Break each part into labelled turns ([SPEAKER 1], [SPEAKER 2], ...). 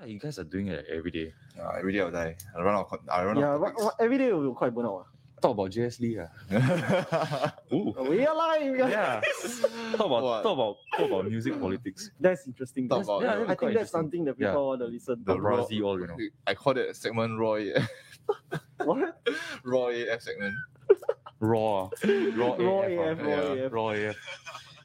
[SPEAKER 1] Yeah, you guys are doing it like, every day.
[SPEAKER 2] Yeah, every day I'll die. I run out. Of, co- I run
[SPEAKER 3] Yeah,
[SPEAKER 2] out.
[SPEAKER 3] what, what, every day will be quite burnout.
[SPEAKER 1] Talk about JS Lee. ah.
[SPEAKER 2] what?
[SPEAKER 1] Ooh.
[SPEAKER 3] Uh. We are live.
[SPEAKER 1] Yeah. talk about
[SPEAKER 2] What?
[SPEAKER 1] talk about talk about music politics.
[SPEAKER 3] That's interesting.
[SPEAKER 2] Talk
[SPEAKER 3] That's-
[SPEAKER 2] about
[SPEAKER 1] yeah, that'd
[SPEAKER 2] the-
[SPEAKER 1] be
[SPEAKER 3] I
[SPEAKER 1] quite
[SPEAKER 3] think that's
[SPEAKER 1] interesting.
[SPEAKER 3] something that people
[SPEAKER 1] Yeah.
[SPEAKER 3] want to listen
[SPEAKER 1] The
[SPEAKER 3] to.
[SPEAKER 2] Ro-
[SPEAKER 1] Razi all you know.
[SPEAKER 2] I called it segment Roy
[SPEAKER 3] What?
[SPEAKER 2] Raw AF segment.
[SPEAKER 1] Raw. Raw,
[SPEAKER 3] Raw
[SPEAKER 1] AF.
[SPEAKER 3] AF,
[SPEAKER 1] ah.
[SPEAKER 2] raw
[SPEAKER 1] Yeah.
[SPEAKER 3] AF.
[SPEAKER 1] Raw AF.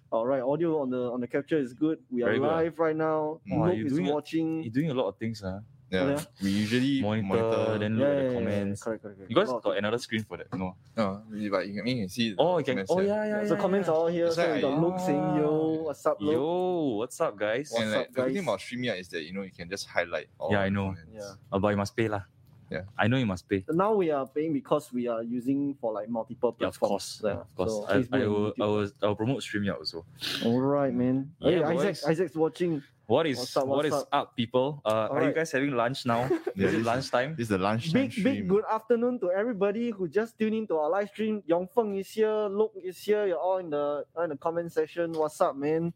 [SPEAKER 3] All right, audio on the on the capture is good. We are
[SPEAKER 1] Very good, ah.
[SPEAKER 3] live right now.
[SPEAKER 2] Mm. Wow,
[SPEAKER 3] Nope
[SPEAKER 1] you
[SPEAKER 3] is
[SPEAKER 1] doing it-
[SPEAKER 3] watching.
[SPEAKER 1] You're doing a lot of things, huh?
[SPEAKER 2] Yeah.
[SPEAKER 3] Yeah.
[SPEAKER 2] We usually
[SPEAKER 1] Monitor, then look at the comments.
[SPEAKER 3] Correct, correct, Oh. correct.
[SPEAKER 1] You guys
[SPEAKER 3] Lot of
[SPEAKER 1] got another screen for that, no?
[SPEAKER 2] No, really, but you can, you can see. the
[SPEAKER 1] Oh, you can.
[SPEAKER 2] comments
[SPEAKER 1] Oh
[SPEAKER 2] there.
[SPEAKER 1] yeah, yeah.
[SPEAKER 3] So
[SPEAKER 1] yeah,
[SPEAKER 3] comments
[SPEAKER 1] yeah.
[SPEAKER 3] are all here.
[SPEAKER 2] That's
[SPEAKER 3] So we
[SPEAKER 2] right.
[SPEAKER 3] got Luke saying yo, what's up, Luke?
[SPEAKER 1] Yo, what's up, guys?
[SPEAKER 3] What's
[SPEAKER 2] And like
[SPEAKER 3] up,
[SPEAKER 2] the good thing
[SPEAKER 3] guys?
[SPEAKER 2] about StreamYard is that you know you can just highlight. All
[SPEAKER 1] Yeah, I
[SPEAKER 2] the
[SPEAKER 1] know.
[SPEAKER 2] comments.
[SPEAKER 3] Yeah.
[SPEAKER 1] Uh, but you must pay lah.
[SPEAKER 2] Yeah.
[SPEAKER 1] I know you must pay.
[SPEAKER 3] So now we are paying because we are using for like multiple
[SPEAKER 1] Yeah, of
[SPEAKER 3] platforms.
[SPEAKER 1] course. Of course.
[SPEAKER 3] So
[SPEAKER 1] I,
[SPEAKER 3] Facebook
[SPEAKER 1] I
[SPEAKER 3] and
[SPEAKER 1] will I
[SPEAKER 3] YouTube.
[SPEAKER 1] will I will promote StreamYard also.
[SPEAKER 3] All right, man.
[SPEAKER 1] Yeah,
[SPEAKER 3] hey, Isaac,
[SPEAKER 1] boys.
[SPEAKER 3] Isaac's watching.
[SPEAKER 1] What is
[SPEAKER 3] What's up,
[SPEAKER 1] what
[SPEAKER 3] what's
[SPEAKER 1] is up, people? Uh, are you
[SPEAKER 3] Alright.
[SPEAKER 1] guys having lunch now?
[SPEAKER 2] Yeah,
[SPEAKER 1] is
[SPEAKER 2] this
[SPEAKER 1] it
[SPEAKER 2] is-
[SPEAKER 1] lunchtime?
[SPEAKER 2] This is the lunchtime
[SPEAKER 3] Big,
[SPEAKER 2] stream.
[SPEAKER 3] big good afternoon to everybody who just tuned into our live stream. Yong Feng is here, Luke is here. You're all in the all in the comment section. What's up, man?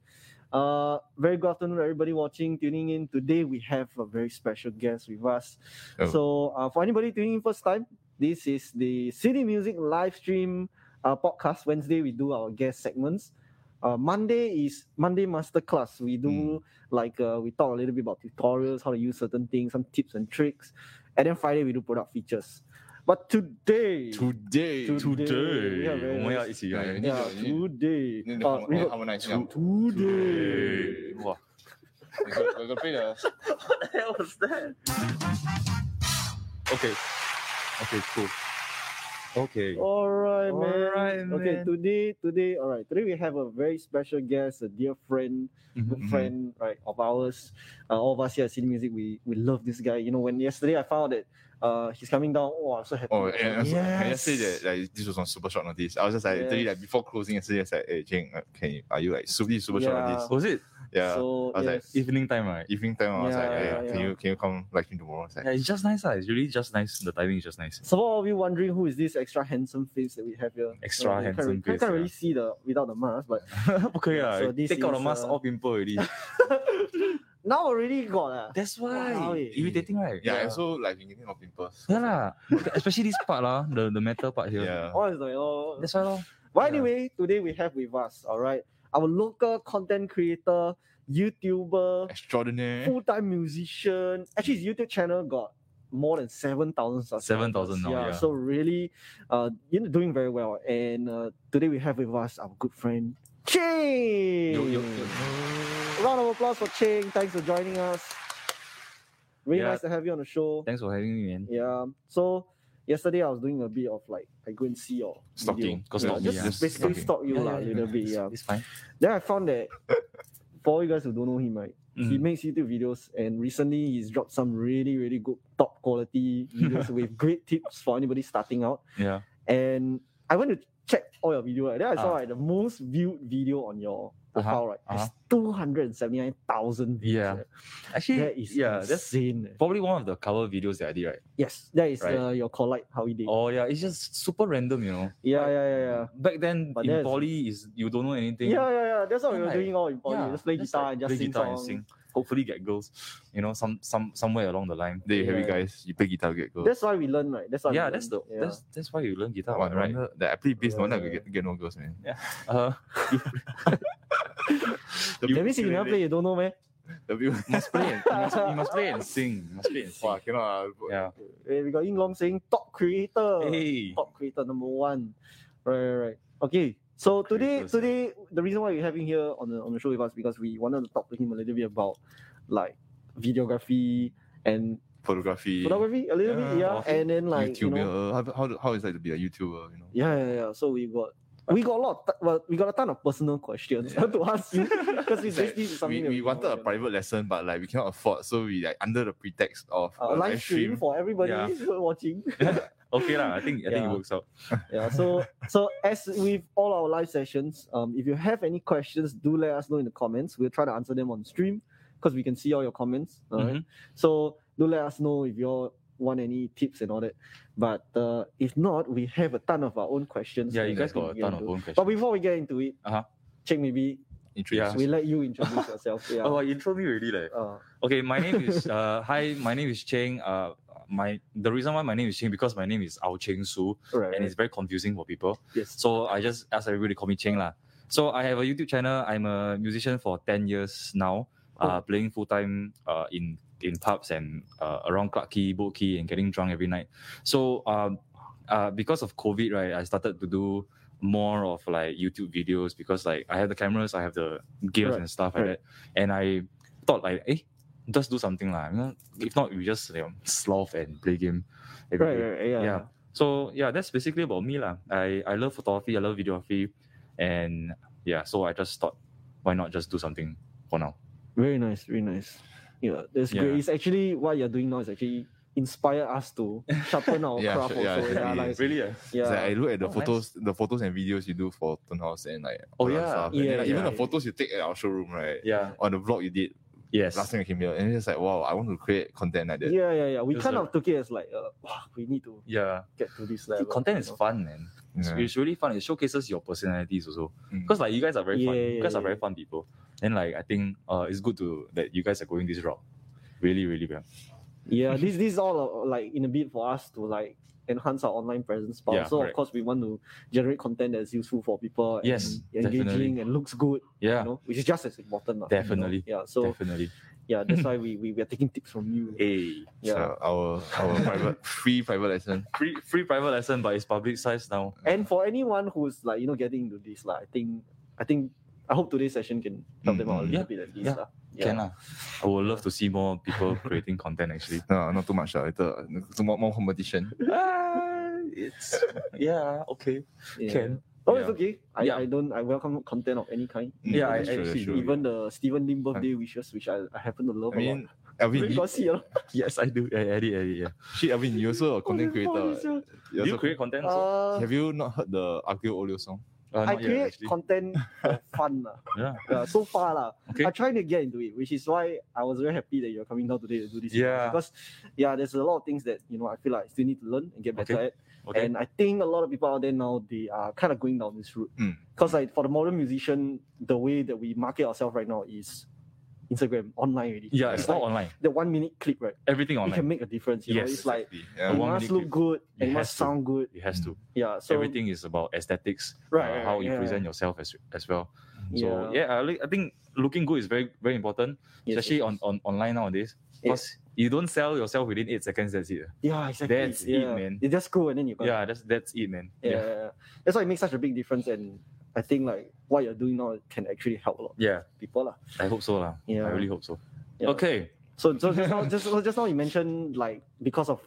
[SPEAKER 3] Uh, very good afternoon, everybody watching, tuning in. Today we have a very special guest with us.
[SPEAKER 2] Oh.
[SPEAKER 3] So, uh, for anybody tuning in first time, this is the City Music live stream uh, podcast. Wednesday we do our guest segments. Uh, Monday is Monday masterclass. We do
[SPEAKER 2] Hmm.
[SPEAKER 3] like uh, we talk a little bit about tutorials, how to use certain things, some tips and tricks, and then Friday we do product features. But today,
[SPEAKER 2] Today.
[SPEAKER 3] Today.
[SPEAKER 1] Today，
[SPEAKER 3] Yeah, very
[SPEAKER 1] 我们要一起
[SPEAKER 2] nice.
[SPEAKER 1] 来。
[SPEAKER 3] yeah,
[SPEAKER 2] you need to-
[SPEAKER 3] today,
[SPEAKER 2] Need to
[SPEAKER 3] uh, we
[SPEAKER 2] harmonize-
[SPEAKER 3] got-
[SPEAKER 2] harmonize
[SPEAKER 3] to-
[SPEAKER 2] now.
[SPEAKER 3] today.
[SPEAKER 1] Wow.
[SPEAKER 2] We got- we got play the-
[SPEAKER 3] What the hell was that?
[SPEAKER 1] Okay. Okay. Cool. Okay.
[SPEAKER 3] All right,
[SPEAKER 1] All
[SPEAKER 3] man.
[SPEAKER 1] right,
[SPEAKER 3] Okay,
[SPEAKER 1] man.
[SPEAKER 3] today, today, all right. Today we have a very special guest, a dear friend, good
[SPEAKER 2] Mhm.
[SPEAKER 3] friend, right, of ours. Uh, all of us here at City Music, we we love this guy. You know, when yesterday I found that uh he's coming down, oh, I'm so happy.
[SPEAKER 2] Oh, and also, can I just say
[SPEAKER 1] Yes.
[SPEAKER 2] that like this was on super short notice? I was just like, literally, like before closing, yesterday, I was like, hey, Jing, uh, can you, are you like super super short
[SPEAKER 3] Yeah.
[SPEAKER 2] notice?
[SPEAKER 1] Was it
[SPEAKER 2] Yeah.
[SPEAKER 3] So
[SPEAKER 2] I was like,
[SPEAKER 3] yes.
[SPEAKER 1] evening time, right?
[SPEAKER 2] Evening time, I was like,
[SPEAKER 3] Yeah,
[SPEAKER 2] hey,
[SPEAKER 3] yeah,
[SPEAKER 2] can
[SPEAKER 3] yeah.
[SPEAKER 2] you can you come live stream tomorrow? I was like,
[SPEAKER 1] Yeah, it's just nice, lah. It's really just nice. The timing is just nice.
[SPEAKER 3] So for all of you wondering who is this extra handsome face that we have here?
[SPEAKER 1] Extra
[SPEAKER 3] you can't
[SPEAKER 1] handsome
[SPEAKER 3] really,
[SPEAKER 1] face,
[SPEAKER 3] I can't
[SPEAKER 1] yeah.
[SPEAKER 3] really see the without the mask, but
[SPEAKER 1] 不可以
[SPEAKER 3] Yeah,
[SPEAKER 1] lah.
[SPEAKER 3] so this
[SPEAKER 1] ah. Take out the
[SPEAKER 3] is,
[SPEAKER 1] mask,
[SPEAKER 3] uh,
[SPEAKER 1] all pimple already.
[SPEAKER 3] now already got ah.
[SPEAKER 1] That's
[SPEAKER 3] Wow,
[SPEAKER 1] why
[SPEAKER 3] eh.
[SPEAKER 1] irritating, right?
[SPEAKER 2] yeah, I
[SPEAKER 3] Yeah.
[SPEAKER 2] also like been getting a lot of pimples.
[SPEAKER 1] Yeah lah. Especially this part lah, the the metal part here.
[SPEAKER 2] Yeah.
[SPEAKER 3] All is like, oh.
[SPEAKER 1] That's why lor.
[SPEAKER 3] But
[SPEAKER 1] yeah.
[SPEAKER 3] anyway, today we have with us, all right, our local content creator, YouTuber,
[SPEAKER 2] Extraordinary.
[SPEAKER 3] full-time musician. Actually, his YouTube channel got more than seven thousand subscribers.
[SPEAKER 1] 7,000 now, yeah.
[SPEAKER 3] So really, uh, you know, doing very well. And uh, today we have with us our good friend Ching.
[SPEAKER 1] Yo, yo, yo.
[SPEAKER 3] Round of applause for Ching. Thanks for joining us. Really
[SPEAKER 1] Yeah.
[SPEAKER 3] nice to have you on the show.
[SPEAKER 1] Thanks for having me, man.
[SPEAKER 3] Yeah. So yesterday I was doing a bit of like I go and see your
[SPEAKER 2] Stalking.
[SPEAKER 3] video.
[SPEAKER 1] Cause
[SPEAKER 3] Yeah,
[SPEAKER 1] stalking,
[SPEAKER 3] just
[SPEAKER 1] yeah.
[SPEAKER 3] basically
[SPEAKER 2] Stalking.
[SPEAKER 3] stalk you
[SPEAKER 1] Yeah,
[SPEAKER 3] lah
[SPEAKER 1] yeah,
[SPEAKER 3] a little bit. Yeah.
[SPEAKER 1] It's fine.
[SPEAKER 3] Then I found that for all you guys who don't know him, right, he
[SPEAKER 1] Mm.
[SPEAKER 3] makes YouTube videos and recently he's dropped some really really good top quality videos with great tips for anybody starting out.
[SPEAKER 1] Yeah.
[SPEAKER 3] And I went to check all your video. Right? Then I saw
[SPEAKER 1] Ah.
[SPEAKER 3] like the most viewed video on your
[SPEAKER 1] Uh-huh,
[SPEAKER 3] profile, right?
[SPEAKER 1] uh-huh.
[SPEAKER 3] It's two hundred and seventy nine thousand. eh?
[SPEAKER 1] Yeah. Actually,
[SPEAKER 3] That is
[SPEAKER 1] yeah. That's
[SPEAKER 3] insane. eh.
[SPEAKER 1] probably one of the cover videos that I did, right?
[SPEAKER 3] Yes, that is
[SPEAKER 1] Right.
[SPEAKER 3] uh, your collide how he did.
[SPEAKER 1] Oh yeah, it's just super random, you know.
[SPEAKER 3] yeah,
[SPEAKER 1] like,
[SPEAKER 3] yeah, yeah, yeah.
[SPEAKER 1] Back then
[SPEAKER 3] But
[SPEAKER 1] in
[SPEAKER 3] that's-
[SPEAKER 1] poly is you don't know anything.
[SPEAKER 3] Yeah, yeah, yeah. That's what we
[SPEAKER 1] Then
[SPEAKER 3] were
[SPEAKER 1] like-
[SPEAKER 3] doing all in poly.
[SPEAKER 1] Yeah,
[SPEAKER 3] just play guitar
[SPEAKER 1] like
[SPEAKER 3] and just
[SPEAKER 1] play
[SPEAKER 3] sing
[SPEAKER 1] guitar and
[SPEAKER 3] song.
[SPEAKER 1] sing. Hopefully get girls, you know, some some somewhere along the line.
[SPEAKER 2] There you have it,
[SPEAKER 3] Yeah.
[SPEAKER 2] guys. You play guitar, get go.
[SPEAKER 3] That's why we learn, right? That's why.
[SPEAKER 1] yeah,
[SPEAKER 3] we
[SPEAKER 1] that's the
[SPEAKER 3] learn. Yeah.
[SPEAKER 1] that's that's why you learn guitar,
[SPEAKER 2] One,
[SPEAKER 1] right?
[SPEAKER 2] right? That I play bass, no one
[SPEAKER 3] Yeah.
[SPEAKER 2] that get, get no girls, man.
[SPEAKER 1] Uh,
[SPEAKER 2] you-
[SPEAKER 3] that means if you never play, you don't know, man.
[SPEAKER 2] The view.
[SPEAKER 1] must play and, you, must, you must play and sing. You must play and
[SPEAKER 2] Wow,
[SPEAKER 1] sing.
[SPEAKER 2] cannot. ah.
[SPEAKER 1] Yeah.
[SPEAKER 3] Eh, We got Ying Long saying top creator,
[SPEAKER 1] Hey.
[SPEAKER 3] top creator number one. Right, right, right. Okay. So today,
[SPEAKER 1] creators,
[SPEAKER 3] today the reason why we have him here on the on the show with us because we wanted to talk to him a little bit about like videography and
[SPEAKER 2] Photography.
[SPEAKER 3] photography a little bit,
[SPEAKER 2] Yeah,
[SPEAKER 3] yeah,
[SPEAKER 1] of
[SPEAKER 3] and then like
[SPEAKER 2] YouTuber.
[SPEAKER 3] you know,
[SPEAKER 2] how, how, do- how is it to be a YouTuber? You know.
[SPEAKER 3] Yeah, yeah, yeah. So we got we got a lot. Of t- well, we got a ton of personal questions
[SPEAKER 2] Yeah.
[SPEAKER 3] to ask you because it's
[SPEAKER 2] It's like,
[SPEAKER 3] basically something
[SPEAKER 2] we,
[SPEAKER 3] that
[SPEAKER 2] we wanted a
[SPEAKER 3] want, you know.
[SPEAKER 2] private lesson, but like we cannot afford, so we like under the pretext of
[SPEAKER 3] Uh, a live stream for everybody
[SPEAKER 1] Yeah.
[SPEAKER 3] who's watching.
[SPEAKER 1] Okay lah. I think I think it
[SPEAKER 3] Yeah.
[SPEAKER 1] works out.
[SPEAKER 3] yeah. So so as with all our live sessions, um, if you have any questions, do let us know in the comments. We'll try to answer them on stream because we can see all your comments. All right.
[SPEAKER 1] Mhm.
[SPEAKER 3] So do let us know if you all want any tips and all that. But uh, if not, we have a ton of our own questions.
[SPEAKER 1] Yeah,
[SPEAKER 3] that
[SPEAKER 1] you guys
[SPEAKER 3] we
[SPEAKER 1] got a
[SPEAKER 3] can
[SPEAKER 1] ton of
[SPEAKER 3] do.
[SPEAKER 1] own
[SPEAKER 3] But
[SPEAKER 1] questions.
[SPEAKER 3] before we get into it,
[SPEAKER 1] Uh-huh.
[SPEAKER 3] check maybe
[SPEAKER 2] introduce.
[SPEAKER 1] Yeah.
[SPEAKER 3] We let you introduce yourself. Yeah.
[SPEAKER 1] Oh, you intro me already, like.
[SPEAKER 3] Uh,
[SPEAKER 1] Okay, my name is uh hi, my name is Cheng. Uh my the reason why my name is Cheng because my name is Ao Cheng Su
[SPEAKER 3] right.
[SPEAKER 1] and it's very confusing for people.
[SPEAKER 3] yes.
[SPEAKER 1] So I just ask everybody to call me Cheng lah. So I have a YouTube channel. I'm a musician for 10 years now, uh, playing full time uh, in in pubs and uh, around Clark Key, Boat Key, and getting drunk every night. So um, uh, because of COVID, right, I started to do more of like YouTube videos because like I have the cameras, I have the gears
[SPEAKER 3] Right,
[SPEAKER 1] and stuff like
[SPEAKER 3] right.
[SPEAKER 1] that, and I thought like, eh, just do something lah. You know, If not, we just you know, sloth and play game. every
[SPEAKER 3] Right,
[SPEAKER 1] day.
[SPEAKER 3] right, yeah.
[SPEAKER 1] Yeah. So yeah, that's basically about me lah. I I love photography, I love videography, and yeah. So I just thought, why not just do something for now?
[SPEAKER 3] Very nice, very nice. Yeah, that's
[SPEAKER 1] Yeah.
[SPEAKER 3] great. It's actually what you're doing now is actually inspire us to sharpen our
[SPEAKER 2] Yeah,
[SPEAKER 3] craft
[SPEAKER 2] sure, yeah,
[SPEAKER 3] also.
[SPEAKER 2] yeah,
[SPEAKER 3] Yeah, like,
[SPEAKER 1] Really? Yeah.
[SPEAKER 3] yeah.
[SPEAKER 2] It's like I look at the
[SPEAKER 1] Oh, nice.
[SPEAKER 2] photos, the photos and videos you do for Turnhouse and like
[SPEAKER 1] Oh,
[SPEAKER 2] all that
[SPEAKER 1] yeah.
[SPEAKER 2] stuff. And
[SPEAKER 3] Yeah,
[SPEAKER 2] then, like, even
[SPEAKER 1] yeah.
[SPEAKER 2] the photos you take at our showroom, right?
[SPEAKER 1] yeah.
[SPEAKER 2] On the vlog you did
[SPEAKER 1] Yes.
[SPEAKER 2] last time I came here, and it's just like wow, I want to create content like that.
[SPEAKER 3] yeah, yeah, yeah. We
[SPEAKER 1] It was
[SPEAKER 3] kind
[SPEAKER 1] a-
[SPEAKER 3] of took it as like, uh, wow, we need to
[SPEAKER 1] Yeah.
[SPEAKER 3] get to this
[SPEAKER 1] See,
[SPEAKER 3] level.
[SPEAKER 1] content
[SPEAKER 3] you
[SPEAKER 1] is
[SPEAKER 3] know?
[SPEAKER 1] fun, man. It's,
[SPEAKER 2] Yeah.
[SPEAKER 1] it's really fun. It showcases your personalities also.
[SPEAKER 2] Mm.
[SPEAKER 1] Because like you guys are very fun.
[SPEAKER 3] Yeah,
[SPEAKER 1] You guys
[SPEAKER 3] yeah,
[SPEAKER 1] are very
[SPEAKER 3] yeah.
[SPEAKER 1] fun people. And like I think uh it's good to that you guys are going this route. Really, really well.
[SPEAKER 3] Yeah, this this is all uh, like in a bit for us to like enhance our online presence. But
[SPEAKER 1] Yeah,
[SPEAKER 3] also, of
[SPEAKER 1] correct.
[SPEAKER 3] course, we want to generate content that's useful for people. And
[SPEAKER 1] Yes,
[SPEAKER 3] engaging
[SPEAKER 1] definitely.
[SPEAKER 3] and looks good.
[SPEAKER 1] Yeah.
[SPEAKER 3] You know, which is just as important. lah, you know?
[SPEAKER 1] Definitely.
[SPEAKER 3] Yeah. So
[SPEAKER 1] Definitely.
[SPEAKER 3] yeah, that's why we, we we are taking tips from you.
[SPEAKER 1] Hey.
[SPEAKER 3] Yeah.
[SPEAKER 2] So our our private free private lesson.
[SPEAKER 1] Free free private lesson, but it's public size now.
[SPEAKER 3] And for anyone who's like you know getting into this, like I think I think I hope today's session can help them out a
[SPEAKER 2] Mm,
[SPEAKER 1] Mm-hmm. yeah,
[SPEAKER 3] little bit at least.
[SPEAKER 1] yeah,
[SPEAKER 3] lah.
[SPEAKER 1] Can lah. I would love to see more people creating content actually.
[SPEAKER 2] No, not too much. Uh, later, uh, more, more competition.
[SPEAKER 1] Ah, it's yeah okay
[SPEAKER 3] Yeah.
[SPEAKER 1] can
[SPEAKER 3] Oh, it's
[SPEAKER 1] Yeah.
[SPEAKER 3] okay. I,
[SPEAKER 1] Yeah. Mm-hmm.
[SPEAKER 3] I don't I welcome content of any kind.
[SPEAKER 1] Yeah, I-
[SPEAKER 2] that's
[SPEAKER 1] I
[SPEAKER 2] true, that's
[SPEAKER 1] see.
[SPEAKER 2] true.
[SPEAKER 3] Even the Stephen Lim birthday wishes, which I, I happen to love
[SPEAKER 2] I
[SPEAKER 3] a lot.
[SPEAKER 2] mean, Alvin,
[SPEAKER 3] Really
[SPEAKER 2] you,
[SPEAKER 3] got see a lot.
[SPEAKER 1] yes I do I, I did I did yeah
[SPEAKER 2] shit, Alvin, you also
[SPEAKER 3] Oh,
[SPEAKER 2] a content creator. what.
[SPEAKER 3] Uh,
[SPEAKER 2] You
[SPEAKER 1] do you
[SPEAKER 2] also-
[SPEAKER 1] create content also?
[SPEAKER 2] Have you not heard the Akio Olio song?
[SPEAKER 1] Uh,
[SPEAKER 3] I
[SPEAKER 1] not yet,
[SPEAKER 3] create
[SPEAKER 1] actually.
[SPEAKER 3] content for fun. lah.
[SPEAKER 1] yeah
[SPEAKER 3] Yeah, so far lah.
[SPEAKER 1] Okay.
[SPEAKER 3] I'm trying to get into it, which is why I was very happy that you're coming down today to do this. with us.
[SPEAKER 1] Yeah.
[SPEAKER 3] Because yeah, there's a lot of things that you know I feel like I still need to learn and get better
[SPEAKER 1] Okay.
[SPEAKER 3] at.
[SPEAKER 1] okay
[SPEAKER 3] And I think a lot of people out there now they are kind of going down this route.
[SPEAKER 2] Mm.
[SPEAKER 3] Because like for the modern musician, the way that we market ourselves right now is Instagram online already.
[SPEAKER 1] yeah it's
[SPEAKER 3] like
[SPEAKER 1] not online
[SPEAKER 3] the one minute clip, right?
[SPEAKER 1] everything
[SPEAKER 3] It can
[SPEAKER 1] online
[SPEAKER 3] make a difference. You know,
[SPEAKER 1] Yes,
[SPEAKER 3] it's like
[SPEAKER 2] Yeah.
[SPEAKER 1] A
[SPEAKER 3] it
[SPEAKER 1] one
[SPEAKER 3] must
[SPEAKER 1] minute
[SPEAKER 3] look
[SPEAKER 1] clip.
[SPEAKER 3] good,
[SPEAKER 1] It
[SPEAKER 3] it
[SPEAKER 1] has
[SPEAKER 3] must
[SPEAKER 1] to.
[SPEAKER 3] sound good.
[SPEAKER 1] it has to
[SPEAKER 3] Yeah. So
[SPEAKER 1] everything is about aesthetics
[SPEAKER 3] Right,
[SPEAKER 1] uh,
[SPEAKER 3] right,
[SPEAKER 1] how
[SPEAKER 3] right,
[SPEAKER 1] you
[SPEAKER 3] yeah.
[SPEAKER 1] present yourself as as well
[SPEAKER 3] yeah.
[SPEAKER 1] so yeah I, li- I think looking good is very very important
[SPEAKER 3] Yes,
[SPEAKER 1] especially
[SPEAKER 3] yes,
[SPEAKER 1] on, on online nowadays because you don't sell yourself within eight seconds that's it
[SPEAKER 3] Yeah, exactly.
[SPEAKER 1] That's it,
[SPEAKER 3] yeah.
[SPEAKER 1] man.
[SPEAKER 3] You just go and then you got
[SPEAKER 1] yeah that's that's it man
[SPEAKER 3] yeah. yeah, yeah. That's why it makes such a big difference, and I think like what you're doing now can actually help a lot
[SPEAKER 1] yeah
[SPEAKER 3] of people lah.
[SPEAKER 1] I hope so lah
[SPEAKER 3] Yeah.
[SPEAKER 1] I really hope so
[SPEAKER 3] Yeah.
[SPEAKER 1] okay
[SPEAKER 3] So so just now just, so just now you mentioned like because of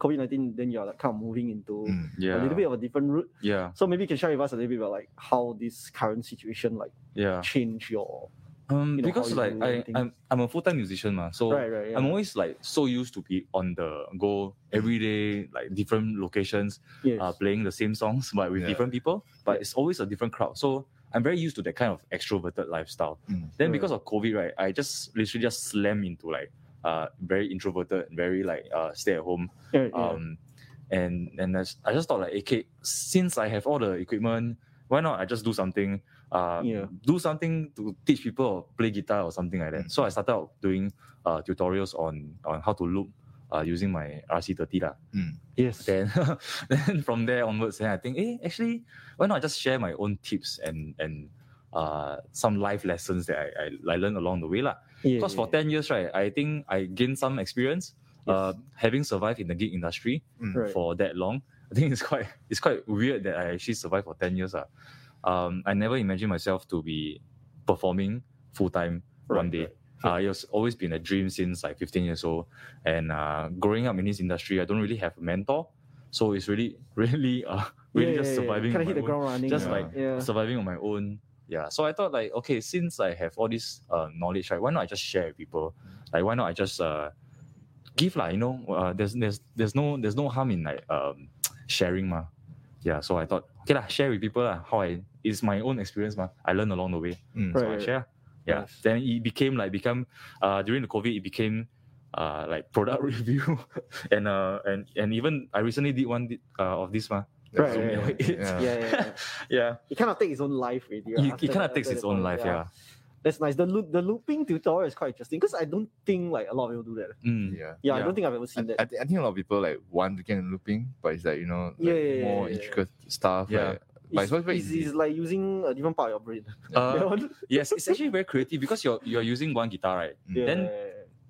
[SPEAKER 3] COVID nineteen, then you're like kind of moving into
[SPEAKER 2] Mm.
[SPEAKER 3] a
[SPEAKER 1] yeah
[SPEAKER 3] little bit of a different route.
[SPEAKER 1] yeah
[SPEAKER 3] So maybe you can share with us a little bit about like how this current situation like
[SPEAKER 1] yeah
[SPEAKER 3] change your
[SPEAKER 1] Um,
[SPEAKER 3] you know, how
[SPEAKER 1] because
[SPEAKER 3] you
[SPEAKER 1] like
[SPEAKER 3] do
[SPEAKER 1] I,
[SPEAKER 3] everything.
[SPEAKER 1] I'm, I'm a full time musician, ma, so
[SPEAKER 3] right right. Yeah.
[SPEAKER 1] I'm always like so used to be on the go every day, like different locations,
[SPEAKER 3] yes.
[SPEAKER 1] uh, playing the same songs but with
[SPEAKER 2] Yeah.
[SPEAKER 1] different people. But it's always a different crowd, so I'm very used to that kind of extroverted lifestyle.
[SPEAKER 2] Mm.
[SPEAKER 1] Then
[SPEAKER 3] Right.
[SPEAKER 1] because of COVID, right, I just literally just slam into like uh very introverted, very like uh stay at home
[SPEAKER 3] Yeah, yeah.
[SPEAKER 1] um, and and I, s- I just thought like, okay, since I have all the equipment, why not I just do something, uh,
[SPEAKER 3] Yeah.
[SPEAKER 1] do something to teach people or play guitar or something like that.
[SPEAKER 2] Mm.
[SPEAKER 1] So I started out doing uh, tutorials on on how to loop. Uh, using my RC30 lah.
[SPEAKER 3] yes.
[SPEAKER 1] Then, then from there onwards, then I think, eh, actually, why not just share my own tips and and uh, some life lessons that I, I, I learned along the way lah.
[SPEAKER 3] yeah,
[SPEAKER 1] Because
[SPEAKER 3] yeah,
[SPEAKER 1] for 10 years, right, I think I gained some experience
[SPEAKER 3] Yes.
[SPEAKER 1] uh, having survived in the gig industry
[SPEAKER 2] Mm.
[SPEAKER 3] Right.
[SPEAKER 1] for that long. I think it's quite it's quite weird that I actually survived for 10 years. Uh. Um, I never imagined myself to be performing full time
[SPEAKER 3] yeah.
[SPEAKER 1] one
[SPEAKER 3] Right,
[SPEAKER 1] day.
[SPEAKER 3] right.
[SPEAKER 1] Uh, it's always been a dream since like 15 years old. And uh, growing up in this industry, I don't really have a mentor. So it's really, really, uh, really just surviving. on
[SPEAKER 3] Kind of
[SPEAKER 1] my
[SPEAKER 3] hit the
[SPEAKER 1] own
[SPEAKER 3] ground running.
[SPEAKER 1] just
[SPEAKER 3] yeah.
[SPEAKER 1] like
[SPEAKER 3] yeah.
[SPEAKER 1] surviving on my own. Yeah. So I thought like, okay, since I have all this uh, knowledge, right, why not I just share with people? Like, why not I just uh, give like, you know, uh, there's there's there's no there's no harm in like um, sharing ma. Yeah. So I thought, okay lah, share with people lah, how I it's my own experience ma. I learned along the way,
[SPEAKER 2] Mm.
[SPEAKER 1] so
[SPEAKER 3] Right,
[SPEAKER 1] I
[SPEAKER 3] right.
[SPEAKER 1] share. Yeah.
[SPEAKER 3] Nice.
[SPEAKER 1] Then it became like become uh, during the COVID, it became. Uh, like product review and uh and and even I recently did one uh, of this ma
[SPEAKER 2] That's
[SPEAKER 3] Right,
[SPEAKER 2] the
[SPEAKER 3] right,
[SPEAKER 2] way-
[SPEAKER 1] right.
[SPEAKER 2] yeah.
[SPEAKER 3] Yeah, yeah, yeah.
[SPEAKER 1] yeah.
[SPEAKER 3] It kind of takes its own life, really. right,
[SPEAKER 1] He,
[SPEAKER 3] after
[SPEAKER 1] he kind
[SPEAKER 3] that-
[SPEAKER 1] of takes
[SPEAKER 3] after
[SPEAKER 1] its
[SPEAKER 3] that
[SPEAKER 1] own
[SPEAKER 3] point,
[SPEAKER 1] life, yeah.
[SPEAKER 3] That's nice. The loop, the looping tutorial is quite interesting because I don't think like a lot of people do that.
[SPEAKER 1] Mm.
[SPEAKER 2] Yeah.
[SPEAKER 3] Yeah, I
[SPEAKER 1] Yeah.
[SPEAKER 3] don't think I've ever seen that.
[SPEAKER 2] I, I, thi- I think a lot of people like want to get in looping, but it's like you know like,
[SPEAKER 3] Yeah, yeah, yeah,
[SPEAKER 2] more
[SPEAKER 3] yeah, yeah.
[SPEAKER 2] intricate stuff.
[SPEAKER 1] Yeah.
[SPEAKER 2] like- but it's supposed to be
[SPEAKER 3] it's,
[SPEAKER 2] easy.
[SPEAKER 3] it's like using a different part of your brain.
[SPEAKER 1] Uh,
[SPEAKER 3] That one-
[SPEAKER 1] yes, it's actually very creative because you're you're using one guitar, right?
[SPEAKER 2] mm.
[SPEAKER 3] yeah.
[SPEAKER 1] then-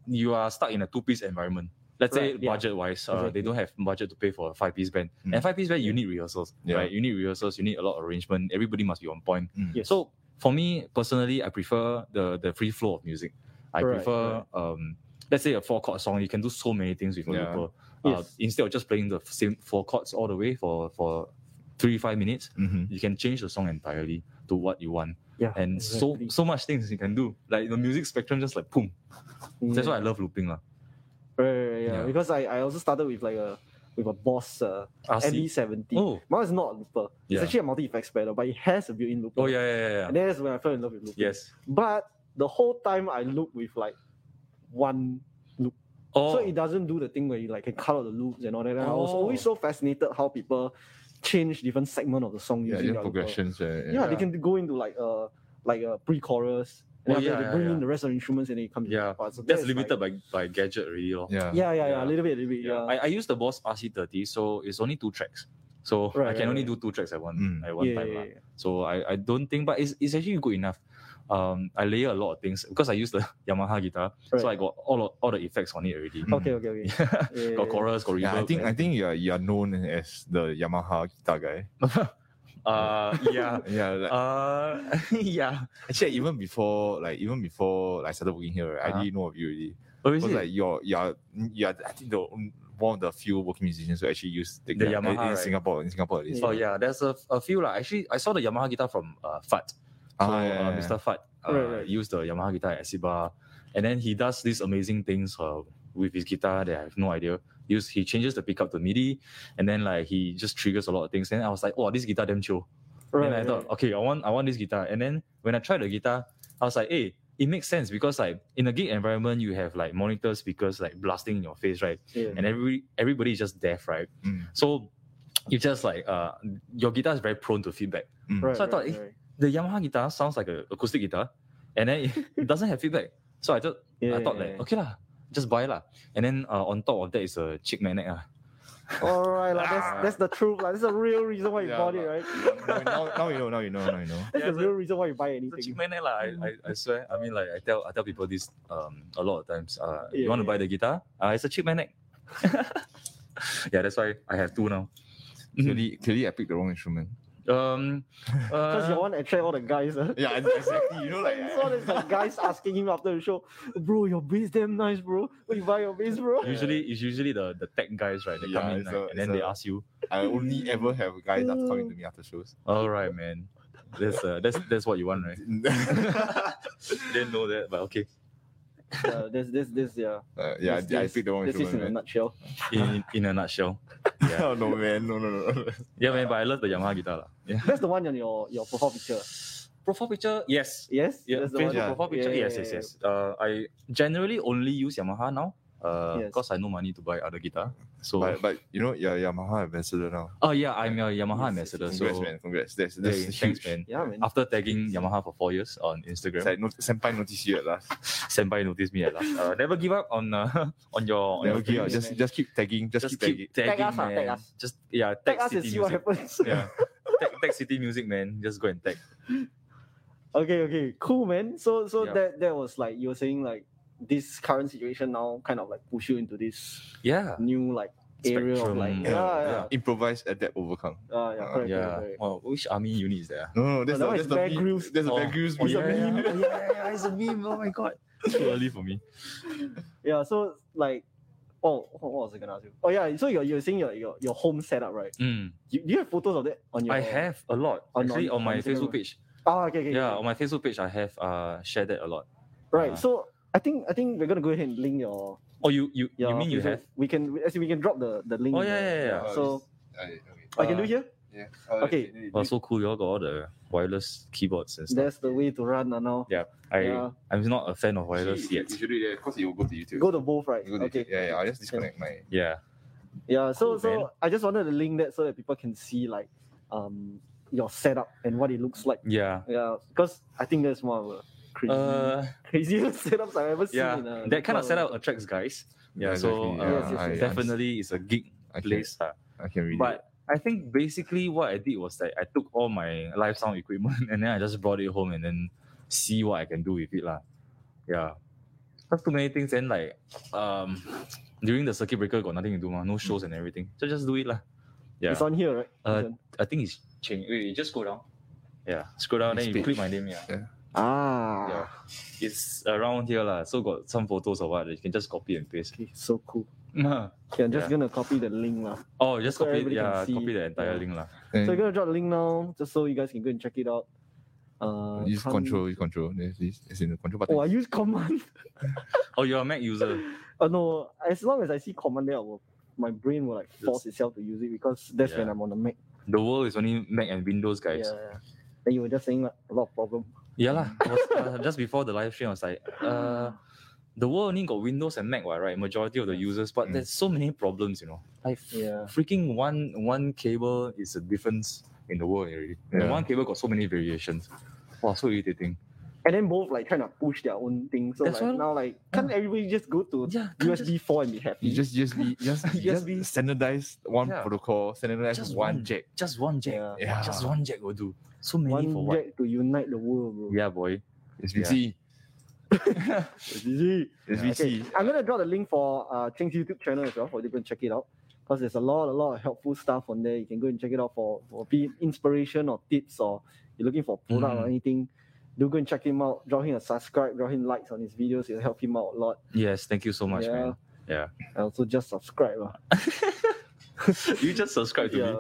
[SPEAKER 1] You are stuck in a two-piece environment. Let's
[SPEAKER 3] Right,
[SPEAKER 1] say
[SPEAKER 3] yeah.
[SPEAKER 1] budget-wise, uh,
[SPEAKER 3] Exactly.
[SPEAKER 1] they don't have budget to pay for a five-piece band.
[SPEAKER 2] Mm.
[SPEAKER 1] And five-piece band, you need rehearsals,
[SPEAKER 2] Yeah.
[SPEAKER 1] right? You need rehearsals. You need a lot of arrangement. Everybody must be on point.
[SPEAKER 2] Mm.
[SPEAKER 3] Yes.
[SPEAKER 1] So for me personally, I prefer the the free flow of music. I
[SPEAKER 3] Right,
[SPEAKER 1] prefer um. Let's say a four chord song, you can do so many things with a
[SPEAKER 2] Yeah.
[SPEAKER 1] looper. Uh,
[SPEAKER 3] Yes.
[SPEAKER 1] instead of just playing the same four chords all the way for for three five minutes,
[SPEAKER 2] Mhm.
[SPEAKER 1] you can change the song entirely to what you want
[SPEAKER 3] yeah,
[SPEAKER 1] and
[SPEAKER 3] exactly.
[SPEAKER 1] so so much things you can do like the music spectrum just like boom that's why i love looping lah.
[SPEAKER 3] Right, right, right, yeah.
[SPEAKER 1] Yeah.
[SPEAKER 3] Because I, I also started with like a with a Boss uh, ME
[SPEAKER 1] RC.
[SPEAKER 3] seventy.
[SPEAKER 1] oh
[SPEAKER 3] Mine is not a looper.
[SPEAKER 1] Yeah.
[SPEAKER 3] It's actually a multi effects pedal, but it has a built-in looper.
[SPEAKER 1] oh yeah yeah yeah, yeah.
[SPEAKER 3] And that's when I fell in love with looping.
[SPEAKER 1] yes
[SPEAKER 3] But the whole time I loop with like one,
[SPEAKER 1] oh
[SPEAKER 3] so it doesn't do the thing where you like can cut out the loops and all that. And I was
[SPEAKER 1] Oh.
[SPEAKER 3] always so fascinated how people change different segment of the song
[SPEAKER 2] Yeah,
[SPEAKER 3] using
[SPEAKER 2] just
[SPEAKER 3] their looper.
[SPEAKER 2] progressions. Yeah,
[SPEAKER 3] Yeah, they can go into like a like a pre-chorus. And
[SPEAKER 1] Oh,
[SPEAKER 3] after
[SPEAKER 1] yeah,
[SPEAKER 3] they
[SPEAKER 1] yeah,
[SPEAKER 3] bring in
[SPEAKER 1] yeah.
[SPEAKER 3] the rest of the instruments and then it comes.
[SPEAKER 1] Yeah, that's limited by by gadget really lor.
[SPEAKER 2] yeah.
[SPEAKER 3] yeah, yeah, yeah,
[SPEAKER 1] Yeah.
[SPEAKER 3] a little bit, a little bit. Yeah,
[SPEAKER 1] I, I use the boss rc30 so it's only two tracks so
[SPEAKER 3] Right,
[SPEAKER 1] i can
[SPEAKER 3] right,
[SPEAKER 1] only
[SPEAKER 3] right.
[SPEAKER 1] do two tracks at one
[SPEAKER 2] Mm.
[SPEAKER 1] at one
[SPEAKER 3] yeah,
[SPEAKER 1] time
[SPEAKER 3] yeah,
[SPEAKER 1] lah.
[SPEAKER 3] yeah.
[SPEAKER 1] so I, I don't think but it's, it's actually good enough um i layer a lot of things because i use the yamaha guitar
[SPEAKER 3] Right.
[SPEAKER 1] so i got all of, all the effects on it already
[SPEAKER 2] Mm.
[SPEAKER 3] Okay, okay, okay. Yeah,
[SPEAKER 1] got chorus got reverb
[SPEAKER 2] Yeah, I think
[SPEAKER 1] and-
[SPEAKER 2] I think you're you're known as the Yamaha guitar guy.
[SPEAKER 1] uh yeah
[SPEAKER 2] Yeah, like,
[SPEAKER 1] Uh, yeah.
[SPEAKER 2] actually even before like even before like, I started working here, right, I
[SPEAKER 1] Uh-huh.
[SPEAKER 2] didn't know of you already.
[SPEAKER 1] Oh,
[SPEAKER 2] Because like you're you're you're I think the on- one of the few working musicians who actually use the,
[SPEAKER 1] The
[SPEAKER 2] guitar
[SPEAKER 1] Yamaha,
[SPEAKER 2] in
[SPEAKER 1] right?
[SPEAKER 2] Singapore in Singapore at least.
[SPEAKER 1] oh, yeah. There's a, a few lah. Actually, I saw the Yamaha guitar from uh, Fat. So,
[SPEAKER 2] Ah, yeah,
[SPEAKER 1] uh,
[SPEAKER 2] yeah,
[SPEAKER 1] Mr. Fat uh,
[SPEAKER 3] Right, right.
[SPEAKER 1] used the Yamaha guitar at Siba, and then he does these amazing things uh, with his guitar that I have no idea. Use he changes the pickup to MIDI, and then like he just triggers a lot of things. And I was like, oh, this guitar damn chill.
[SPEAKER 3] Right,
[SPEAKER 1] and I
[SPEAKER 3] right.
[SPEAKER 1] thought, okay, I want I want this guitar. And then when I tried the guitar, I was like, hey, it makes sense because like in a gig environment, you have like monitor speakers like blasting in your face, right?
[SPEAKER 3] yeah.
[SPEAKER 1] and every everybody is just deaf, right?
[SPEAKER 2] Mm.
[SPEAKER 1] So you just like uh, your guitar is very prone to feedback.
[SPEAKER 2] Mm.
[SPEAKER 3] Right,
[SPEAKER 1] so I thought,
[SPEAKER 3] right,
[SPEAKER 1] eh,
[SPEAKER 3] right.
[SPEAKER 1] The Yamaha guitar sounds like an acoustic guitar, and then it doesn't have feedback. So I just I thought like
[SPEAKER 3] Yeah.
[SPEAKER 1] okay lah, just buy lah. And then uh, on top of that is a chick magnet ah.
[SPEAKER 3] all right, like that's
[SPEAKER 2] Ah.
[SPEAKER 3] that's the truth. Like that's the real reason why you
[SPEAKER 2] Yeah,
[SPEAKER 3] bought it,
[SPEAKER 2] but-
[SPEAKER 3] right?
[SPEAKER 2] now, now, now you know, now you know, now you know.
[SPEAKER 3] That's
[SPEAKER 1] Yeah,
[SPEAKER 3] the
[SPEAKER 1] so-
[SPEAKER 3] real reason why you buy
[SPEAKER 1] It's a
[SPEAKER 3] anything.
[SPEAKER 1] chick magnet lah. I, I, I swear. I mean like I tell I tell people this um a lot of times. Uh, you
[SPEAKER 3] Yeah,
[SPEAKER 1] want to
[SPEAKER 3] yeah.
[SPEAKER 1] buy the guitar? Uh, it's a chick magnet. yeah, that's why I have two now. Mhm.
[SPEAKER 2] Clearly, clearly, I picked the wrong instrument.
[SPEAKER 1] Um,
[SPEAKER 3] Because
[SPEAKER 1] uh,
[SPEAKER 3] you want to attract all the guys. Huh?
[SPEAKER 2] Yeah, exactly. You know, like
[SPEAKER 3] It's all these like, guys asking him after the show, bro, your bass damn nice, bro. Will you buy your bass, bro?
[SPEAKER 2] Yeah.
[SPEAKER 1] Usually, it's usually the, the tech guys, right? They
[SPEAKER 2] Yeah,
[SPEAKER 1] come in
[SPEAKER 2] it's
[SPEAKER 1] like,
[SPEAKER 2] a-
[SPEAKER 1] and then
[SPEAKER 2] it's
[SPEAKER 1] they
[SPEAKER 2] a-
[SPEAKER 1] ask you,
[SPEAKER 2] I only ever have guys that coming to me after shows.
[SPEAKER 1] "All right, man, that's uh, that's that's what you want, right?" Didn't know that, but okay.
[SPEAKER 3] Yeah, this, this, this, yeah.
[SPEAKER 2] Uh, yeah, I-
[SPEAKER 3] this,
[SPEAKER 2] I
[SPEAKER 3] this-
[SPEAKER 2] picked the wrong
[SPEAKER 3] This is in a
[SPEAKER 2] instrument. man.
[SPEAKER 3] nutshell.
[SPEAKER 1] In in a nutshell,
[SPEAKER 2] Oh no, man, no, no, no.
[SPEAKER 1] yeah, man. But I love the Yamaha guitar, lah. Yeah.
[SPEAKER 3] That's the one on your your profile picture.
[SPEAKER 1] Profile picture, yes.
[SPEAKER 3] Yes,
[SPEAKER 1] Yeah,
[SPEAKER 3] that's the
[SPEAKER 1] Facebook
[SPEAKER 3] one.
[SPEAKER 2] Yeah.
[SPEAKER 1] profile picture,
[SPEAKER 3] Yeah,
[SPEAKER 1] yes,
[SPEAKER 3] yeah,
[SPEAKER 1] yes,
[SPEAKER 3] yeah.
[SPEAKER 1] yes. Uh, I generally only use Yamaha now. Uh,
[SPEAKER 3] Yes.
[SPEAKER 1] because I no money to buy other guitar. So,
[SPEAKER 2] But but you know, you're Yamaha ambassador now.
[SPEAKER 1] oh yeah, I'm a Yamaha
[SPEAKER 3] Yes, yes,
[SPEAKER 1] ambassador.
[SPEAKER 2] Congrats,
[SPEAKER 1] So,
[SPEAKER 2] man. Congrats. That's
[SPEAKER 1] yeah,
[SPEAKER 2] that's huge.
[SPEAKER 1] thanks, man.
[SPEAKER 3] Yeah, man.
[SPEAKER 1] After tagging Yamaha for four years on
[SPEAKER 2] It's
[SPEAKER 1] Instagram,
[SPEAKER 2] like no, senpai noticed you at last.
[SPEAKER 1] Senpai noticed me at last. Uh, never give up on uh, on your on
[SPEAKER 2] Never
[SPEAKER 1] your
[SPEAKER 2] give
[SPEAKER 1] dreams.
[SPEAKER 2] up. Just just keep tagging. Just, keep tagging.
[SPEAKER 3] Tag us, ah,
[SPEAKER 1] man.
[SPEAKER 3] tag us.
[SPEAKER 1] Just yeah, tag,
[SPEAKER 3] Tag us and
[SPEAKER 1] City
[SPEAKER 3] see what
[SPEAKER 1] Music.
[SPEAKER 3] happens.
[SPEAKER 1] Yeah, tag, tag City Music, man. Just go and tag.
[SPEAKER 3] Okay, okay, cool, man. So, so
[SPEAKER 1] Yeah.
[SPEAKER 3] that that was like you were saying like this current situation now kind of like push you into this
[SPEAKER 1] Yeah,
[SPEAKER 3] new like area of
[SPEAKER 1] Spectrum,
[SPEAKER 3] like
[SPEAKER 1] yeah,
[SPEAKER 3] yeah, yeah, yeah.
[SPEAKER 2] Improvise, adapt, overcome.
[SPEAKER 3] Uh, yeah, correct, correct,
[SPEAKER 1] yeah.
[SPEAKER 3] correct.
[SPEAKER 1] Wow, which army unit is ah? there?
[SPEAKER 2] No, no, that's
[SPEAKER 3] Oh, that
[SPEAKER 2] the
[SPEAKER 3] one
[SPEAKER 2] that's
[SPEAKER 3] is
[SPEAKER 2] the
[SPEAKER 3] Bear
[SPEAKER 2] meme-
[SPEAKER 3] Grylls.
[SPEAKER 2] That's the
[SPEAKER 1] Oh.
[SPEAKER 2] Bear Grylls
[SPEAKER 1] Oh,
[SPEAKER 2] meme.
[SPEAKER 1] yeah, yeah,
[SPEAKER 3] meme.
[SPEAKER 1] yeah, yeah, yeah, it's a meme. Oh my god, too early for me.
[SPEAKER 3] Yeah, so like, oh, oh, what was I gonna ask you? Oh yeah, so you're you're saying your your, your home setup, right?
[SPEAKER 1] Mm.
[SPEAKER 3] You, do you have photos of that on your? Oh,
[SPEAKER 1] I have a lot
[SPEAKER 3] On-
[SPEAKER 1] actually
[SPEAKER 3] on-
[SPEAKER 1] on my
[SPEAKER 3] on Instagram.
[SPEAKER 1] Facebook page.
[SPEAKER 3] Oh, okay, okay,
[SPEAKER 1] Yeah,
[SPEAKER 3] okay.
[SPEAKER 1] on my Facebook page, I have uh shared that a lot.
[SPEAKER 3] right.
[SPEAKER 1] uh,
[SPEAKER 3] so I think I think we're gonna go ahead and link your.
[SPEAKER 1] Oh, you you
[SPEAKER 3] your
[SPEAKER 1] you mean you
[SPEAKER 3] Facebook.
[SPEAKER 1] have?
[SPEAKER 3] We can we- actually we can drop the the link.
[SPEAKER 1] Oh,
[SPEAKER 3] in
[SPEAKER 1] yeah,
[SPEAKER 3] the-
[SPEAKER 1] yeah, yeah.
[SPEAKER 3] So
[SPEAKER 2] I, okay.
[SPEAKER 3] I can do
[SPEAKER 1] Uh,
[SPEAKER 3] here.
[SPEAKER 2] yeah.
[SPEAKER 3] Okay.
[SPEAKER 1] Oh, so cool. You all got all the wireless keyboards and stuff.
[SPEAKER 3] That's the way to run uh, now.
[SPEAKER 1] I
[SPEAKER 3] yeah.
[SPEAKER 1] I'm not a fan of wireless yet.
[SPEAKER 2] You should do it because it will go to YouTube.
[SPEAKER 3] Go to both, right?
[SPEAKER 2] It will go to
[SPEAKER 3] Okay.
[SPEAKER 2] YouTube. Yeah, yeah. I'll just disconnect my.
[SPEAKER 1] Yeah.
[SPEAKER 3] Yeah, so
[SPEAKER 1] Cool,
[SPEAKER 3] so
[SPEAKER 1] man.
[SPEAKER 3] I just wanted to link that so that people can see like um your setup and what it looks like.
[SPEAKER 1] Yeah.
[SPEAKER 3] Yeah, because I think that's one of the crazy,
[SPEAKER 1] Uh,
[SPEAKER 3] craziest setups I've ever seen.
[SPEAKER 1] yeah.
[SPEAKER 3] uh,
[SPEAKER 1] That kind
[SPEAKER 3] one
[SPEAKER 1] of setup attracts guys. Yeah. So
[SPEAKER 2] definitely,
[SPEAKER 1] uh,
[SPEAKER 3] Yes, yes, yes.
[SPEAKER 1] definitely, it's a geek
[SPEAKER 2] I can,
[SPEAKER 1] place. ah.
[SPEAKER 2] I can read it.
[SPEAKER 1] But I think basically what I did was that I took all my live sound equipment and then I just brought it home and then see what I can do with it. lah. Yeah. That's too many things and like um during the circuit breaker got nothing to do, mah. no shows and everything. So just do it lah. Yeah.
[SPEAKER 3] It's on here, right?
[SPEAKER 1] Uh,
[SPEAKER 3] Ethan?
[SPEAKER 1] I think it's change. Wait, wait, just go down. Yeah, scroll down,
[SPEAKER 2] Next
[SPEAKER 1] then you
[SPEAKER 2] page.
[SPEAKER 1] click my name. Yeah,
[SPEAKER 3] ah,
[SPEAKER 1] yeah. It's around here lah. So got some photos or what. You can just copy and paste.
[SPEAKER 3] okay, so cool.
[SPEAKER 1] oh,
[SPEAKER 3] Okay, I'm just
[SPEAKER 1] Yeah.
[SPEAKER 3] gonna copy the link now.
[SPEAKER 1] Oh, just
[SPEAKER 3] So
[SPEAKER 1] copy.
[SPEAKER 3] everybody can
[SPEAKER 1] Yeah,
[SPEAKER 3] see,
[SPEAKER 1] copy the entire
[SPEAKER 3] yeah.
[SPEAKER 1] link lah.
[SPEAKER 2] And
[SPEAKER 3] So I'm gonna drop the link now, just so you guys can go and check it out. Uh,
[SPEAKER 2] use
[SPEAKER 3] can't-
[SPEAKER 2] control, use control. There's this, it's in the control button.
[SPEAKER 3] Oh, I use command.
[SPEAKER 1] Oh, you're a Mac user.
[SPEAKER 3] Oh no, as long as I see command there, I will, my brain will like force itself to use it because that's when
[SPEAKER 1] Yeah.
[SPEAKER 3] I'm on the Mac.
[SPEAKER 1] The world is only Mac and Windows, guys.
[SPEAKER 3] Yeah, yeah. And you were just saying like, a lot of problem.
[SPEAKER 1] Yeah, lah. I was, uh, just before the live stream, I was like, uh, the world only got Windows and Mac, what, right? Majority of the users, but
[SPEAKER 2] Mm.
[SPEAKER 1] there's so many problems, you know. Like, f-
[SPEAKER 3] Yeah.
[SPEAKER 1] freaking one one cable is a difference in the world already. And
[SPEAKER 2] Yeah.
[SPEAKER 1] one cable got so many variations. Wow, so irritating.
[SPEAKER 3] And then both like trying to push their own thing. So
[SPEAKER 1] That's
[SPEAKER 3] like,
[SPEAKER 1] why-
[SPEAKER 3] now like can't everybody just go to
[SPEAKER 1] Yeah, can't just-
[SPEAKER 3] USB four and be happy?
[SPEAKER 2] You just just be, just,
[SPEAKER 3] Just
[SPEAKER 2] just
[SPEAKER 3] be-
[SPEAKER 2] standardize one
[SPEAKER 1] Yeah.
[SPEAKER 2] protocol, standardize
[SPEAKER 1] Just
[SPEAKER 2] one,
[SPEAKER 1] one.
[SPEAKER 2] jack.
[SPEAKER 1] Just one jack.
[SPEAKER 2] Yeah,
[SPEAKER 3] yeah.
[SPEAKER 1] Just one jack will do. So many
[SPEAKER 3] one
[SPEAKER 1] for what?
[SPEAKER 3] jack to unite the world, bro.
[SPEAKER 1] Yeah, boy.
[SPEAKER 2] It's
[SPEAKER 1] Yeah.
[SPEAKER 2] VC.
[SPEAKER 3] It's easy.
[SPEAKER 2] It's
[SPEAKER 1] Yeah.
[SPEAKER 2] VC.
[SPEAKER 3] I'm gonna draw the link for uh Ching's YouTube channel as well for you to go and check it out. Because there's a lot, a lot of helpful stuff on there. You can go and check it out for, for be it inspiration or tips or you're looking for product or
[SPEAKER 1] Mhm.
[SPEAKER 3] anything. Do go and check him out. Draw him a subscribe, draw him likes on his videos. It'll help him out a lot.
[SPEAKER 1] Yes, thank you so much,
[SPEAKER 3] Yeah.
[SPEAKER 1] man. Yeah.
[SPEAKER 3] And also just subscribe. ah.
[SPEAKER 1] You just subscribe to
[SPEAKER 3] Yeah.
[SPEAKER 1] me.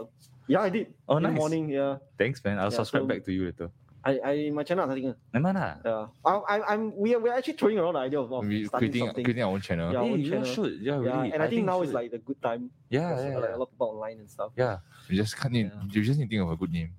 [SPEAKER 3] yeah, I did.
[SPEAKER 1] Oh,
[SPEAKER 3] In the
[SPEAKER 1] nice.
[SPEAKER 3] morning, yeah.
[SPEAKER 1] Thanks, man. I'll
[SPEAKER 3] Yeah,
[SPEAKER 1] subscribe
[SPEAKER 3] so-
[SPEAKER 1] back to you later.
[SPEAKER 3] I, I my channel, I think.
[SPEAKER 1] Never mind lah.
[SPEAKER 3] Yeah, I'm, I'm, I'm we are, we're actually throwing around the idea of, of
[SPEAKER 2] We
[SPEAKER 3] starting
[SPEAKER 2] creating
[SPEAKER 3] something.
[SPEAKER 2] creating our own channel.
[SPEAKER 3] Yeah,
[SPEAKER 1] Hey,
[SPEAKER 3] our
[SPEAKER 1] you all
[SPEAKER 3] channel.
[SPEAKER 1] should. Yeah,
[SPEAKER 3] yeah,
[SPEAKER 1] really.
[SPEAKER 3] and I, think, now is
[SPEAKER 1] should.
[SPEAKER 3] like the good time.
[SPEAKER 1] yeah,
[SPEAKER 3] because,
[SPEAKER 1] yeah,
[SPEAKER 3] like
[SPEAKER 1] yeah.
[SPEAKER 3] a lot of people online and stuff.
[SPEAKER 1] yeah.
[SPEAKER 2] We just can't need,
[SPEAKER 3] Yeah.
[SPEAKER 2] we just need to think of a good name.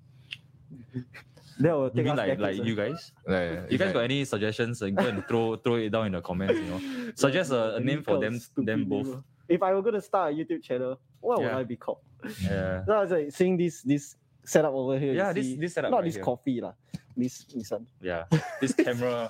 [SPEAKER 3] That will
[SPEAKER 1] You
[SPEAKER 3] take
[SPEAKER 1] mean
[SPEAKER 3] us
[SPEAKER 1] like like
[SPEAKER 3] decades,
[SPEAKER 1] you
[SPEAKER 3] uh.
[SPEAKER 1] guys?
[SPEAKER 2] Like,
[SPEAKER 1] You guys got
[SPEAKER 2] like,
[SPEAKER 1] any suggestions? Like, go and throw throw it down in the comments. You know, suggest a, a
[SPEAKER 3] Any
[SPEAKER 1] name for
[SPEAKER 3] kind of
[SPEAKER 1] them
[SPEAKER 3] stupid
[SPEAKER 1] them
[SPEAKER 3] name,
[SPEAKER 1] both.
[SPEAKER 3] uh. If I were gonna start a YouTube channel, what
[SPEAKER 1] Yeah.
[SPEAKER 3] would I be called?
[SPEAKER 1] Yeah.
[SPEAKER 3] So I was like seeing this this setup over here. you
[SPEAKER 1] Yeah, this
[SPEAKER 3] see-
[SPEAKER 1] this setup.
[SPEAKER 3] not
[SPEAKER 1] right
[SPEAKER 3] this
[SPEAKER 1] here.
[SPEAKER 3] coffee lah. This this one.
[SPEAKER 1] Yeah, this camera.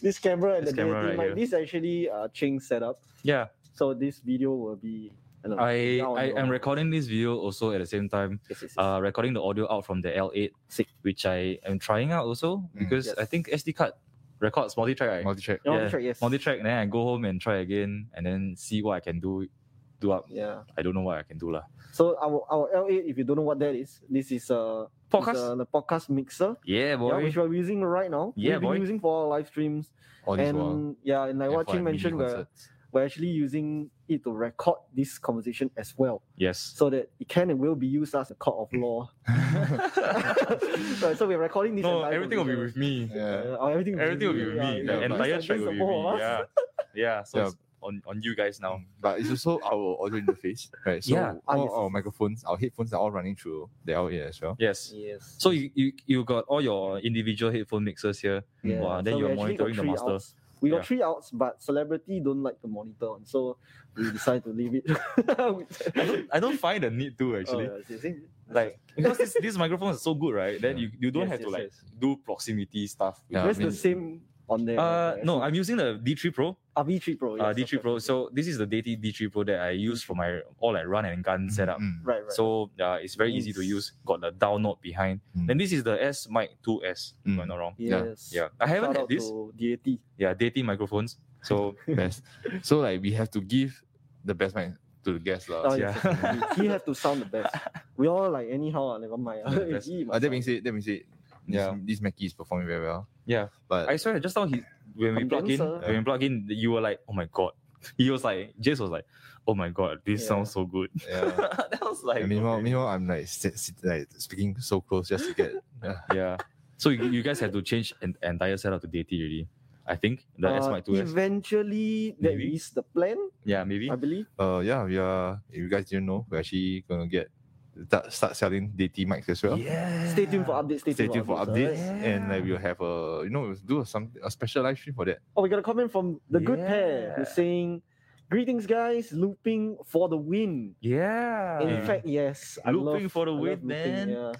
[SPEAKER 3] this camera and
[SPEAKER 1] This
[SPEAKER 3] the camera
[SPEAKER 1] camera right
[SPEAKER 3] like
[SPEAKER 1] here.
[SPEAKER 3] this actually uh Ching setup.
[SPEAKER 1] Yeah,
[SPEAKER 3] So this video will be. I don't know,
[SPEAKER 1] I
[SPEAKER 3] now
[SPEAKER 1] I
[SPEAKER 3] on
[SPEAKER 1] am
[SPEAKER 3] your-
[SPEAKER 1] recording this video also at the same time.
[SPEAKER 3] Yes, yes, yes.
[SPEAKER 1] Uh, recording the audio out from the L8,
[SPEAKER 3] Sick.
[SPEAKER 1] which I am trying out also
[SPEAKER 2] Mm.
[SPEAKER 1] because
[SPEAKER 3] Yes.
[SPEAKER 1] I think SD card records multi track. Right?
[SPEAKER 2] multi-track.
[SPEAKER 3] Oh,
[SPEAKER 1] yeah,
[SPEAKER 3] that's right, yes.
[SPEAKER 1] Multi track. Then I go home and try again, and then see what I can do. Do up.
[SPEAKER 3] Yeah.
[SPEAKER 1] I don't know what I can do lah.
[SPEAKER 3] So our our L8, if you don't know what that is, this is a
[SPEAKER 1] Podcast.
[SPEAKER 3] the podcast mixer,
[SPEAKER 1] Yeah,
[SPEAKER 3] yeah,
[SPEAKER 1] boy.
[SPEAKER 3] which we're using right now.
[SPEAKER 1] Yeah,
[SPEAKER 3] We've been
[SPEAKER 1] boy.
[SPEAKER 3] using for our live streams,
[SPEAKER 2] All this
[SPEAKER 3] and
[SPEAKER 2] while.
[SPEAKER 3] yeah, and like
[SPEAKER 2] and
[SPEAKER 3] what
[SPEAKER 2] for
[SPEAKER 3] Ching
[SPEAKER 2] like mini
[SPEAKER 3] mentioned, we're,
[SPEAKER 2] concerts.
[SPEAKER 3] we're actually using it to record this conversation as well,
[SPEAKER 1] Yes.
[SPEAKER 3] so that it can and will be used as a court of law. so, so we're recording this.
[SPEAKER 1] no,
[SPEAKER 3] entire
[SPEAKER 1] everything will be
[SPEAKER 3] conversation.
[SPEAKER 1] with me.
[SPEAKER 2] Yeah.
[SPEAKER 3] Uh, oh, everything,
[SPEAKER 1] Everything will be with
[SPEAKER 3] yeah,
[SPEAKER 1] me.
[SPEAKER 3] yeah,
[SPEAKER 1] the
[SPEAKER 3] because
[SPEAKER 1] entire
[SPEAKER 3] there's
[SPEAKER 1] track will be
[SPEAKER 3] the four
[SPEAKER 1] with
[SPEAKER 3] of
[SPEAKER 1] me.
[SPEAKER 3] us.
[SPEAKER 1] Yeah. Yeah. So
[SPEAKER 2] Yeah.
[SPEAKER 1] it's on, on you guys now.
[SPEAKER 2] Mm, But it's also our audio interface, right? So
[SPEAKER 1] Yeah.
[SPEAKER 3] Ah,
[SPEAKER 2] all
[SPEAKER 3] yes, yes,
[SPEAKER 2] our
[SPEAKER 3] yes.
[SPEAKER 2] microphones, our headphones are all running through the LA as well.
[SPEAKER 1] Yes.
[SPEAKER 3] Yes.
[SPEAKER 1] So you, you you got all your individual headphone mixers here.
[SPEAKER 3] Yeah,
[SPEAKER 1] Wow, then
[SPEAKER 3] so
[SPEAKER 1] you're
[SPEAKER 3] we actually got
[SPEAKER 1] monitoring the
[SPEAKER 3] three
[SPEAKER 1] master.
[SPEAKER 3] outs. We got
[SPEAKER 1] Yeah.
[SPEAKER 3] three outs, but celebrity don't like to monitor, on, so we decide to leave it.
[SPEAKER 1] I don't I don't find the need to actually.
[SPEAKER 3] Oh, yes, yes, yes.
[SPEAKER 1] Like because this, these microphones are so good, right? Then
[SPEAKER 2] Yeah.
[SPEAKER 1] you, you don't
[SPEAKER 3] Yes,
[SPEAKER 1] have to
[SPEAKER 3] yes,
[SPEAKER 1] like
[SPEAKER 3] yes.
[SPEAKER 1] do proximity stuff.
[SPEAKER 2] Yeah, I
[SPEAKER 3] Where's
[SPEAKER 2] mean-
[SPEAKER 3] the same on there?
[SPEAKER 1] Uh no, I'm using the D3 Pro,
[SPEAKER 3] uh, V3 Pro.
[SPEAKER 1] uh,
[SPEAKER 3] yes,
[SPEAKER 1] D3
[SPEAKER 3] okay.
[SPEAKER 1] Pro. So this is the DT D3 Pro that I use for my all like run and gun setup.
[SPEAKER 2] Mm.
[SPEAKER 3] right, right.
[SPEAKER 1] So uh, it's very easy to
[SPEAKER 3] Yes.
[SPEAKER 1] use. Got the down note behind.
[SPEAKER 2] Mm.
[SPEAKER 1] Then this is the S Mic 2S. If
[SPEAKER 2] Mm.
[SPEAKER 1] I'm not wrong.
[SPEAKER 2] yeah,
[SPEAKER 3] yes,
[SPEAKER 1] Yeah, I haven't
[SPEAKER 3] Shout
[SPEAKER 1] had
[SPEAKER 3] out
[SPEAKER 1] this.
[SPEAKER 3] to DAT.
[SPEAKER 1] Yeah, dating microphones. So
[SPEAKER 2] Best. So like we have to give the best mic to the guests lah.
[SPEAKER 3] Oh,
[SPEAKER 1] yeah.
[SPEAKER 3] yes, yes, yes. he had to sound the best. We all like anyhow, uh, never mind.
[SPEAKER 1] Sound the best.
[SPEAKER 3] He
[SPEAKER 2] Uh,
[SPEAKER 3] must
[SPEAKER 2] that being
[SPEAKER 3] sound-
[SPEAKER 2] said, that being said,
[SPEAKER 1] Yeah.
[SPEAKER 2] this, this Mackie is performing very well.
[SPEAKER 1] yeah,
[SPEAKER 2] But
[SPEAKER 1] I swear just now he when we plug in
[SPEAKER 3] Condenser.
[SPEAKER 1] when we plug in you were like oh my god. He was like Jace was like oh my god this
[SPEAKER 3] Yeah.
[SPEAKER 1] sounds so good.
[SPEAKER 2] yeah.
[SPEAKER 1] that was like
[SPEAKER 2] And meanwhile,
[SPEAKER 1] okay.
[SPEAKER 2] meanwhile, I'm like, sit, sit, like speaking so close just to get. Yeah.
[SPEAKER 1] yeah. So you, you guys had to change an entire setup to dating already. I think the S
[SPEAKER 3] Uh,
[SPEAKER 1] Mic 2S.
[SPEAKER 3] Eventually, that
[SPEAKER 1] Maybe.
[SPEAKER 3] is the plan,
[SPEAKER 1] Yeah, maybe.
[SPEAKER 3] I believe.
[SPEAKER 2] Uh, yeah, we are. If you guys didn't know, we're actually gonna get start, start selling DT mics as well.
[SPEAKER 1] Yeah.
[SPEAKER 3] Stay tuned for updates. Stay,
[SPEAKER 2] Stay tuned for
[SPEAKER 3] alright?
[SPEAKER 2] updates, and like we'll have a you know we'll do a, some a special live stream for that.
[SPEAKER 3] Oh, we got a comment from the good pair
[SPEAKER 1] Yeah.
[SPEAKER 3] who's saying, Greetings, guys. Looping for the win.
[SPEAKER 1] Yeah.
[SPEAKER 3] In fact, yes. I
[SPEAKER 1] Looping
[SPEAKER 3] love-
[SPEAKER 1] for the
[SPEAKER 3] I love
[SPEAKER 1] win,
[SPEAKER 3] looping,
[SPEAKER 1] man.
[SPEAKER 3] yeah.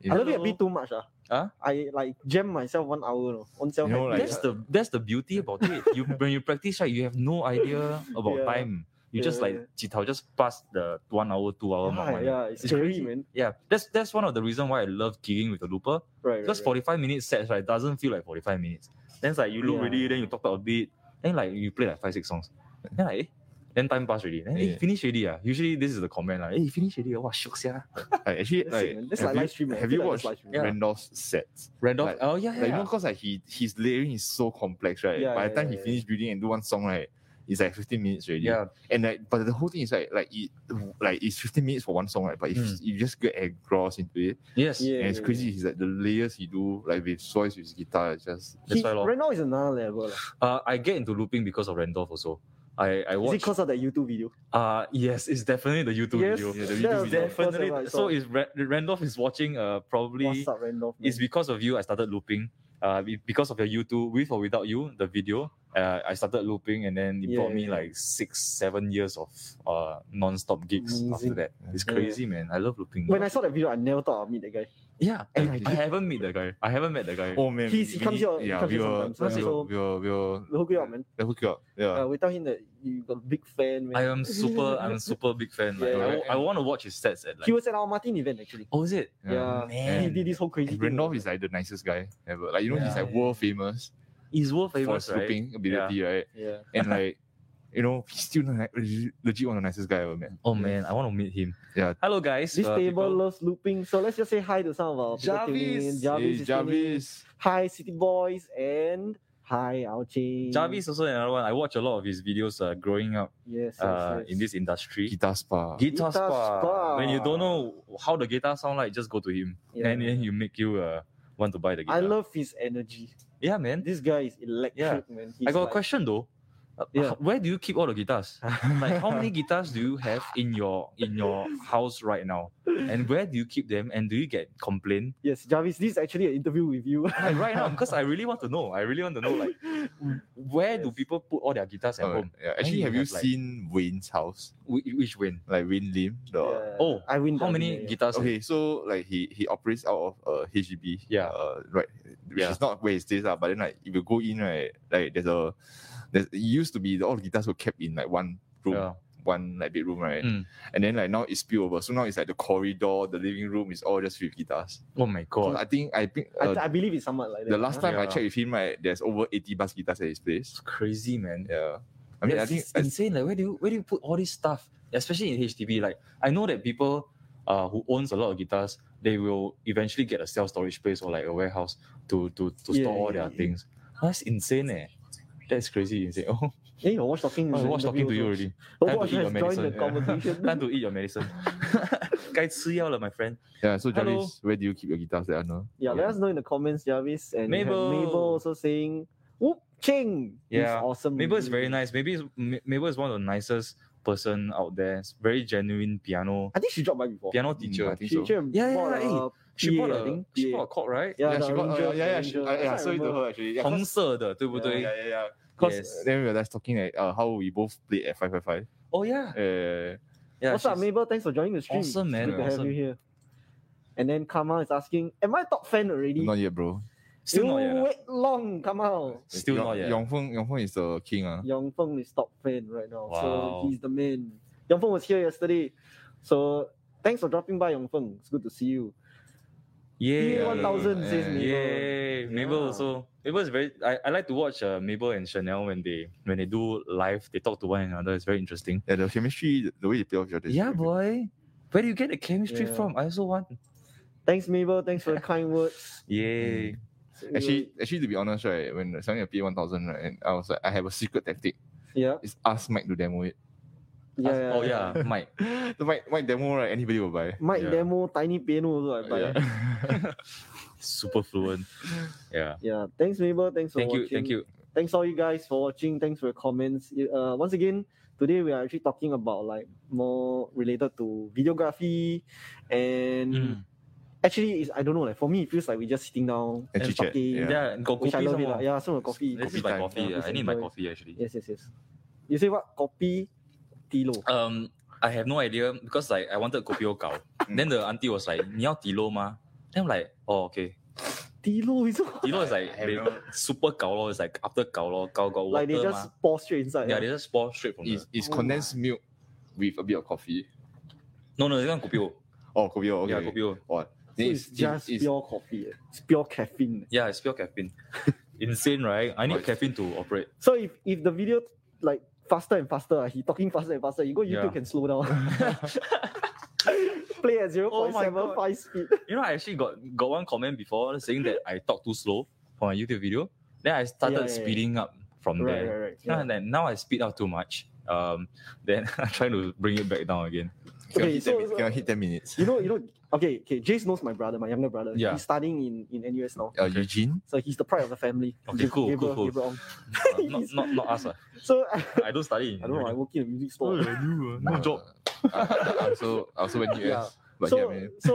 [SPEAKER 2] Yeah.
[SPEAKER 3] I love it a bit too much. Ah,
[SPEAKER 1] Huh?
[SPEAKER 3] I like jam myself one hour. No. On self
[SPEAKER 2] You know, like-
[SPEAKER 1] that's
[SPEAKER 3] uh,
[SPEAKER 1] the that's the beauty about it. You when you practice, right, you have no idea about
[SPEAKER 3] Yeah.
[SPEAKER 1] time. You just like
[SPEAKER 3] Yeah.
[SPEAKER 1] jitao, just pass the one hour, two hour mark.
[SPEAKER 3] yeah,
[SPEAKER 1] one.
[SPEAKER 3] yeah, it's,
[SPEAKER 1] It's
[SPEAKER 3] scary,
[SPEAKER 1] crazy.
[SPEAKER 3] man.
[SPEAKER 1] Yeah, that's that's one of the reason why I love gigging with the looper
[SPEAKER 3] Right,
[SPEAKER 1] because
[SPEAKER 3] right, right.
[SPEAKER 1] forty five minutes sets right doesn't feel like forty five minutes. Then it's like you look
[SPEAKER 3] Yeah.
[SPEAKER 1] ready, then you talk about a bit, then like you play like five six songs. Then like eh, then time pass already. Then eh,
[SPEAKER 2] Yeah.
[SPEAKER 1] finish already ah. Usually this is the comment like eh finish already ah. Wow, shook sia.
[SPEAKER 2] Like, actually,
[SPEAKER 3] That's
[SPEAKER 2] like,
[SPEAKER 3] it, man. That's
[SPEAKER 2] have
[SPEAKER 3] like
[SPEAKER 2] you-
[SPEAKER 3] live stream, man. I
[SPEAKER 2] Have
[SPEAKER 3] feel
[SPEAKER 2] you
[SPEAKER 3] like
[SPEAKER 2] watched
[SPEAKER 3] that's live stream.
[SPEAKER 1] Yeah.
[SPEAKER 2] Randolph's sets?
[SPEAKER 1] Randolph.
[SPEAKER 2] Like-
[SPEAKER 1] oh yeah, yeah.
[SPEAKER 2] Like, you know,
[SPEAKER 1] yeah.
[SPEAKER 2] because like he his layering is so complex, right?
[SPEAKER 3] Yeah,
[SPEAKER 2] By the
[SPEAKER 3] yeah,
[SPEAKER 2] time
[SPEAKER 3] yeah,
[SPEAKER 2] he
[SPEAKER 3] yeah.
[SPEAKER 2] finished building and do one song, right, it's like fifteen minutes already.
[SPEAKER 1] yeah.
[SPEAKER 2] And like, but the whole thing is like, like it, like it's fifteen minutes for one song, right? But if
[SPEAKER 1] Mm.
[SPEAKER 2] you just get engrossed into it,
[SPEAKER 1] Yes.
[SPEAKER 3] Hmm. Yeah,
[SPEAKER 2] and it's
[SPEAKER 3] yeah,
[SPEAKER 2] crazy. He's like the layers he do, like with voice, with guitar, it's just
[SPEAKER 1] That's
[SPEAKER 3] He,
[SPEAKER 1] why lor.
[SPEAKER 3] right now is another level. lah.
[SPEAKER 1] Uh, I get into looping because of Randolph also. I I
[SPEAKER 3] Is it
[SPEAKER 1] watch.
[SPEAKER 3] because of that YouTube video?
[SPEAKER 1] Uh yes, it's definitely the YouTube
[SPEAKER 3] yes,
[SPEAKER 1] video.
[SPEAKER 2] Yeah, the
[SPEAKER 3] that
[SPEAKER 2] YouTube
[SPEAKER 3] was
[SPEAKER 2] video.
[SPEAKER 3] the first
[SPEAKER 1] Definitely.
[SPEAKER 3] ever I
[SPEAKER 1] So
[SPEAKER 3] saw.
[SPEAKER 1] is Ra- Randolph is watching. Uh, probably
[SPEAKER 3] What's up, Randolph? man?
[SPEAKER 1] it's because of you I started looping. Uh, be- because of your YouTube, with or without you, the video. Uh, I started looping, and then it
[SPEAKER 3] Yeah,
[SPEAKER 1] brought me
[SPEAKER 3] yeah.
[SPEAKER 1] like six, seven years of uh non-stop gigs after
[SPEAKER 3] Amazing.
[SPEAKER 1] that. It's
[SPEAKER 3] Yeah.
[SPEAKER 1] crazy, man. I love looping.
[SPEAKER 3] when I saw that video, I never thought I'd meet that guy.
[SPEAKER 1] yeah,
[SPEAKER 3] And
[SPEAKER 1] I,
[SPEAKER 3] I
[SPEAKER 1] I haven't met the guy. I haven't met the guy.
[SPEAKER 2] Oh man,
[SPEAKER 3] He's-
[SPEAKER 2] we-
[SPEAKER 3] he
[SPEAKER 2] we
[SPEAKER 3] comes
[SPEAKER 2] need-
[SPEAKER 3] here- he
[SPEAKER 2] Yeah,
[SPEAKER 3] comes
[SPEAKER 2] we
[SPEAKER 3] here
[SPEAKER 2] will,
[SPEAKER 3] sometimes.
[SPEAKER 2] we
[SPEAKER 1] That's
[SPEAKER 2] will,
[SPEAKER 3] it.
[SPEAKER 2] we will, we will,
[SPEAKER 3] We'll hook you up, man.
[SPEAKER 2] we'll hook you up.
[SPEAKER 3] Uh,
[SPEAKER 2] Yeah,
[SPEAKER 3] we tell him that you got a big fan, man.
[SPEAKER 1] I uh, am super. I'm super big fan. Like,
[SPEAKER 3] Yeah.
[SPEAKER 1] I, want to watch his sets at like.
[SPEAKER 3] he was at our Martin event actually.
[SPEAKER 1] Oh, is it?
[SPEAKER 3] Yeah, he
[SPEAKER 1] Man.
[SPEAKER 3] did this whole crazy
[SPEAKER 2] And
[SPEAKER 3] thing.
[SPEAKER 2] Randolph is like the nicest guy ever. Like you know, he's
[SPEAKER 1] Yeah.
[SPEAKER 2] like world famous,
[SPEAKER 1] He's world famous,
[SPEAKER 2] for
[SPEAKER 1] right?
[SPEAKER 2] scooping ability, right?
[SPEAKER 3] yeah.
[SPEAKER 2] And like, you know, he's still the ni- legit- legit one of the nicest guy I ever met.
[SPEAKER 1] Oh man, I want to meet him.
[SPEAKER 2] Yeah.
[SPEAKER 1] Hello guys.
[SPEAKER 3] This
[SPEAKER 1] uh,
[SPEAKER 3] table
[SPEAKER 1] people.
[SPEAKER 3] loves looping, so let's just say hi to some of our people tuning in. Jarvis,
[SPEAKER 2] Hey,
[SPEAKER 3] is tuning in.
[SPEAKER 2] Jarvis.
[SPEAKER 3] Hi, City Boys, and hi, Alche.
[SPEAKER 1] Javi is also another one. I watch a lot of his videos uh, growing up
[SPEAKER 3] yes, yes,
[SPEAKER 1] uh,
[SPEAKER 3] yes.
[SPEAKER 1] in this industry.
[SPEAKER 2] Guitar spa.
[SPEAKER 1] Guitar,
[SPEAKER 3] Guitar
[SPEAKER 1] spa.
[SPEAKER 3] spa.
[SPEAKER 1] When you don't know how the guitar sound like, just go to him,
[SPEAKER 3] Yeah.
[SPEAKER 1] and then you make you uh, want to buy the guitar.
[SPEAKER 3] I love his energy.
[SPEAKER 1] Yeah, man.
[SPEAKER 3] This guy is electric, man. He's
[SPEAKER 1] I got
[SPEAKER 3] like,
[SPEAKER 1] a question though. Uh,
[SPEAKER 3] Yeah.
[SPEAKER 1] Where do you keep all the guitars? like, how many guitars do you have in your in your house right now? And where do you keep them? And do you get complaint
[SPEAKER 3] Yes, Jarvis, this is actually an interview with you.
[SPEAKER 1] like, right now? Because I really want to know. I really want to know like where do
[SPEAKER 3] Yes.
[SPEAKER 1] people put all their guitars at
[SPEAKER 2] Oh,
[SPEAKER 1] home?
[SPEAKER 2] yeah. Actually,
[SPEAKER 1] you
[SPEAKER 2] have you
[SPEAKER 1] have, like-
[SPEAKER 2] seen Wayne's house?
[SPEAKER 1] Wh- Which win?
[SPEAKER 2] Like Wayne Lim. The,
[SPEAKER 3] Yeah.
[SPEAKER 1] Oh,
[SPEAKER 3] I win.
[SPEAKER 1] How
[SPEAKER 3] Jarvis,
[SPEAKER 1] many
[SPEAKER 3] yeah, yeah.
[SPEAKER 1] guitars?
[SPEAKER 2] Okay, so like he he operates out of uh HGB.
[SPEAKER 1] Yeah.
[SPEAKER 2] Uh, right. Which
[SPEAKER 1] Yeah.
[SPEAKER 2] is not where he stays, uh, but then like if you go in, right, like there's a there's it used to be the, all the guitars were kept in like one room.
[SPEAKER 1] Yeah.
[SPEAKER 2] One like bedroom, right?
[SPEAKER 1] Mm.
[SPEAKER 2] And then like now it's spilled over. So now it's like the corridor, the living room is all just with guitars.
[SPEAKER 1] Oh my
[SPEAKER 2] So
[SPEAKER 1] god.
[SPEAKER 2] I think I think
[SPEAKER 3] I,
[SPEAKER 2] uh,
[SPEAKER 3] I believe it's somewhat like that.
[SPEAKER 2] the last time I
[SPEAKER 1] Yeah.
[SPEAKER 2] checked with him, right, there's over 80 bass guitars at his place.
[SPEAKER 1] It's crazy, man.
[SPEAKER 2] Yeah. I mean, I
[SPEAKER 1] That's
[SPEAKER 2] think
[SPEAKER 1] just insane. Like, where do you where do you put all this stuff? Especially in HDB. Like, I know that people uh, who owns a lot of guitars, they will eventually get a self storage place or like a warehouse to to to
[SPEAKER 3] Yeah,
[SPEAKER 1] store all
[SPEAKER 3] yeah,
[SPEAKER 1] their
[SPEAKER 3] yeah.
[SPEAKER 1] things. That's insane, eh? That's crazy insane. Oh,
[SPEAKER 3] Hey, your watch talking.
[SPEAKER 1] I
[SPEAKER 3] is an
[SPEAKER 1] was talking to you
[SPEAKER 3] interview
[SPEAKER 1] already.
[SPEAKER 3] also.
[SPEAKER 1] Time
[SPEAKER 3] Your watch
[SPEAKER 1] to eat
[SPEAKER 3] has
[SPEAKER 1] your
[SPEAKER 3] joined the
[SPEAKER 1] medicine.
[SPEAKER 3] conversation.
[SPEAKER 1] Time to eat your medicine. 该吃药了, my friend.
[SPEAKER 2] Yeah, so Jarvis,
[SPEAKER 1] Hello.
[SPEAKER 2] where do you keep your guitars there, Arnold?
[SPEAKER 3] Yeah, let us know in the comments, Jarvis. And we have
[SPEAKER 1] Mabel.
[SPEAKER 3] Mabel also saying, Whoop Ching! He's
[SPEAKER 1] Yeah,
[SPEAKER 3] awesome.
[SPEAKER 1] Mabel is
[SPEAKER 3] Mm-hmm.
[SPEAKER 1] very nice. Maybe is- Ma- Mabel is one of the nicest person out there. It's very genuine piano
[SPEAKER 3] I think she dropped by before.
[SPEAKER 1] piano
[SPEAKER 2] Mm,
[SPEAKER 1] teacher.
[SPEAKER 2] I think
[SPEAKER 3] She,
[SPEAKER 2] so.
[SPEAKER 3] she
[SPEAKER 1] Yeah, yeah,
[SPEAKER 3] bought
[SPEAKER 1] yeah,
[SPEAKER 3] a
[SPEAKER 1] She
[SPEAKER 3] PA,
[SPEAKER 1] bought
[SPEAKER 3] I
[SPEAKER 1] a
[SPEAKER 3] think.
[SPEAKER 1] she
[SPEAKER 3] PA.
[SPEAKER 1] bought a chord, right?
[SPEAKER 3] Yeah,
[SPEAKER 2] yeah,
[SPEAKER 3] the
[SPEAKER 2] she got,
[SPEAKER 3] arranger,
[SPEAKER 2] uh, yeah, yeah,
[SPEAKER 3] the
[SPEAKER 2] she,
[SPEAKER 3] arranger.
[SPEAKER 2] uh,
[SPEAKER 3] I
[SPEAKER 2] yeah,
[SPEAKER 3] can't
[SPEAKER 2] so you to
[SPEAKER 3] remember.
[SPEAKER 2] her actually. Yeah, 'cause-
[SPEAKER 1] 红色的，对不对？
[SPEAKER 2] Yeah, yeah, yeah. Because
[SPEAKER 1] Yes.
[SPEAKER 2] then we were just talking like uh, how we both played at five five five.
[SPEAKER 1] Oh yeah.
[SPEAKER 2] Uh,
[SPEAKER 1] Yeah.
[SPEAKER 3] What's up,
[SPEAKER 1] she's-
[SPEAKER 3] Mabel? Thanks for joining the stream.
[SPEAKER 1] Awesome, man.
[SPEAKER 3] Good to have
[SPEAKER 1] Awesome.
[SPEAKER 3] you here. And then Kamal is asking, Am I top fan already?
[SPEAKER 2] not yet, bro.
[SPEAKER 1] Still
[SPEAKER 3] you
[SPEAKER 1] not yet. ah.
[SPEAKER 3] wait long, Kamal.
[SPEAKER 1] Still
[SPEAKER 2] Yong,
[SPEAKER 1] not yet.
[SPEAKER 2] Yongfeng, Yongfeng is the king. Uh.
[SPEAKER 3] Yong Feng is top fan right now.
[SPEAKER 1] Wow.
[SPEAKER 3] So he's the man. Yong Feng was here yesterday. So thanks for dropping by, Yong Feng. It's good to see you.
[SPEAKER 1] Yay.
[SPEAKER 3] PA 1000
[SPEAKER 2] Yeah.
[SPEAKER 3] says Mabel.
[SPEAKER 1] Yay. Mabel
[SPEAKER 3] Yeah.
[SPEAKER 1] also. Mabel is very. I, I like to watch uh, Mabel and Chanel when they when they do live. They talk to one another. It's very interesting.
[SPEAKER 2] Yeah, the chemistry, the- the way they play off each other. is
[SPEAKER 1] Yeah,
[SPEAKER 2] very good.
[SPEAKER 1] boy. Where do you get the chemistry
[SPEAKER 3] Yeah.
[SPEAKER 1] from? I also want.
[SPEAKER 3] Thanks, Mabel. Thanks for the kind words.
[SPEAKER 1] Yay.
[SPEAKER 2] Actually, actually, to be honest, right, when selling a PA one thousand, right, and I was like, I have a secret tactic.
[SPEAKER 3] yeah,
[SPEAKER 2] It's ask Mike to demo it.
[SPEAKER 3] yeah,
[SPEAKER 1] Ask- oh yeah, Mike.
[SPEAKER 2] The Mike, Mike demo, right? Anybody will buy.
[SPEAKER 3] Mike
[SPEAKER 1] Yeah.
[SPEAKER 3] demo tiny piano also. I buy.
[SPEAKER 2] Yeah.
[SPEAKER 3] Yeah.
[SPEAKER 1] Super fluent. Yeah.
[SPEAKER 3] Thanks, Mabel. Thanks for
[SPEAKER 1] Thank
[SPEAKER 3] watching.
[SPEAKER 1] you. Thank you.
[SPEAKER 3] Thanks all you guys for watching. Thanks for your comments. You- Uh, once again, today we are actually talking about like more related to videography, and
[SPEAKER 1] Mm.
[SPEAKER 3] actually, it's, I don't know. Like for me, it feels like we're just sitting down,
[SPEAKER 2] and chit chat.
[SPEAKER 3] fucking-
[SPEAKER 2] Yeah.
[SPEAKER 1] Yeah. Got
[SPEAKER 3] which I
[SPEAKER 1] coffee
[SPEAKER 3] love
[SPEAKER 1] some
[SPEAKER 3] it. lah.
[SPEAKER 1] more.
[SPEAKER 3] Yeah, some of the coffee.
[SPEAKER 1] This
[SPEAKER 2] Coffee
[SPEAKER 1] is my
[SPEAKER 2] time.
[SPEAKER 1] coffee.
[SPEAKER 3] Yeah,
[SPEAKER 1] yeah. I need my
[SPEAKER 3] enjoy.
[SPEAKER 1] coffee actually.
[SPEAKER 3] Yes, yes, yes. You say what? Copy Tilo.
[SPEAKER 1] Um, I have no idea because like I wanted kopio gao.
[SPEAKER 3] Mm.
[SPEAKER 1] then the auntie was like, "你要 tilo 吗?" Then I'm like, "Oh, okay."
[SPEAKER 3] Tilo is what?
[SPEAKER 1] Tilo is like
[SPEAKER 2] I have
[SPEAKER 1] they,
[SPEAKER 2] no-
[SPEAKER 1] super gao lor. It's like after gao lor, gao gao water
[SPEAKER 3] Like they
[SPEAKER 1] mah.
[SPEAKER 3] just pour straight inside.
[SPEAKER 1] Yeah,
[SPEAKER 3] ah.
[SPEAKER 1] they just pour straight from the.
[SPEAKER 2] It's, it's
[SPEAKER 3] Oh
[SPEAKER 2] condensed milk with a bit of coffee.
[SPEAKER 1] No, no, this one kopio.
[SPEAKER 2] Oh, kopi. oh, Okay.
[SPEAKER 1] Yeah, kopio.
[SPEAKER 2] Oh,
[SPEAKER 3] So
[SPEAKER 2] then
[SPEAKER 3] it's, just pure coffee. eh. It's pure caffeine.
[SPEAKER 1] Yeah, it's pure caffeine. Insane, right? I need
[SPEAKER 2] Right.
[SPEAKER 1] caffeine to operate.
[SPEAKER 3] So if if the video like faster and faster, ah, he talking faster and faster. You go YouTube
[SPEAKER 1] Yeah.
[SPEAKER 3] can slow down. Play at zero
[SPEAKER 1] Oh
[SPEAKER 3] point
[SPEAKER 1] my
[SPEAKER 3] seven
[SPEAKER 1] God.
[SPEAKER 3] five speed.
[SPEAKER 1] You know, I actually got got one comment before saying that I talk too slow for my YouTube video. Then I started
[SPEAKER 3] Yeah, yeah, yeah.
[SPEAKER 1] speeding up from
[SPEAKER 3] Right,
[SPEAKER 1] there.
[SPEAKER 3] right, right.
[SPEAKER 1] Yeah,
[SPEAKER 3] Yeah.
[SPEAKER 1] and then now I speed up too much. Um, then I'm trying to bring it back down again.
[SPEAKER 2] Cannot
[SPEAKER 3] Okay,
[SPEAKER 2] hit
[SPEAKER 3] so-
[SPEAKER 2] 10 minutes.
[SPEAKER 3] so-
[SPEAKER 2] Cannot hit 10 minutes.
[SPEAKER 3] You know, you know. Okay, okay. Jace knows my brother, my younger brother.
[SPEAKER 1] Yeah.
[SPEAKER 3] He's studying in in NUS now,
[SPEAKER 2] Uh, Eugene?
[SPEAKER 3] so he's the pride of the family.
[SPEAKER 1] Okay, cool, cool,
[SPEAKER 3] Gabriel-
[SPEAKER 1] cool.
[SPEAKER 3] Gabriel Ong.
[SPEAKER 1] Uh, not, not, not us. Uh.
[SPEAKER 3] So
[SPEAKER 1] I don't study.
[SPEAKER 3] I don't know. I work in a music
[SPEAKER 1] Oh,
[SPEAKER 3] store.
[SPEAKER 1] I do, uh, no
[SPEAKER 2] Uh,
[SPEAKER 1] job.
[SPEAKER 2] I, I, I also, I also went US.
[SPEAKER 3] Yeah.
[SPEAKER 2] But yeah,
[SPEAKER 3] so
[SPEAKER 2] man.
[SPEAKER 3] so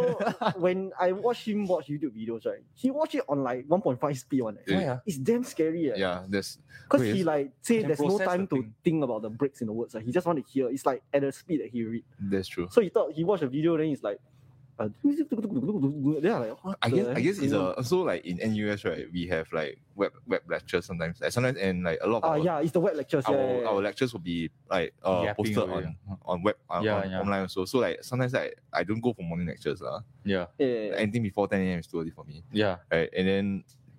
[SPEAKER 3] when I watch him watch YouTube videos, right? He watch it on like one point five speed one. eh.
[SPEAKER 2] Yeah.
[SPEAKER 1] Why, uh?
[SPEAKER 3] It's damn scary. eh.
[SPEAKER 2] Yeah, there's
[SPEAKER 3] Because
[SPEAKER 2] Wait,
[SPEAKER 3] he
[SPEAKER 2] is-
[SPEAKER 3] like say
[SPEAKER 1] can
[SPEAKER 3] there's no
[SPEAKER 1] process
[SPEAKER 3] time
[SPEAKER 1] the
[SPEAKER 3] to
[SPEAKER 1] thing.
[SPEAKER 3] think about the breaks in the words. Like, he just want to hear. It's like at the speed that he read.
[SPEAKER 2] that's true.
[SPEAKER 3] So he thought he watched a video, then he's like, uh, then I'm like, "Oh, what
[SPEAKER 2] I
[SPEAKER 3] the
[SPEAKER 2] guess I
[SPEAKER 3] heck
[SPEAKER 2] guess
[SPEAKER 3] is
[SPEAKER 2] it's
[SPEAKER 3] going
[SPEAKER 2] a also like in NUS right we have like web web lectures sometimes like sometimes and like a lot of
[SPEAKER 3] on? Ah,
[SPEAKER 2] our,
[SPEAKER 3] yeah, it's the web lectures.
[SPEAKER 2] our,
[SPEAKER 3] yeah, yeah, yeah.
[SPEAKER 2] our lectures will be like uh,
[SPEAKER 1] Yapping
[SPEAKER 2] posted
[SPEAKER 1] away,
[SPEAKER 2] on on web on,
[SPEAKER 1] Yeah,
[SPEAKER 2] on
[SPEAKER 1] yeah.
[SPEAKER 2] online also so like sometimes like I don't go for morning lectures lah
[SPEAKER 1] Yeah,
[SPEAKER 3] Yeah, yeah, yeah.
[SPEAKER 2] anything before ten a.m. is too early for me
[SPEAKER 1] yeah.
[SPEAKER 2] right and then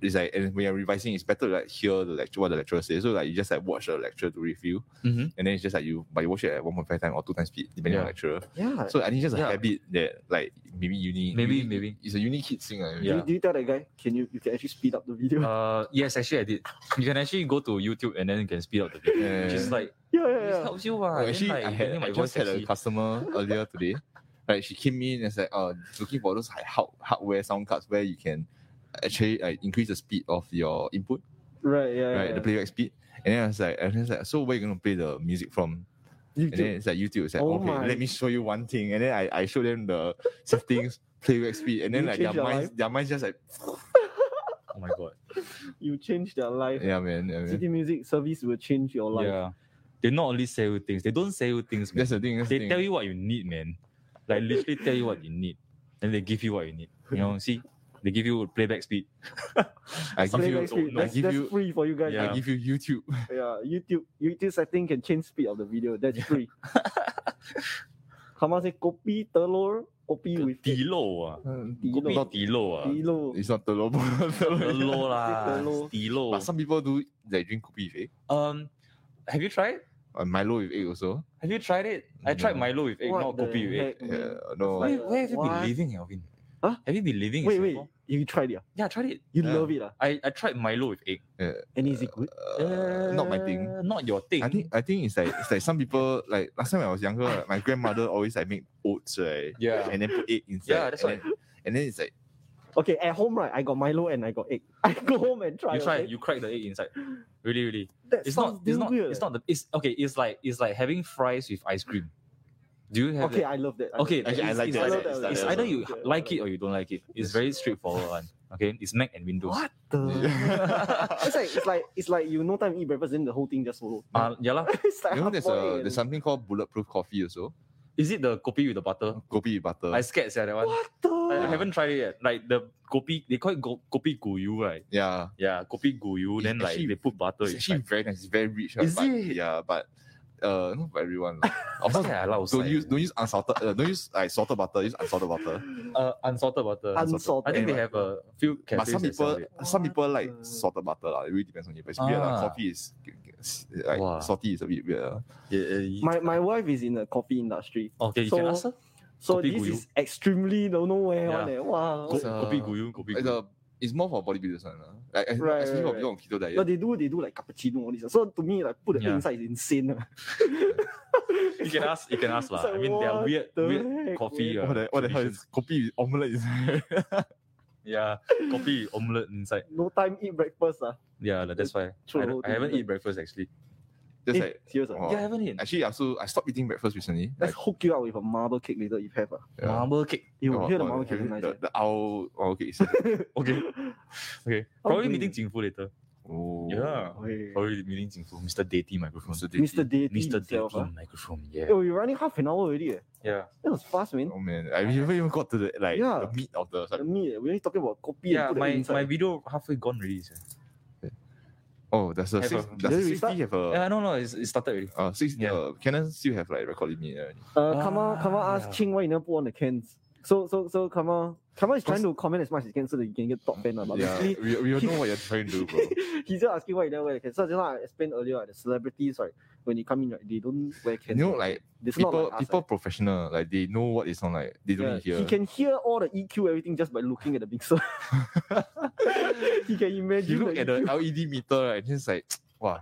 [SPEAKER 2] it's like and when you're revising it's better to like hear the lecture what the lecturer says so like you just like watch the lecture to review
[SPEAKER 1] Mhm.
[SPEAKER 2] and then it's just like you but you watch it at one point five time or two times speed depending on
[SPEAKER 1] Yeah.
[SPEAKER 2] lecturer
[SPEAKER 3] Yeah.
[SPEAKER 2] so I think it's just a
[SPEAKER 1] Yeah.
[SPEAKER 2] habit that like maybe uni
[SPEAKER 1] Maybe,
[SPEAKER 2] uni-
[SPEAKER 1] maybe.
[SPEAKER 2] it's a uni kid thing like,
[SPEAKER 3] Do you-
[SPEAKER 1] yeah.
[SPEAKER 3] Do you tell that guy? Can you you can actually speed up the video?
[SPEAKER 1] Uh, yes, actually I did. You can actually go to YouTube and then you can speed up the video,
[SPEAKER 2] Yeah.
[SPEAKER 1] which is like
[SPEAKER 3] yeah, yeah,
[SPEAKER 1] it
[SPEAKER 3] yeah.
[SPEAKER 1] helps you. Uh,
[SPEAKER 2] Oh, actually, I, had, I just had a customer earlier today. Right, she came in and said, "Uh, looking for those like hard, hardware sound cards where you can actually like increase the speed of your input,
[SPEAKER 3] Right. Yeah.
[SPEAKER 2] right,
[SPEAKER 3] yeah.
[SPEAKER 2] the playback speed." And then I was like, and I was like, "So where you gonna play the music from?"
[SPEAKER 3] You
[SPEAKER 2] And
[SPEAKER 3] do-
[SPEAKER 2] then it's like YouTube. It's like,
[SPEAKER 3] Oh
[SPEAKER 2] "Okay,
[SPEAKER 3] my.
[SPEAKER 2] let me show you one thing." And then I, I show them the settings, playback speed, and then
[SPEAKER 3] You
[SPEAKER 2] like their
[SPEAKER 3] change their
[SPEAKER 2] minds, their minds just like,
[SPEAKER 1] Oh my god.
[SPEAKER 3] you change their life.
[SPEAKER 2] yeah, man, yeah, man.
[SPEAKER 3] City Music Service will change your life.
[SPEAKER 1] Yeah, they not only sell you things. They don't sell you things. Man.
[SPEAKER 2] That's the thing. That's the
[SPEAKER 1] They
[SPEAKER 2] thing.
[SPEAKER 1] tell you what you need, man. Like literally tell you what you need, and they give you what you need. You know, see, they give you playback speed.
[SPEAKER 2] I give
[SPEAKER 1] something
[SPEAKER 2] you,
[SPEAKER 1] like don't
[SPEAKER 3] Playback speed.
[SPEAKER 1] know.
[SPEAKER 3] That's,
[SPEAKER 2] I give
[SPEAKER 3] that's
[SPEAKER 2] you-
[SPEAKER 3] free for you guys.
[SPEAKER 1] Yeah.
[SPEAKER 2] I give you YouTube.
[SPEAKER 3] Yeah, YouTube YouTube setting can change speed of the video. That's free. Kama say copy telur, copy with egg."
[SPEAKER 1] Tilo,
[SPEAKER 3] Tilo.
[SPEAKER 1] ah, tilo, ah,
[SPEAKER 3] Tilo.
[SPEAKER 2] It's not the low.
[SPEAKER 1] tilo lah,
[SPEAKER 3] Tilo.
[SPEAKER 1] tilo.
[SPEAKER 2] But some people do like drink kopi with egg.
[SPEAKER 1] Um, have you tried?
[SPEAKER 2] Uh, Milo with egg also.
[SPEAKER 1] Have you tried it? I tried
[SPEAKER 2] No.
[SPEAKER 1] Milo with egg,
[SPEAKER 3] What
[SPEAKER 1] Eh, not
[SPEAKER 3] the
[SPEAKER 1] kopi with egg.
[SPEAKER 3] heck, man?
[SPEAKER 2] Yeah, uh, no.
[SPEAKER 1] Where, where have you
[SPEAKER 3] What?
[SPEAKER 1] been living, Alvin?
[SPEAKER 3] Huh?
[SPEAKER 1] Have you been living? in
[SPEAKER 3] Wait, wait.
[SPEAKER 1] Singapore?
[SPEAKER 3] You tried it? ah?
[SPEAKER 1] Yeah, I tried it.
[SPEAKER 3] You
[SPEAKER 2] Yeah.
[SPEAKER 3] love it? ah?
[SPEAKER 1] I, I tried Milo with egg.
[SPEAKER 3] And is it good?
[SPEAKER 2] Uh, not my thing.
[SPEAKER 1] Uh, Not your thing.
[SPEAKER 2] I think I think it's like it's like some people like last time I was younger, like, my grandmother always like make oats right,
[SPEAKER 1] yeah.
[SPEAKER 2] and then put egg inside.
[SPEAKER 1] Yeah, that's
[SPEAKER 2] and
[SPEAKER 1] what-
[SPEAKER 2] Then, and then it's like
[SPEAKER 3] Okay, at home, right? I got Milo and I got egg. I go home and try.
[SPEAKER 1] You try,
[SPEAKER 3] okay?
[SPEAKER 1] you crack the egg inside. Really, really.
[SPEAKER 3] That
[SPEAKER 1] It's
[SPEAKER 3] sounds
[SPEAKER 1] not it's
[SPEAKER 3] damn
[SPEAKER 1] not
[SPEAKER 3] weird.
[SPEAKER 1] it's not the it's okay, it's like it's like having fries with ice cream. Do you have
[SPEAKER 3] Okay,
[SPEAKER 1] that?
[SPEAKER 3] I love that. I
[SPEAKER 1] Okay,
[SPEAKER 3] love
[SPEAKER 2] Actually, I
[SPEAKER 1] it's-
[SPEAKER 2] like
[SPEAKER 1] it's like-
[SPEAKER 2] that, I like that,
[SPEAKER 1] It's
[SPEAKER 2] I like
[SPEAKER 1] either
[SPEAKER 2] that.
[SPEAKER 1] you
[SPEAKER 3] Okay, I
[SPEAKER 1] like
[SPEAKER 3] like
[SPEAKER 1] it or you don't like it. It's very straightforward one. Okay, it's Mac and Windows.
[SPEAKER 3] What the?
[SPEAKER 1] uh,
[SPEAKER 3] it's like it's like it's like you no time eat breakfast, then the whole thing just follow.
[SPEAKER 1] yeah Ah, lah.
[SPEAKER 3] it's like
[SPEAKER 2] you know there's
[SPEAKER 3] half
[SPEAKER 2] a
[SPEAKER 3] boiled egg
[SPEAKER 2] there's
[SPEAKER 3] and-
[SPEAKER 2] something called bulletproof coffee also.
[SPEAKER 1] Is it the kopi with the butter?
[SPEAKER 2] Kopi with butter.
[SPEAKER 1] I scared yeah, that one.
[SPEAKER 3] What
[SPEAKER 1] I, I
[SPEAKER 3] the?
[SPEAKER 1] haven't tried it yet. Like the kopi, they call it go, kopi guyu, right?
[SPEAKER 2] yeah.
[SPEAKER 1] Yeah, kopi guyu.
[SPEAKER 2] It's
[SPEAKER 1] Then like
[SPEAKER 2] actually-
[SPEAKER 1] they put butter.
[SPEAKER 2] It's actually
[SPEAKER 1] inside.
[SPEAKER 2] very nice. It's very rich. right,
[SPEAKER 1] Is
[SPEAKER 2] but-
[SPEAKER 1] it?
[SPEAKER 2] Yeah, but uh not for everyone. lah. of course,
[SPEAKER 1] Yeah, lao sai.
[SPEAKER 2] don't use don't use unsalted uh, don't use like salted butter, use unsalted butter.
[SPEAKER 1] uh, unsalted butter.
[SPEAKER 3] Unsalted.
[SPEAKER 1] I think they
[SPEAKER 2] Anyway.
[SPEAKER 1] have a few
[SPEAKER 2] but
[SPEAKER 1] cafes.
[SPEAKER 2] some
[SPEAKER 1] that sell
[SPEAKER 2] people,
[SPEAKER 1] it.
[SPEAKER 2] some people like
[SPEAKER 3] What the-
[SPEAKER 2] salted butter lah. It really depends on you. But it's weird lah.
[SPEAKER 1] Ah.
[SPEAKER 2] Coffee is is- like
[SPEAKER 1] Wah.
[SPEAKER 2] salty is a bit weird. ah. lah.
[SPEAKER 1] Yeah, yeah,
[SPEAKER 3] My my wife is in the coffee industry.
[SPEAKER 1] yeah. Okay, you
[SPEAKER 3] So-
[SPEAKER 1] can ask her.
[SPEAKER 3] So
[SPEAKER 1] Kopi
[SPEAKER 3] this
[SPEAKER 1] guyu.
[SPEAKER 3] is extremely don't know where
[SPEAKER 1] Yeah.
[SPEAKER 3] one. Eh. Wow.
[SPEAKER 1] Ko-
[SPEAKER 2] It's, uh,
[SPEAKER 1] Kopi guyu, kopi
[SPEAKER 2] It's
[SPEAKER 1] guyu.
[SPEAKER 2] a it's more for bodybuilders one lah. Like es-
[SPEAKER 3] Right,
[SPEAKER 2] especially
[SPEAKER 3] right,
[SPEAKER 2] for people on keto diet.
[SPEAKER 3] No, they do they do like cappuccino all this. So to me, like put the egg
[SPEAKER 1] Yeah.
[SPEAKER 3] inside is insane. ah.
[SPEAKER 1] You can ask. You can ask lah.
[SPEAKER 3] It's like,
[SPEAKER 1] I mean, they are
[SPEAKER 3] what
[SPEAKER 1] weird,
[SPEAKER 3] the
[SPEAKER 1] weird
[SPEAKER 3] heck,
[SPEAKER 1] coffee.
[SPEAKER 3] man?
[SPEAKER 1] Uh,
[SPEAKER 2] what the, what the hell is kopi with omelette is
[SPEAKER 1] Yeah, coffee omelette inside.
[SPEAKER 3] No time eat breakfast. Ah.
[SPEAKER 1] Yeah, like, that's why.
[SPEAKER 3] True,
[SPEAKER 1] I, don't- I haven't
[SPEAKER 3] different.
[SPEAKER 1] eat breakfast actually.
[SPEAKER 2] just
[SPEAKER 3] Eh,
[SPEAKER 2] like
[SPEAKER 3] serious. ah.
[SPEAKER 2] wow.
[SPEAKER 1] Yeah, I haven't eaten.
[SPEAKER 2] actually I also I stopped eating breakfast recently.
[SPEAKER 3] Let's
[SPEAKER 2] Like,
[SPEAKER 3] hook you up with a marble cake later if have. Ah.
[SPEAKER 2] yeah.
[SPEAKER 1] Marble cake.
[SPEAKER 3] You will
[SPEAKER 2] Oh,
[SPEAKER 3] hear the
[SPEAKER 2] oh,
[SPEAKER 3] marble
[SPEAKER 2] have
[SPEAKER 3] cake
[SPEAKER 2] you-
[SPEAKER 3] is nice.
[SPEAKER 2] the,
[SPEAKER 3] eh.
[SPEAKER 2] the owl oh, okay it's
[SPEAKER 1] Okay, okay.
[SPEAKER 3] How
[SPEAKER 1] Probably
[SPEAKER 3] do
[SPEAKER 1] meeting
[SPEAKER 3] you-
[SPEAKER 1] Jingfu later.
[SPEAKER 2] Oh.
[SPEAKER 1] Yeah.
[SPEAKER 3] Wait.
[SPEAKER 1] Probably meeting Jingfu, Mr. Deity microphone.
[SPEAKER 2] Mr. Deity.
[SPEAKER 3] Mr. Deity.
[SPEAKER 1] Mr.
[SPEAKER 3] himself,
[SPEAKER 1] Deity
[SPEAKER 3] ah.
[SPEAKER 1] microphone. Yeah.
[SPEAKER 3] Yo, we're running half an hour already. eh.
[SPEAKER 1] Yeah.
[SPEAKER 3] That was fast, man.
[SPEAKER 2] Oh man, I haven't even got to the like
[SPEAKER 3] Yeah.
[SPEAKER 2] the meat of the.
[SPEAKER 3] The meat, eh, we're only talking about copy
[SPEAKER 1] Oh, Yeah,
[SPEAKER 3] and put
[SPEAKER 1] my,
[SPEAKER 3] it
[SPEAKER 1] my
[SPEAKER 3] inside.
[SPEAKER 1] video halfway gone already. sir.
[SPEAKER 2] Oh, that's a
[SPEAKER 1] Have
[SPEAKER 2] six.
[SPEAKER 1] a-
[SPEAKER 2] Does
[SPEAKER 3] Then
[SPEAKER 2] the
[SPEAKER 3] we
[SPEAKER 2] six
[SPEAKER 3] start?
[SPEAKER 2] D have a?
[SPEAKER 1] Yeah, no, no, it's, it started already.
[SPEAKER 2] Uh, six.
[SPEAKER 1] Yeah.
[SPEAKER 2] Uh, Canon still have like recording meat. already.
[SPEAKER 3] Uh, Kama, Kama
[SPEAKER 1] Ah,
[SPEAKER 3] asked
[SPEAKER 1] yeah.
[SPEAKER 3] Ching why you never put on the cans. So, so, so Kama, Kama is trying to comment as much as he can so that he can get top band. lah, But
[SPEAKER 2] Yeah,
[SPEAKER 3] basically,
[SPEAKER 2] we, we don't know what you're trying to do, bro.
[SPEAKER 3] he's just asking why you never wear the cans. So, just like I explained earlier, right, the celebrities, right, when you come in, right, they don't wear
[SPEAKER 2] You
[SPEAKER 3] cans.
[SPEAKER 2] know, like
[SPEAKER 3] It's not
[SPEAKER 2] people,
[SPEAKER 3] like us,
[SPEAKER 2] people
[SPEAKER 3] right.
[SPEAKER 2] professional, like they know what it's on. Like they don't
[SPEAKER 3] Yeah,
[SPEAKER 2] need hear.
[SPEAKER 3] He can hear all the EQ, everything just by looking at the mixer. he can
[SPEAKER 2] you
[SPEAKER 3] imagine.
[SPEAKER 2] look at the
[SPEAKER 3] EQ.
[SPEAKER 2] LED meter right, and just like, wow,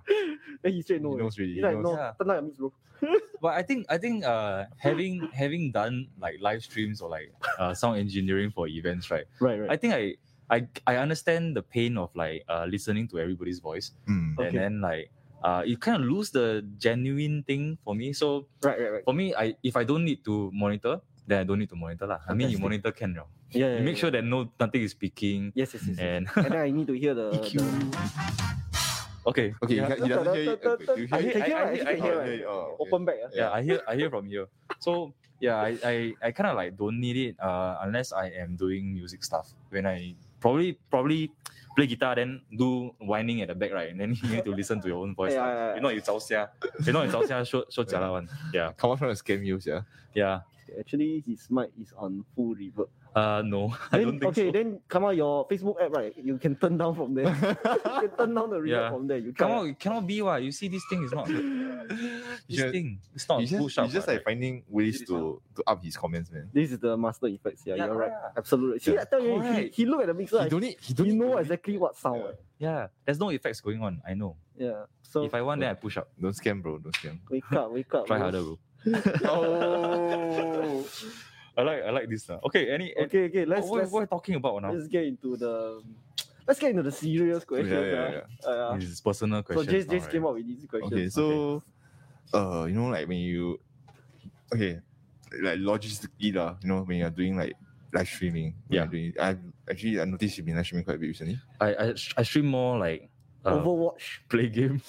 [SPEAKER 3] Then he straight
[SPEAKER 2] he
[SPEAKER 3] no. eh.
[SPEAKER 2] knows really.
[SPEAKER 3] He's
[SPEAKER 2] he
[SPEAKER 3] like,
[SPEAKER 2] knows.
[SPEAKER 3] no,
[SPEAKER 1] Yeah.
[SPEAKER 3] turn down your mix, bro.
[SPEAKER 1] But I think I think uh having having done like live streams or like uh, sound engineering for events, right?
[SPEAKER 3] Right, right.
[SPEAKER 1] I think I I I understand the pain of like uh listening to everybody's voice
[SPEAKER 2] Mm.
[SPEAKER 3] Okay.
[SPEAKER 1] and then like uh you kind of lose the genuine thing for me. So
[SPEAKER 3] right, right, right.
[SPEAKER 1] for me, I if I don't need to monitor, then I don't need to monitor lah. I mean, you
[SPEAKER 3] Fantastic.
[SPEAKER 1] monitor can, right?
[SPEAKER 3] Yeah, yeah
[SPEAKER 1] You make
[SPEAKER 3] yeah.
[SPEAKER 1] sure that no nothing is peaking
[SPEAKER 3] Yes, yes, yes. yes.
[SPEAKER 1] and
[SPEAKER 3] and then I need to hear
[SPEAKER 1] E
[SPEAKER 3] the. the
[SPEAKER 1] okay.
[SPEAKER 2] Okay,
[SPEAKER 3] Yeah.
[SPEAKER 2] he, he doesn't hear. it. Okay, you
[SPEAKER 3] I
[SPEAKER 2] hear?
[SPEAKER 1] hear- I- I
[SPEAKER 3] can hear, right,
[SPEAKER 1] hear-
[SPEAKER 3] I can hear,
[SPEAKER 2] oh, yeah,
[SPEAKER 3] right.
[SPEAKER 2] yeah, oh, okay.
[SPEAKER 3] Open back. ah.
[SPEAKER 1] yeah, I hear I hear from here. So yeah, I I, I kind of like don't need it uh, unless I am doing music stuff. When I probably probably play guitar, then do whining at the back, right? And then you need to listen to your own voice.
[SPEAKER 3] Yeah,
[SPEAKER 1] lah.
[SPEAKER 3] yeah, yeah.
[SPEAKER 1] If not, you zao xia. If not, you zao xia, show show jialat one. Yeah,
[SPEAKER 2] Come on, trying to scam you, yeah.
[SPEAKER 1] yeah.
[SPEAKER 3] Actually, his mic is on full reverb.
[SPEAKER 1] Uh, no, I
[SPEAKER 3] Then,
[SPEAKER 1] don't think
[SPEAKER 3] okay,
[SPEAKER 1] so.
[SPEAKER 3] then come on your Facebook app, right? You can turn down from there. you can turn down the reverb
[SPEAKER 1] Yeah.
[SPEAKER 3] from there. You
[SPEAKER 1] Come
[SPEAKER 3] try.
[SPEAKER 1] on, it cannot be what you see. This thing is not this
[SPEAKER 2] just-
[SPEAKER 1] thing. It's not
[SPEAKER 2] He's just,
[SPEAKER 1] push up.
[SPEAKER 2] he's just
[SPEAKER 1] what,
[SPEAKER 2] like finding ways
[SPEAKER 1] It is
[SPEAKER 2] to, to up his comments, man.
[SPEAKER 3] This is the master effects. Yeah,
[SPEAKER 1] Yeah,
[SPEAKER 3] you're right.
[SPEAKER 1] yeah.
[SPEAKER 3] Absolutely. See,
[SPEAKER 2] Yeah.
[SPEAKER 3] I tell you, he,
[SPEAKER 1] Correct.
[SPEAKER 3] he looked at the mixer.
[SPEAKER 2] he
[SPEAKER 3] He,
[SPEAKER 2] don't need. He don't need
[SPEAKER 3] know
[SPEAKER 2] to-
[SPEAKER 3] exactly what sound. eh.
[SPEAKER 1] right? Yeah, there's no effects going on. I know.
[SPEAKER 3] Yeah. So
[SPEAKER 1] if I want, then I push up.
[SPEAKER 2] Don't scam, bro. Don't scam.
[SPEAKER 3] wake up, wake up.
[SPEAKER 1] Try
[SPEAKER 3] bro.
[SPEAKER 1] harder, bro.
[SPEAKER 2] oh.
[SPEAKER 1] I like I like this. lah. Okay, any
[SPEAKER 3] Okay, okay. Let's
[SPEAKER 1] Oh, what,
[SPEAKER 3] let's,
[SPEAKER 1] what we're talking about now?
[SPEAKER 3] let's get into the let's get into the serious question.
[SPEAKER 2] yeah, yeah,
[SPEAKER 3] ah. Uh,
[SPEAKER 1] This is personal
[SPEAKER 3] so
[SPEAKER 1] question.
[SPEAKER 3] Jace, Jace came up with these questions.
[SPEAKER 2] Okay, so, uh, you know, like when you, okay, like logistically, lah, you know, when you're doing like live streaming, when
[SPEAKER 1] Yeah.
[SPEAKER 2] you're doing, I actually I noticed you've been live streaming quite a bit recently.
[SPEAKER 1] I I, sh- I stream more like uh,
[SPEAKER 3] Overwatch.
[SPEAKER 1] play game,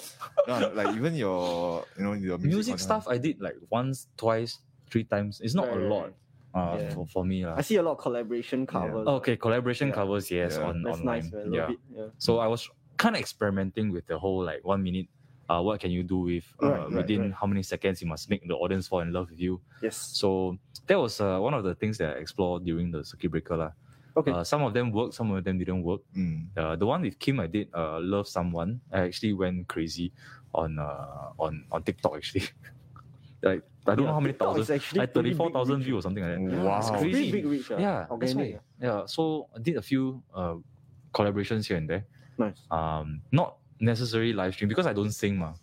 [SPEAKER 2] no, no, like even your, you know, your
[SPEAKER 1] music
[SPEAKER 2] music, content.
[SPEAKER 1] stuff. I did like once, twice, three times. It's not
[SPEAKER 3] Right,
[SPEAKER 1] a
[SPEAKER 3] right,
[SPEAKER 1] lot uh,
[SPEAKER 3] Yeah.
[SPEAKER 1] for, for me
[SPEAKER 3] I
[SPEAKER 1] lah.
[SPEAKER 3] see a lot of collaboration covers.
[SPEAKER 1] Okay, collaboration
[SPEAKER 3] Yeah.
[SPEAKER 1] covers yes
[SPEAKER 2] Yeah.
[SPEAKER 1] on
[SPEAKER 3] That's
[SPEAKER 1] online.
[SPEAKER 3] nice, man. Love
[SPEAKER 1] yeah.
[SPEAKER 3] it. Yeah.
[SPEAKER 1] So I was kind of experimenting with the whole like one minute. Uh, what can you do with uh,
[SPEAKER 3] Right, right,
[SPEAKER 1] within
[SPEAKER 3] right.
[SPEAKER 1] how many seconds you must make the audience fall in love with you?
[SPEAKER 3] Yes.
[SPEAKER 1] So that was uh, one of the things that I explored during the circuit breaker lah.
[SPEAKER 3] Okay.
[SPEAKER 1] Uh, some of them worked, some of them didn't work.
[SPEAKER 2] Mm.
[SPEAKER 1] Uh, the one with Kim, I did uh, love someone. I actually went crazy on uh, on on TikTok actually. like I don't know how many
[SPEAKER 3] TikTok is
[SPEAKER 1] thousands,
[SPEAKER 3] actually
[SPEAKER 1] like thirty
[SPEAKER 3] pretty big
[SPEAKER 1] four thousand
[SPEAKER 3] reach.
[SPEAKER 1] views or something like that.
[SPEAKER 2] Wow.
[SPEAKER 3] It's
[SPEAKER 1] It's
[SPEAKER 3] pretty
[SPEAKER 1] crazy.
[SPEAKER 3] big reach. ah.
[SPEAKER 1] Yeah, that's
[SPEAKER 3] organic.
[SPEAKER 1] why. Yeah, so I did a few uh, collaborations here and there.
[SPEAKER 3] Nice.
[SPEAKER 1] Um, not necessarily live stream because I don't sing, ma.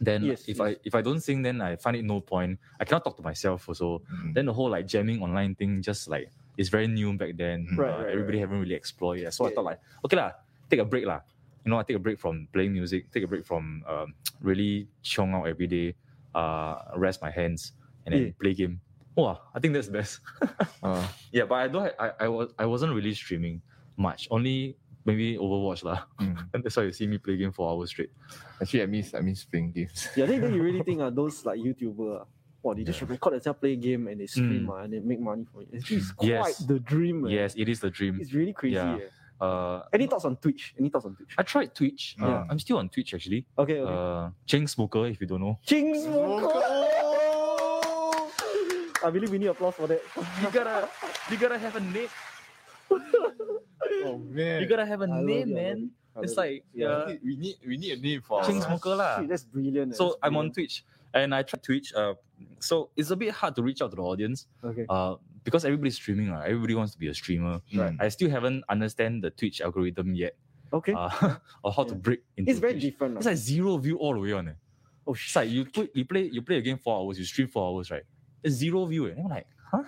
[SPEAKER 1] Then
[SPEAKER 3] Yes,
[SPEAKER 1] if I
[SPEAKER 3] yes.
[SPEAKER 1] if I don't sing, then I find it no point. I cannot talk to myself also
[SPEAKER 2] Mm.
[SPEAKER 1] then the whole like jamming online thing just like it's very new back then.
[SPEAKER 2] Right,
[SPEAKER 1] Uh,
[SPEAKER 3] right,
[SPEAKER 1] everybody haven't really explored it. So I
[SPEAKER 3] Yeah.
[SPEAKER 1] thought like, okay lah, take a break lah. You know, I take a break from playing music, take a break from um, really chong out every day, uh, rest my hands, and then
[SPEAKER 3] Yeah.
[SPEAKER 1] play game. Wow, I think that's best.
[SPEAKER 2] Uh,
[SPEAKER 1] yeah, but I don't. I, I was I wasn't really streaming much. Only maybe Overwatch lah.
[SPEAKER 2] mm.
[SPEAKER 1] And that's why you see me play game for hours straight.
[SPEAKER 2] Actually, I miss I miss playing games.
[SPEAKER 3] Yeah, then, then you really think uh, those like YouTuber, uh, wow, they just record themselves play game and they stream
[SPEAKER 1] Mm.
[SPEAKER 3] ah, and they make money from it. Actually, it's quite
[SPEAKER 1] Yes.
[SPEAKER 3] the dream. eh.
[SPEAKER 1] Yes, it is the dream.
[SPEAKER 3] It's really crazy.
[SPEAKER 1] Yeah.
[SPEAKER 3] eh.
[SPEAKER 1] Uh,
[SPEAKER 3] Any thoughts on Twitch? Any thoughts on Twitch?
[SPEAKER 1] I tried Twitch. Uh,
[SPEAKER 2] Yeah.
[SPEAKER 1] I'm still on Twitch actually.
[SPEAKER 3] Okay, okay.
[SPEAKER 1] Uh, Cheng Smoker, if you don't know.
[SPEAKER 3] Kings
[SPEAKER 2] Oh!
[SPEAKER 3] I believe we need applause for that. Oh,
[SPEAKER 1] you gotta you gotta have a name.
[SPEAKER 2] Oh, man.
[SPEAKER 1] You gotta have a
[SPEAKER 3] I love
[SPEAKER 1] name,
[SPEAKER 3] it, I love
[SPEAKER 1] man. It's like
[SPEAKER 2] we,
[SPEAKER 1] yeah.
[SPEAKER 2] need, we need we need a name for
[SPEAKER 1] Ching
[SPEAKER 2] our-
[SPEAKER 1] Smoker lah.
[SPEAKER 3] Shit, that's brilliant. eh,
[SPEAKER 1] So
[SPEAKER 3] that's
[SPEAKER 1] I'm on
[SPEAKER 3] brilliant.
[SPEAKER 1] Twitch and I try Twitch. Uh, so it's a bit hard to reach out to the audience.
[SPEAKER 3] Okay.
[SPEAKER 1] Uh, because everybody's streaming. Right? Everybody wants to be a streamer.
[SPEAKER 2] Mm.
[SPEAKER 1] I still haven't understand the Twitch algorithm yet.
[SPEAKER 3] Okay.
[SPEAKER 1] Uh, or how to
[SPEAKER 3] Yeah.
[SPEAKER 1] break into.
[SPEAKER 3] it's very
[SPEAKER 1] Twitch.
[SPEAKER 3] different.
[SPEAKER 1] It's
[SPEAKER 3] ah.
[SPEAKER 1] like zero view all the way on eh? it.
[SPEAKER 3] oh
[SPEAKER 1] It's
[SPEAKER 3] shit.
[SPEAKER 1] like you put, you play you play a game four hours. You stream four hours, right? It's zero view. eh. And I'm like, huh?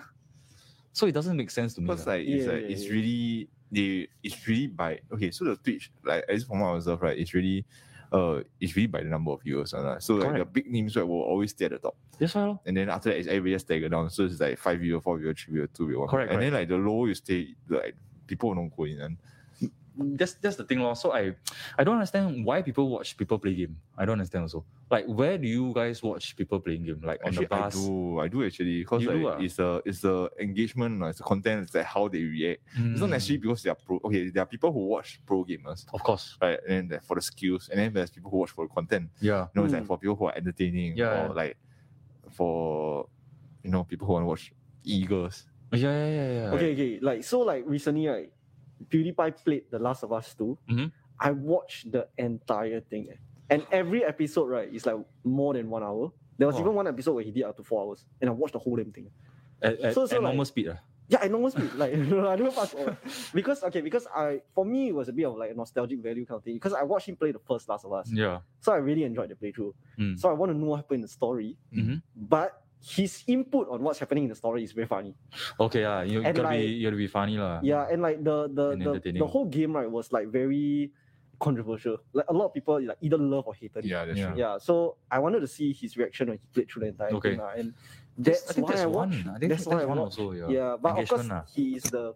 [SPEAKER 1] So it doesn't make sense to me.
[SPEAKER 2] Because
[SPEAKER 1] lah.
[SPEAKER 2] like it's
[SPEAKER 3] Yeah,
[SPEAKER 2] like
[SPEAKER 3] yeah,
[SPEAKER 2] it's
[SPEAKER 3] yeah.
[SPEAKER 2] really they it's really by okay, so the Twitch, like at least from what I observed, right, it's really uh it's really by the number of viewers. and all. So like the
[SPEAKER 1] Correct.
[SPEAKER 2] big names right will always stay at the top.
[SPEAKER 1] That's why. lor.
[SPEAKER 2] And then after that it's everybody just stagger down. So it's like five viewer, four viewer, three viewer, two viewer, one.
[SPEAKER 1] Correct,
[SPEAKER 2] And then like the lower you stay, like people don't go in and
[SPEAKER 1] that's that's the thing, lor. So I, I don't understand why people watch people play game. I don't understand also. Like, where do you guys watch people playing game? Like on
[SPEAKER 2] Actually,
[SPEAKER 1] the
[SPEAKER 2] I
[SPEAKER 1] bus.
[SPEAKER 2] do. I do actually because
[SPEAKER 1] You
[SPEAKER 2] like,
[SPEAKER 1] do ah?
[SPEAKER 2] it's the it's the engagement, lah, it's the content, it's like how they react. It's not
[SPEAKER 1] Mm,
[SPEAKER 2] necessarily because they are pro. Okay, there are people who watch pro gamers,
[SPEAKER 1] Of course.
[SPEAKER 2] right? And then they're for the skills, and then there's people who watch for the content.
[SPEAKER 1] Yeah.
[SPEAKER 2] You know, it's like
[SPEAKER 3] Mm.
[SPEAKER 2] for people who are entertaining,
[SPEAKER 1] Yeah.
[SPEAKER 2] or like for you know people who want to watch eagles.
[SPEAKER 1] Yeah, yeah, yeah, yeah.
[SPEAKER 3] Okay, okay. Like so, like recently, right? PewDiePie played The Last of Us 2.
[SPEAKER 1] Mhm.
[SPEAKER 3] I watched the entire thing, eh. and every episode, right, is like more than one hour. There was
[SPEAKER 1] Wow.
[SPEAKER 3] even one episode where he did up to four hours, and I watched the whole damn thing.
[SPEAKER 1] At, at,
[SPEAKER 3] So- so
[SPEAKER 1] at
[SPEAKER 3] like-
[SPEAKER 1] normal speed. ah.
[SPEAKER 3] Yeah, I normal speed. Like I don't fast forward because okay, because I for me it was a bit of like a nostalgic value kind of thing because I watched him play the first Last of Us,
[SPEAKER 1] Yeah.
[SPEAKER 3] so I really enjoyed the playthrough.
[SPEAKER 1] Mm.
[SPEAKER 3] So I want to know what happened in the story,
[SPEAKER 1] Mhm.
[SPEAKER 3] but his input on what's happening in the story is very funny.
[SPEAKER 1] Okay, ah, you
[SPEAKER 3] And
[SPEAKER 1] gotta
[SPEAKER 3] like-
[SPEAKER 1] be you gotta be funny lah.
[SPEAKER 3] Yeah, and like the the
[SPEAKER 1] Uh, And
[SPEAKER 3] the,
[SPEAKER 1] entertaining.
[SPEAKER 3] the whole game right was like very controversial. Like a lot of people like either love or hated it.
[SPEAKER 2] Yeah, that's
[SPEAKER 1] Yeah.
[SPEAKER 2] true.
[SPEAKER 3] Yeah, so I wanted to see his reaction when he played through the entire
[SPEAKER 1] Okay.
[SPEAKER 3] thing, lah, and
[SPEAKER 1] That's-
[SPEAKER 3] that's,
[SPEAKER 1] I think
[SPEAKER 3] why
[SPEAKER 1] that's
[SPEAKER 3] I
[SPEAKER 1] one.
[SPEAKER 3] watched.
[SPEAKER 1] I think
[SPEAKER 3] that's
[SPEAKER 1] that's,
[SPEAKER 3] why I
[SPEAKER 1] one
[SPEAKER 3] watched.
[SPEAKER 1] also. Yeah.
[SPEAKER 3] Yeah, but of course
[SPEAKER 1] Engagement, lah.
[SPEAKER 3] he is the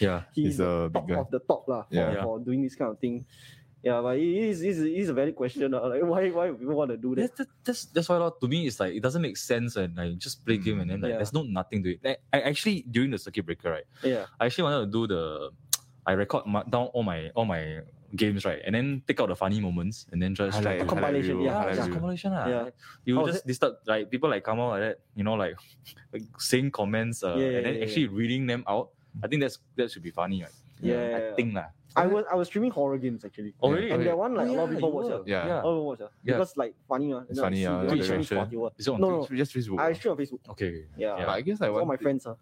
[SPEAKER 1] Yeah.
[SPEAKER 3] he
[SPEAKER 2] He's
[SPEAKER 3] is the
[SPEAKER 2] a big
[SPEAKER 3] top
[SPEAKER 2] guy.
[SPEAKER 3] of the top lah for,
[SPEAKER 2] Yeah.
[SPEAKER 1] Yeah.
[SPEAKER 3] for doing this kind of thing. Yeah, but it is it is, it is a valid question. lah, Like why why would people want to do that?
[SPEAKER 1] That's, that- that's that's why lor, to me it's like it doesn't make sense and I just play game and then like
[SPEAKER 3] Mm, Yeah.
[SPEAKER 1] there's no nothing to it. Like, I actually during the circuit breaker right,
[SPEAKER 3] Yeah.
[SPEAKER 1] I actually wanted to do the I record my, down all my all my games right and then take out the funny moments and then just try
[SPEAKER 2] Highlight-
[SPEAKER 1] to
[SPEAKER 3] A compilation,
[SPEAKER 2] highlight
[SPEAKER 3] yeah,
[SPEAKER 2] reel,
[SPEAKER 1] yeah,
[SPEAKER 2] highlight
[SPEAKER 1] it's a
[SPEAKER 2] reel.
[SPEAKER 1] compilation lah.
[SPEAKER 3] Yeah.
[SPEAKER 1] You
[SPEAKER 3] Oh, is
[SPEAKER 1] just disturb like people like come out like that, you know, like, like saying comments uh,
[SPEAKER 3] Yeah, yeah,
[SPEAKER 1] and then
[SPEAKER 3] yeah,
[SPEAKER 1] actually reading them out. I think that's that should be funny, right?
[SPEAKER 3] Yeah, yeah,
[SPEAKER 1] I
[SPEAKER 3] yeah.
[SPEAKER 1] think lah.
[SPEAKER 3] I was I was streaming horror games actually.
[SPEAKER 1] Oh
[SPEAKER 2] Yeah.
[SPEAKER 1] really?
[SPEAKER 3] And
[SPEAKER 1] Okay.
[SPEAKER 3] that one like
[SPEAKER 1] Oh,
[SPEAKER 3] a lot of
[SPEAKER 1] yeah,
[SPEAKER 3] people
[SPEAKER 1] you
[SPEAKER 3] watch.
[SPEAKER 1] were.
[SPEAKER 3] ah.
[SPEAKER 2] Yeah.
[SPEAKER 1] Yeah.
[SPEAKER 3] A lot of people watch. ah,
[SPEAKER 1] Yeah.
[SPEAKER 3] Because like funny. ah,
[SPEAKER 2] It's
[SPEAKER 3] you know,
[SPEAKER 2] funny, ah,
[SPEAKER 3] you
[SPEAKER 2] the
[SPEAKER 3] watch it on
[SPEAKER 2] direction.
[SPEAKER 3] Spotify.
[SPEAKER 1] Is it on
[SPEAKER 3] No,
[SPEAKER 1] Twitch?
[SPEAKER 3] no,
[SPEAKER 2] Just Facebook.
[SPEAKER 3] I stream on Facebook.
[SPEAKER 1] Okay. Mm-hmm.
[SPEAKER 3] Yeah.
[SPEAKER 2] But I guess like
[SPEAKER 3] It's all
[SPEAKER 2] one
[SPEAKER 3] my
[SPEAKER 2] thing-
[SPEAKER 3] friends. Uh.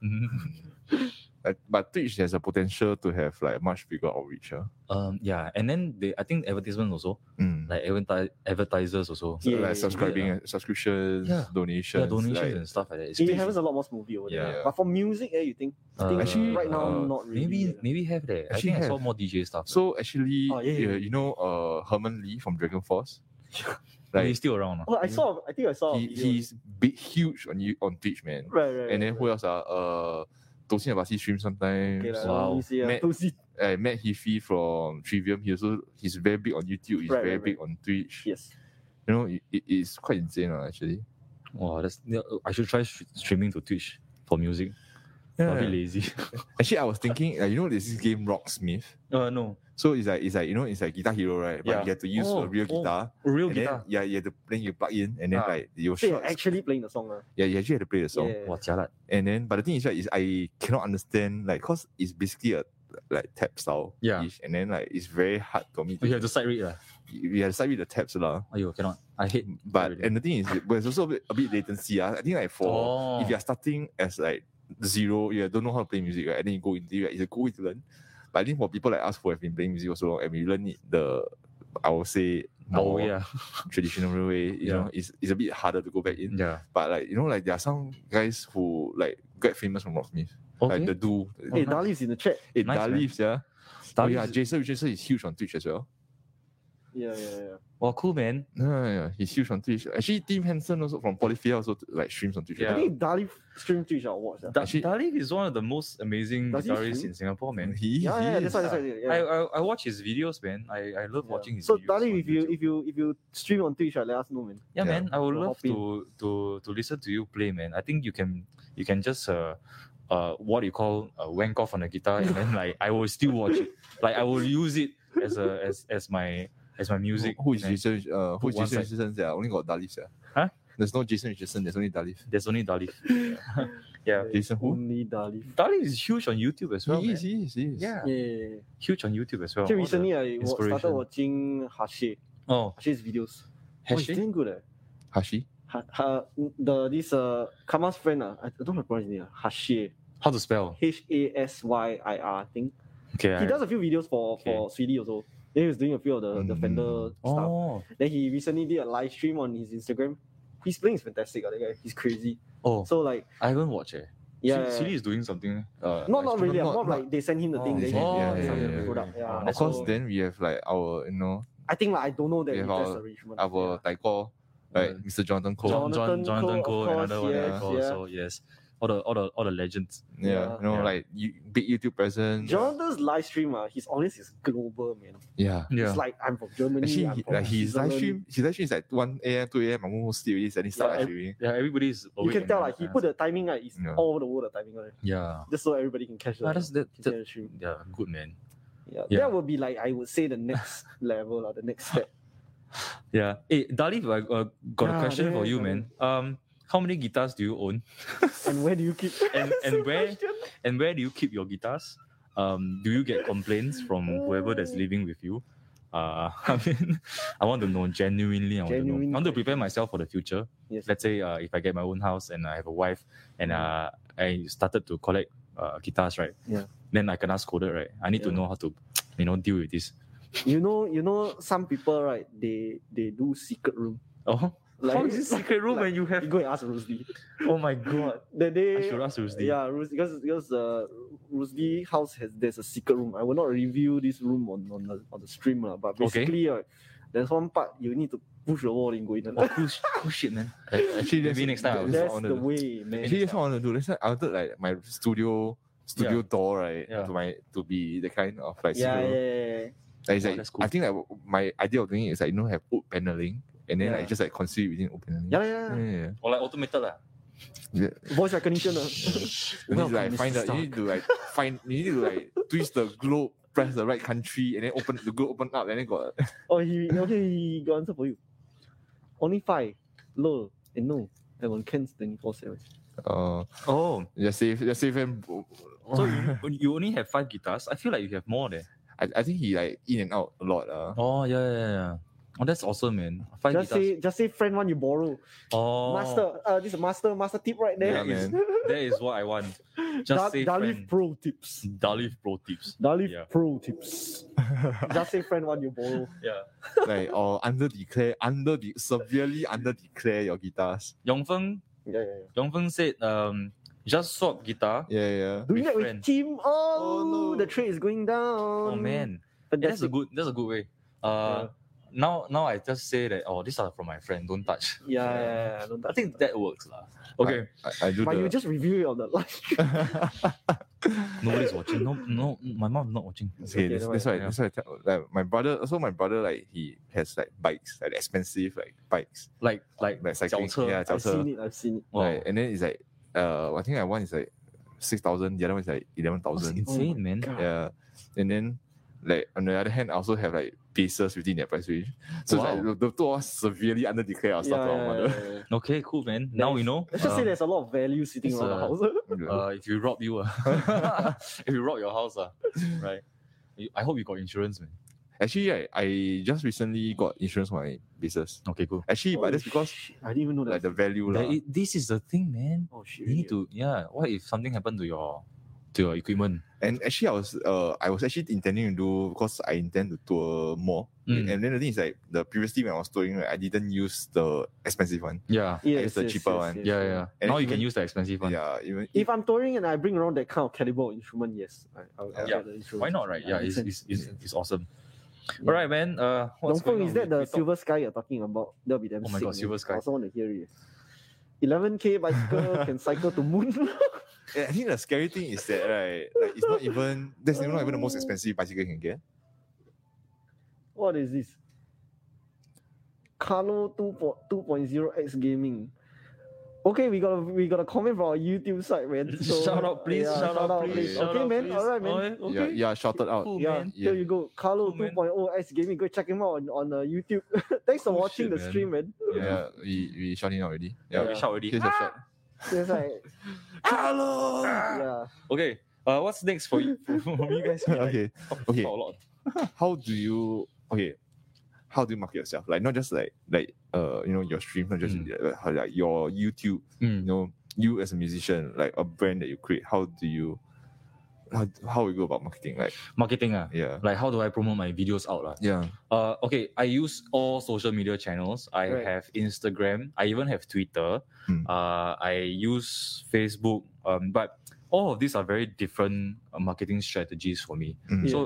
[SPEAKER 2] like, but Twitch has a potential to have like much bigger outreach. ah.
[SPEAKER 1] um yeah, and then they I think advertisements also.
[SPEAKER 2] Mm.
[SPEAKER 1] like adverti- advertisers also.
[SPEAKER 2] So,
[SPEAKER 3] Yeah, yeah,
[SPEAKER 2] like
[SPEAKER 3] yeah.
[SPEAKER 2] subscribing, subscriptions,
[SPEAKER 1] Yeah.
[SPEAKER 2] donations.
[SPEAKER 1] Yeah, donations
[SPEAKER 2] like-
[SPEAKER 1] and stuff like that. It's
[SPEAKER 3] It
[SPEAKER 1] crazy.
[SPEAKER 3] happens a lot more smoothly over there.
[SPEAKER 2] Yeah.
[SPEAKER 3] But for music, eh, you think? I think
[SPEAKER 2] Actually,
[SPEAKER 3] right now,
[SPEAKER 2] uh,
[SPEAKER 3] not really.
[SPEAKER 1] maybe
[SPEAKER 3] eh.
[SPEAKER 1] maybe have that. I
[SPEAKER 2] Actually
[SPEAKER 1] think I saw
[SPEAKER 2] have.
[SPEAKER 1] more DJ stuff.
[SPEAKER 2] So actually,
[SPEAKER 3] Oh, yeah, yeah,
[SPEAKER 2] uh,
[SPEAKER 3] yeah.
[SPEAKER 2] you know, uh, Herman Lee from Dragon Force.
[SPEAKER 1] like,
[SPEAKER 2] like
[SPEAKER 1] he's still around.
[SPEAKER 3] Oh, I saw. I think I saw. a
[SPEAKER 2] he,
[SPEAKER 3] video.
[SPEAKER 2] he's big, huge on you on Twitch, man.
[SPEAKER 3] Right, right.
[SPEAKER 2] And then
[SPEAKER 3] right,
[SPEAKER 2] who else? Uh, uh Tosin Abasi stream sometimes.
[SPEAKER 3] Okay, lah,
[SPEAKER 1] Wow.
[SPEAKER 3] let me see, ah.
[SPEAKER 2] Matt-
[SPEAKER 3] To see-
[SPEAKER 2] uh, Matt Heafy from Trivium. He also he's very big on YouTube. He's
[SPEAKER 3] Right,
[SPEAKER 2] very
[SPEAKER 3] right,
[SPEAKER 2] big on Twitch.
[SPEAKER 3] Yes.
[SPEAKER 2] You know, it, it- it's quite insane, uh, actually.
[SPEAKER 1] Wow, that's yeah, I should try sh- streaming to Twitch for music. I'll be lazy.
[SPEAKER 2] Actually, I was thinking, like, you know, there's this game Rocksmith.
[SPEAKER 1] uh no.
[SPEAKER 2] So it's like it's like you know it's like Guitar Hero, right? But
[SPEAKER 1] Yeah.
[SPEAKER 2] you have to use
[SPEAKER 1] Oh,
[SPEAKER 2] a real
[SPEAKER 1] oh.
[SPEAKER 2] guitar.
[SPEAKER 1] Real
[SPEAKER 2] and then,
[SPEAKER 1] guitar.
[SPEAKER 2] yeah, you have to then you plug in and then
[SPEAKER 1] Ah.
[SPEAKER 2] like your
[SPEAKER 3] So you're
[SPEAKER 2] shots-
[SPEAKER 3] actually playing the song, ah.
[SPEAKER 2] Yeah, you actually have to play the song.
[SPEAKER 3] Yeah.
[SPEAKER 1] Wow, jialat.
[SPEAKER 2] And then, but the thing is, right, is I cannot understand, like, cause it's basically a like tap style.
[SPEAKER 1] Yeah.
[SPEAKER 2] And then like it's very hard for me. To,
[SPEAKER 1] You have to side read lah.
[SPEAKER 2] you have to start with the taps lah.
[SPEAKER 1] Oh, you cannot. I hate.
[SPEAKER 2] But
[SPEAKER 1] Really?
[SPEAKER 2] and the thing is, but it's also a bit, a bit latency. Ah, I think like for
[SPEAKER 1] oh.
[SPEAKER 2] if you're starting as like zero, you don't know how to play music, right? And then you go into it, right, it's a cool way to learn. But I think for people like us who have been playing music for so long and we learn it the I would say
[SPEAKER 1] oh
[SPEAKER 2] more
[SPEAKER 1] yeah.
[SPEAKER 2] traditional way, you
[SPEAKER 1] Yeah. Mm.
[SPEAKER 2] know, it's, it's a bit harder to go back in.
[SPEAKER 1] Yeah.
[SPEAKER 2] But like you know, like there are some guys who like get famous from Rocksmith. Like the
[SPEAKER 1] Okay. Oh,
[SPEAKER 2] duo.
[SPEAKER 3] Hey,
[SPEAKER 1] nice.
[SPEAKER 3] Dali's in the chat.
[SPEAKER 2] It
[SPEAKER 1] nice,
[SPEAKER 2] nice,
[SPEAKER 1] man.
[SPEAKER 2] leaves, yeah. Oh, yeah,
[SPEAKER 1] Studies-
[SPEAKER 2] Jason Jason is huge on Twitch as well.
[SPEAKER 3] Yeah, yeah, yeah.
[SPEAKER 1] Wow, cool man.
[SPEAKER 2] No, yeah, yeah, he's huge on Twitch. Actually, Tim Henson also from Polyphia also like streams on Twitch.
[SPEAKER 1] Yeah.
[SPEAKER 3] I think Dali stream Twitch I'll watch. ah.
[SPEAKER 1] Da-
[SPEAKER 2] Actually-
[SPEAKER 1] Dali is one of the most amazing
[SPEAKER 3] Does he
[SPEAKER 1] guitarists
[SPEAKER 3] stream?
[SPEAKER 1] in Singapore, man.
[SPEAKER 2] man, he,
[SPEAKER 3] Yeah,
[SPEAKER 2] he
[SPEAKER 3] yeah,
[SPEAKER 2] is.
[SPEAKER 3] that's why, that's why.
[SPEAKER 1] I,
[SPEAKER 3] Yeah.
[SPEAKER 1] I I watch his videos, man. ah. I, I love
[SPEAKER 3] Yeah.
[SPEAKER 1] watching his
[SPEAKER 3] so
[SPEAKER 1] videos.
[SPEAKER 3] Dali,
[SPEAKER 1] on
[SPEAKER 3] if you
[SPEAKER 1] YouTube.
[SPEAKER 3] if you if you stream on Twitch, ah, let us know, man.
[SPEAKER 1] yeah,
[SPEAKER 2] Yeah.
[SPEAKER 1] man, I would
[SPEAKER 3] We'll
[SPEAKER 1] love
[SPEAKER 3] hop in.
[SPEAKER 1] to to to listen to you play, man. I think you can you can just uh uh what you call uh, wank off on the guitar, and then like I will still watch it. Like I will use it as a as as my as my music.
[SPEAKER 2] Who, who is
[SPEAKER 1] and
[SPEAKER 2] Jason? Uh, who is
[SPEAKER 1] one
[SPEAKER 2] Jason
[SPEAKER 1] side.
[SPEAKER 2] Richardson? Yeah, only got Dalif. Yeah.
[SPEAKER 1] Huh?
[SPEAKER 2] There's no Jason Richardson. There's only Dalif.
[SPEAKER 1] There's only Dali. Yeah.
[SPEAKER 2] Jason who?
[SPEAKER 3] Only Dali.
[SPEAKER 1] Dali is huge on YouTube as well.
[SPEAKER 2] he
[SPEAKER 1] man.
[SPEAKER 2] is. He is. He is.
[SPEAKER 1] Yeah.
[SPEAKER 3] Yeah. yeah, yeah.
[SPEAKER 1] Huge on YouTube as well. All
[SPEAKER 3] Actually,
[SPEAKER 1] the-
[SPEAKER 3] recently I wa- started
[SPEAKER 1] inspiration.
[SPEAKER 3] watching Hashi.
[SPEAKER 1] oh,
[SPEAKER 3] Hashi's videos. Oh,
[SPEAKER 1] has
[SPEAKER 3] it's
[SPEAKER 1] she?
[SPEAKER 3] damn good, eh.
[SPEAKER 2] Hashi.
[SPEAKER 3] Ha, ha, the this uh Kama's friend uh, I don't know pronounce his name ah, Hashi
[SPEAKER 1] How to spell?
[SPEAKER 3] H A S Y I R I think
[SPEAKER 1] Okay.
[SPEAKER 3] he
[SPEAKER 1] I-
[SPEAKER 3] does a few videos for
[SPEAKER 1] Okay.
[SPEAKER 3] for Sweetie also then he was doing a few of the, the Fender stuff
[SPEAKER 1] Oh,
[SPEAKER 3] then he recently did a live stream on his Instagram his playing is fantastic ah, that guy he's crazy
[SPEAKER 1] oh,
[SPEAKER 3] so like
[SPEAKER 1] I haven't watched it.
[SPEAKER 3] yeah
[SPEAKER 1] Silly is doing something.
[SPEAKER 2] Uh,
[SPEAKER 3] not
[SPEAKER 2] like
[SPEAKER 3] not really ah,
[SPEAKER 2] not-
[SPEAKER 3] more of
[SPEAKER 2] not-
[SPEAKER 3] like they send him the thing
[SPEAKER 1] oh,
[SPEAKER 2] they
[SPEAKER 3] then
[SPEAKER 2] send-
[SPEAKER 3] he
[SPEAKER 2] yeah,
[SPEAKER 3] makes
[SPEAKER 2] yeah,
[SPEAKER 3] some
[SPEAKER 2] yeah,
[SPEAKER 3] product
[SPEAKER 1] yeah.
[SPEAKER 3] yeah
[SPEAKER 1] Of
[SPEAKER 2] Of
[SPEAKER 1] that's
[SPEAKER 2] course,
[SPEAKER 1] all.
[SPEAKER 2] then we have like our you know
[SPEAKER 3] I think like I don't know that
[SPEAKER 2] We
[SPEAKER 3] he
[SPEAKER 2] have
[SPEAKER 3] does
[SPEAKER 2] our-
[SPEAKER 3] arrangement
[SPEAKER 2] our
[SPEAKER 3] yeah.
[SPEAKER 2] Taiko, right? Mr. Jonathan Cole.
[SPEAKER 3] John-
[SPEAKER 1] Jonathan, Jonathan
[SPEAKER 3] Jonathan
[SPEAKER 1] Cole,
[SPEAKER 3] Cole, of
[SPEAKER 1] another one.
[SPEAKER 2] course,
[SPEAKER 1] that I
[SPEAKER 2] yes,
[SPEAKER 1] call,
[SPEAKER 3] yeah.
[SPEAKER 1] So yes, all the all the all the legends.
[SPEAKER 2] Yeah,
[SPEAKER 3] Yeah.
[SPEAKER 2] you know,
[SPEAKER 1] Yeah.
[SPEAKER 2] like you, big YouTube presence.
[SPEAKER 3] Jonathan's live stream, ah, his audience is global, man.
[SPEAKER 2] Yeah.
[SPEAKER 1] Yeah,
[SPEAKER 3] It's like I'm from Germany.
[SPEAKER 2] Actually,
[SPEAKER 3] I'm
[SPEAKER 2] he,
[SPEAKER 3] from
[SPEAKER 2] like his live
[SPEAKER 3] Switzerland.
[SPEAKER 2] stream, his live stream is like 1 a.m., 2 a.m., I'm almost sleep already, then he start
[SPEAKER 3] Yeah,
[SPEAKER 2] live
[SPEAKER 3] and-
[SPEAKER 2] streaming.
[SPEAKER 1] yeah, everybody's.
[SPEAKER 3] You can
[SPEAKER 1] awake
[SPEAKER 3] tell
[SPEAKER 1] and-
[SPEAKER 3] like he put the timing like it's
[SPEAKER 2] Yeah.
[SPEAKER 3] all over the world the timing right.
[SPEAKER 1] Yeah,
[SPEAKER 3] Just so everybody can catch the,
[SPEAKER 1] Ah, that's that,
[SPEAKER 3] can
[SPEAKER 1] that-
[SPEAKER 3] catch the stream.
[SPEAKER 1] yeah, good man.
[SPEAKER 3] Yeah.
[SPEAKER 1] Yeah.
[SPEAKER 3] That would be like I would say the next level or the next step.
[SPEAKER 1] Yeah. Hey, Dalif, I uh, got a
[SPEAKER 3] Yeah,
[SPEAKER 1] question for
[SPEAKER 3] there,
[SPEAKER 1] you,
[SPEAKER 3] I
[SPEAKER 1] man. Um, how many guitars do you own,
[SPEAKER 3] And where do you keep
[SPEAKER 1] And-
[SPEAKER 3] That's
[SPEAKER 1] and
[SPEAKER 3] the
[SPEAKER 1] where-
[SPEAKER 3] question.
[SPEAKER 1] and where do you keep your guitars? Um, do you get complaints from whoever that's living with you? Uh, I mean, I want to know genuinely. I want to
[SPEAKER 3] Genuine
[SPEAKER 1] know. I want to prepare myself for the future.
[SPEAKER 3] Yes.
[SPEAKER 1] Let's say uh, if I get my own house and I have a wife
[SPEAKER 3] Mm.
[SPEAKER 1] and uh, I started to collect uh, guitars, right?
[SPEAKER 3] Yeah.
[SPEAKER 1] Then I can ask coded, right? I need to
[SPEAKER 3] Yeah.
[SPEAKER 1] know how to, you know, deal with this.
[SPEAKER 3] You know, you know some people right, they they do secret room.
[SPEAKER 1] Oh,
[SPEAKER 3] Like,
[SPEAKER 1] how is this secret room
[SPEAKER 3] like-
[SPEAKER 1] when you
[SPEAKER 3] you
[SPEAKER 1] have?
[SPEAKER 3] go and ask Rusdi.
[SPEAKER 1] Oh my god!
[SPEAKER 3] The
[SPEAKER 1] I
[SPEAKER 3] day
[SPEAKER 1] should ask Rusdi.
[SPEAKER 3] Yeah, Rus- because because uh, Rusdi house has there's a secret room. I will not review this room on on the, on the stream lah, but
[SPEAKER 1] Okay.
[SPEAKER 3] basically uh, there's one part you need to push the wall and go in.
[SPEAKER 1] Oh, cool, sh- cool shit, man.
[SPEAKER 2] Actually, that's-
[SPEAKER 1] maybe next time I'll just
[SPEAKER 2] that's
[SPEAKER 3] That's
[SPEAKER 2] on
[SPEAKER 3] the way,
[SPEAKER 1] Maybe-
[SPEAKER 3] man.
[SPEAKER 2] Actually, that's what I want to do. That's what I wanted like my studio studio door right
[SPEAKER 1] Yeah.
[SPEAKER 2] to my to be the kind of like
[SPEAKER 3] Yeah, yeah,
[SPEAKER 2] studio.
[SPEAKER 3] yeah, yeah.
[SPEAKER 2] Like,
[SPEAKER 1] Oh,
[SPEAKER 2] it's like,
[SPEAKER 1] that's cool.
[SPEAKER 2] I think like my idea of doing it is like you know have wood paneling and then
[SPEAKER 3] Yeah.
[SPEAKER 2] like just like conceal it within wood paneling.
[SPEAKER 3] Yeah, yeah, yeah.
[SPEAKER 2] yeah.
[SPEAKER 1] Or like automated lah. Mm.
[SPEAKER 3] Voice recognition. ah.
[SPEAKER 2] You need to like
[SPEAKER 1] Welcome,
[SPEAKER 2] find
[SPEAKER 1] Mr.
[SPEAKER 2] out, you need to like find you need to like twist the globe, press the right country, and then open the globe open up, and then got
[SPEAKER 3] oh, he okay. He got answer for you. Only five. Low and no. And on Ken's twenty four seven.
[SPEAKER 2] uh
[SPEAKER 1] Oh,
[SPEAKER 2] just save just save him.
[SPEAKER 1] so you, you only have five guitars? I feel like you have more there.
[SPEAKER 2] I, I think he like in and out a lot. Uh.
[SPEAKER 1] Oh yeah, yeah, yeah. Oh, that's awesome, man. Five
[SPEAKER 3] Just
[SPEAKER 1] guitars.
[SPEAKER 3] say, just say, friend one you borrow.
[SPEAKER 1] oh,
[SPEAKER 3] Master, uh, this is master, master tip right there.
[SPEAKER 2] Yeah, man.
[SPEAKER 1] That is what I want.
[SPEAKER 3] Da-
[SPEAKER 1] Just say
[SPEAKER 3] Dalif
[SPEAKER 1] friend.
[SPEAKER 3] Pro tips.
[SPEAKER 1] Dalif Pro tips.
[SPEAKER 3] Dalif
[SPEAKER 1] Yeah.
[SPEAKER 3] Pro tips. Just say friend one you borrow.
[SPEAKER 1] Yeah.
[SPEAKER 2] like or under declare, under de- severely under declare your guitars.
[SPEAKER 1] Yongfeng
[SPEAKER 3] Yeah, yeah, yeah.
[SPEAKER 1] Yongfeng said, um, just swap guitar.
[SPEAKER 2] Yeah, yeah.
[SPEAKER 3] Doing
[SPEAKER 1] With
[SPEAKER 3] that
[SPEAKER 1] friend.
[SPEAKER 3] with Kim. Oh,
[SPEAKER 2] Oh, no.
[SPEAKER 3] the trade is going down.
[SPEAKER 1] Oh man, Eh, that's
[SPEAKER 3] Fantastic.
[SPEAKER 1] a good that's a good way. Uh, now now I just say that. Oh, these are from my friend. Don't touch.
[SPEAKER 3] Yeah, yeah, yeah, yeah, don't
[SPEAKER 1] I
[SPEAKER 3] touch,
[SPEAKER 1] think
[SPEAKER 3] don't touch.
[SPEAKER 1] that works lah. Okay,
[SPEAKER 2] I, I do
[SPEAKER 3] But
[SPEAKER 2] the,
[SPEAKER 3] you just review it on the live stream.
[SPEAKER 1] nobody's watching. No, no, my mom not watching.
[SPEAKER 2] Okay,
[SPEAKER 3] Okay,
[SPEAKER 2] that's,
[SPEAKER 3] never
[SPEAKER 2] that's why
[SPEAKER 1] mind.
[SPEAKER 2] that's why I tell like my brother also my brother like he has like bikes, like expensive like bikes.
[SPEAKER 1] Like like
[SPEAKER 2] Like cycling.
[SPEAKER 1] 脚车。
[SPEAKER 2] Yeah,
[SPEAKER 3] I've
[SPEAKER 2] 脚车.
[SPEAKER 3] seen it. I've seen it.
[SPEAKER 1] wow,
[SPEAKER 2] Right, and then it's like uh I think like one is like six thousand, the other one is like eleven
[SPEAKER 3] Oh,
[SPEAKER 1] that's
[SPEAKER 2] thousand.
[SPEAKER 1] insane, man.
[SPEAKER 3] God.
[SPEAKER 2] Yeah. And then like on the other hand, I also have like bases within their price range. So it's
[SPEAKER 1] Wow.
[SPEAKER 2] like the, the two of us severely under declare our stuff
[SPEAKER 3] Yeah,
[SPEAKER 2] to our
[SPEAKER 3] yeah,
[SPEAKER 2] mother.
[SPEAKER 3] yeah, yeah.
[SPEAKER 1] Okay, cool, man. Now we know.
[SPEAKER 3] Let's just say
[SPEAKER 1] Um,
[SPEAKER 3] there's a lot of value sitting
[SPEAKER 1] it's
[SPEAKER 3] around
[SPEAKER 1] a-
[SPEAKER 3] the house.
[SPEAKER 1] uh, if we rob you, uh, if we rob your house, uh, right? You- I hope you got insurance, man.
[SPEAKER 2] Actually, I, I just recently got insurance for my bases.
[SPEAKER 1] Okay, cool.
[SPEAKER 2] Actually, but
[SPEAKER 3] Holy
[SPEAKER 2] that's because
[SPEAKER 3] Oh, shit, I didn't even know that.
[SPEAKER 2] like the value
[SPEAKER 1] That
[SPEAKER 2] lah.
[SPEAKER 1] i- this is the thing, man.
[SPEAKER 3] oh shit!
[SPEAKER 1] You need to, yeah. What if something happened to your to your equipment?
[SPEAKER 2] And actually, I was uh I was actually intending to do because I intend to tour more.
[SPEAKER 1] Mm.
[SPEAKER 2] And then the thing is like the previously when I was touring, like, I didn't use the expensive one.
[SPEAKER 1] Yeah,
[SPEAKER 3] Yes,
[SPEAKER 2] it's the
[SPEAKER 3] yes,
[SPEAKER 2] cheaper
[SPEAKER 3] yes,
[SPEAKER 2] one.
[SPEAKER 3] yes,
[SPEAKER 1] yeah,
[SPEAKER 3] yes.
[SPEAKER 1] yeah.
[SPEAKER 2] And
[SPEAKER 1] now you can
[SPEAKER 2] even-
[SPEAKER 1] use the expensive one.
[SPEAKER 2] Yeah, even
[SPEAKER 3] If I'm touring and I bring around that kind of caliber of instrument, yes, I, I'll, I'll
[SPEAKER 1] Yeah.
[SPEAKER 3] get the instrument.
[SPEAKER 1] Why not, right? Yeah,
[SPEAKER 3] makes
[SPEAKER 1] it's
[SPEAKER 3] sense.
[SPEAKER 1] it's, it's, it's awesome.
[SPEAKER 3] Yeah.
[SPEAKER 1] All right, man. Uh, what's
[SPEAKER 3] Dongfeng,
[SPEAKER 1] going
[SPEAKER 3] is
[SPEAKER 1] on?
[SPEAKER 3] that
[SPEAKER 1] We-
[SPEAKER 3] the
[SPEAKER 1] we talk-
[SPEAKER 3] silver sky you're talking about? That'll be them.
[SPEAKER 1] Oh my
[SPEAKER 3] sick,
[SPEAKER 1] God,
[SPEAKER 3] man.
[SPEAKER 1] Silver Sky.
[SPEAKER 3] I also want to hear it. 11k bicycle can cycle to moon.
[SPEAKER 2] And I think the scary thing is that right, like it's not even that's not even the most expensive bicycle you can get.
[SPEAKER 3] what is this? Carlo 2.0 X Gaming. Okay, we got a we got a comment from our YouTube side, man. So,
[SPEAKER 1] shout out, please.
[SPEAKER 3] yeah,
[SPEAKER 1] shout, out, please.
[SPEAKER 2] please.
[SPEAKER 1] Shout
[SPEAKER 3] okay,
[SPEAKER 1] out,
[SPEAKER 3] man.
[SPEAKER 1] please.
[SPEAKER 3] All right, man.
[SPEAKER 1] Alright,
[SPEAKER 2] Yeah,
[SPEAKER 1] Okay.
[SPEAKER 2] yeah, shouted out.
[SPEAKER 1] Cool,
[SPEAKER 3] yeah,
[SPEAKER 1] man.
[SPEAKER 2] Yeah.
[SPEAKER 3] there you go. Carlo
[SPEAKER 1] Cool, man.
[SPEAKER 3] 2.0 X Gaming. Go check him out on, on uh, YouTube. Thanks for
[SPEAKER 1] Cool
[SPEAKER 3] watching
[SPEAKER 1] Oh, shit,
[SPEAKER 3] the
[SPEAKER 1] man.
[SPEAKER 3] stream, man.
[SPEAKER 2] Yeah, we, we shot him out already. Yeah,
[SPEAKER 1] We
[SPEAKER 2] yeah.
[SPEAKER 1] shout already.
[SPEAKER 2] Here's a shot.
[SPEAKER 3] It's like,
[SPEAKER 2] Carlo!
[SPEAKER 3] yeah.
[SPEAKER 1] Okay. Uh, what's next for you? For you guys? We, like,
[SPEAKER 2] okay.
[SPEAKER 1] talk-
[SPEAKER 2] Okay.
[SPEAKER 1] talk A lot.
[SPEAKER 2] How do you okay? How do you market yourself? Like not just like like uh you know your stream, not just
[SPEAKER 1] Mm.
[SPEAKER 2] uh, how- like your YouTube, you
[SPEAKER 1] Mm.
[SPEAKER 2] know, you as a musician, like a brand that you create, how do you how, how we go about marketing? Like
[SPEAKER 1] Marketing, ah.
[SPEAKER 2] yeah.
[SPEAKER 1] like how do I promote my videos out lah?
[SPEAKER 2] Yeah.
[SPEAKER 1] Uh, okay, I use all social media channels. I
[SPEAKER 3] Right.
[SPEAKER 1] have Instagram. I even have Twitter.
[SPEAKER 2] Hmm.
[SPEAKER 1] Uh, I use Facebook. Um, but all of these are very different uh, marketing strategies for me.
[SPEAKER 2] Mm.
[SPEAKER 3] Yeah.
[SPEAKER 1] So,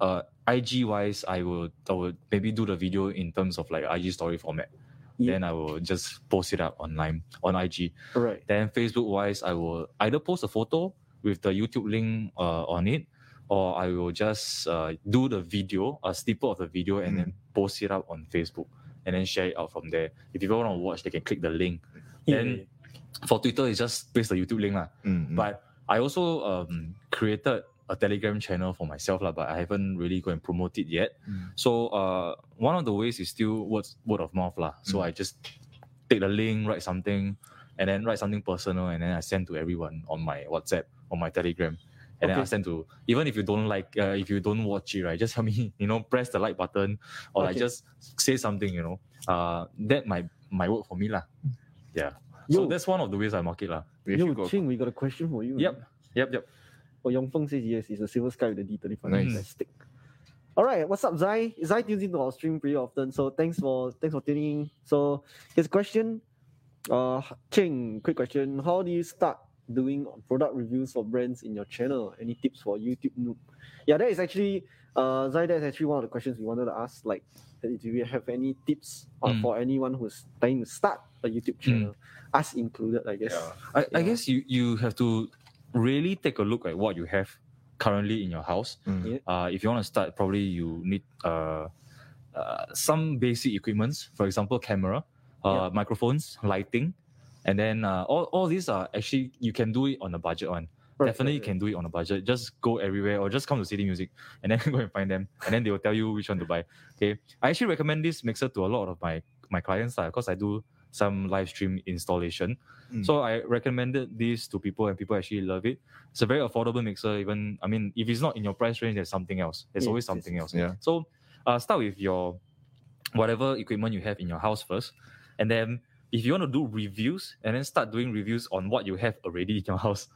[SPEAKER 1] uh, IG wise, I would I would maybe do the video in terms of like IG story format.
[SPEAKER 3] Yeah.
[SPEAKER 1] Then I will just post it up online on IG.
[SPEAKER 3] Right.
[SPEAKER 1] Then Facebook wise, I will either post a photo with the YouTube link uh, on it, or I will just uh, do the video, a snippet of the video, and then post it up on Facebook, and then share it out from there. If people want to watch, they can click the link. Then for Twitter, it's just paste the YouTube link lah.
[SPEAKER 2] Mm, mm.
[SPEAKER 1] But I also um, created a Telegram channel for myself lah, but I haven't really go and promote it yet.
[SPEAKER 2] Mm.
[SPEAKER 1] So uh, one of the ways is still word word of mouth lah. So I
[SPEAKER 2] Mm.
[SPEAKER 1] just take the link, write something, and then write something personal, and then I send to everyone on my WhatsApp, on my Telegram. And then I
[SPEAKER 3] Okay.
[SPEAKER 1] send to even if you don't like, uh, if you don't watch it, right? Just help me, you know, press the like button, or like
[SPEAKER 3] Okay.
[SPEAKER 1] just say something, you know. Uh, that might might work for me lah. Yeah. so
[SPEAKER 3] Yo,
[SPEAKER 1] that's one of the ways I market lah.
[SPEAKER 2] We
[SPEAKER 3] yo,
[SPEAKER 2] actually got-
[SPEAKER 3] Ching, we got a question for you.
[SPEAKER 1] Yep. Yep. Yep.
[SPEAKER 3] Oh, Yong Feng says yes, it's a silver sky with a D35.
[SPEAKER 2] Nice.
[SPEAKER 3] Fantastic. All right, what's up, Zai? Zai tunes into our stream pretty often, so thanks for thanks for tuning. in. So his question, uh, Cheng, quick question: How do you start doing product reviews for brands in your channel? Any tips for YouTube noob? Yeah, that is actually uh, Zai. That's actually one of the questions we wanted to ask. Like, do you have any tips or
[SPEAKER 1] Mm.
[SPEAKER 3] for anyone who's trying to start a YouTube channel, us included, I guess.
[SPEAKER 2] Yeah.
[SPEAKER 1] I, I
[SPEAKER 3] Yeah.
[SPEAKER 1] guess you, you have to really take a look at what you have currently in your house.
[SPEAKER 2] Mm.
[SPEAKER 3] Yeah.
[SPEAKER 1] Uh, if you want to start, probably you need uh, uh, some basic equipments, for example, camera, uh, microphones, lighting, and then uh, all, all these are actually you can do it on a budget one.
[SPEAKER 3] Right,
[SPEAKER 1] Definitely you
[SPEAKER 3] right, right.
[SPEAKER 1] can do it on a budget. Just go everywhere or just come to City Music and then go and find them and then they will tell you which one to buy. Okay. I actually recommend this mixer to a lot of my my clients because I do some live stream installation.
[SPEAKER 3] Hmm.
[SPEAKER 2] Mm.
[SPEAKER 1] So I recommended this to people and people actually love it. It's a very affordable mixer. Even I mean, if it's not in your price range, there's something else. There's
[SPEAKER 3] Yes,
[SPEAKER 1] always
[SPEAKER 3] yes,
[SPEAKER 1] something
[SPEAKER 3] yes.
[SPEAKER 1] else.
[SPEAKER 2] Yeah.
[SPEAKER 1] So uh, start with your whatever equipment you have in your house first, and then if you want to do reviews, and then start doing reviews on what you have already in your house.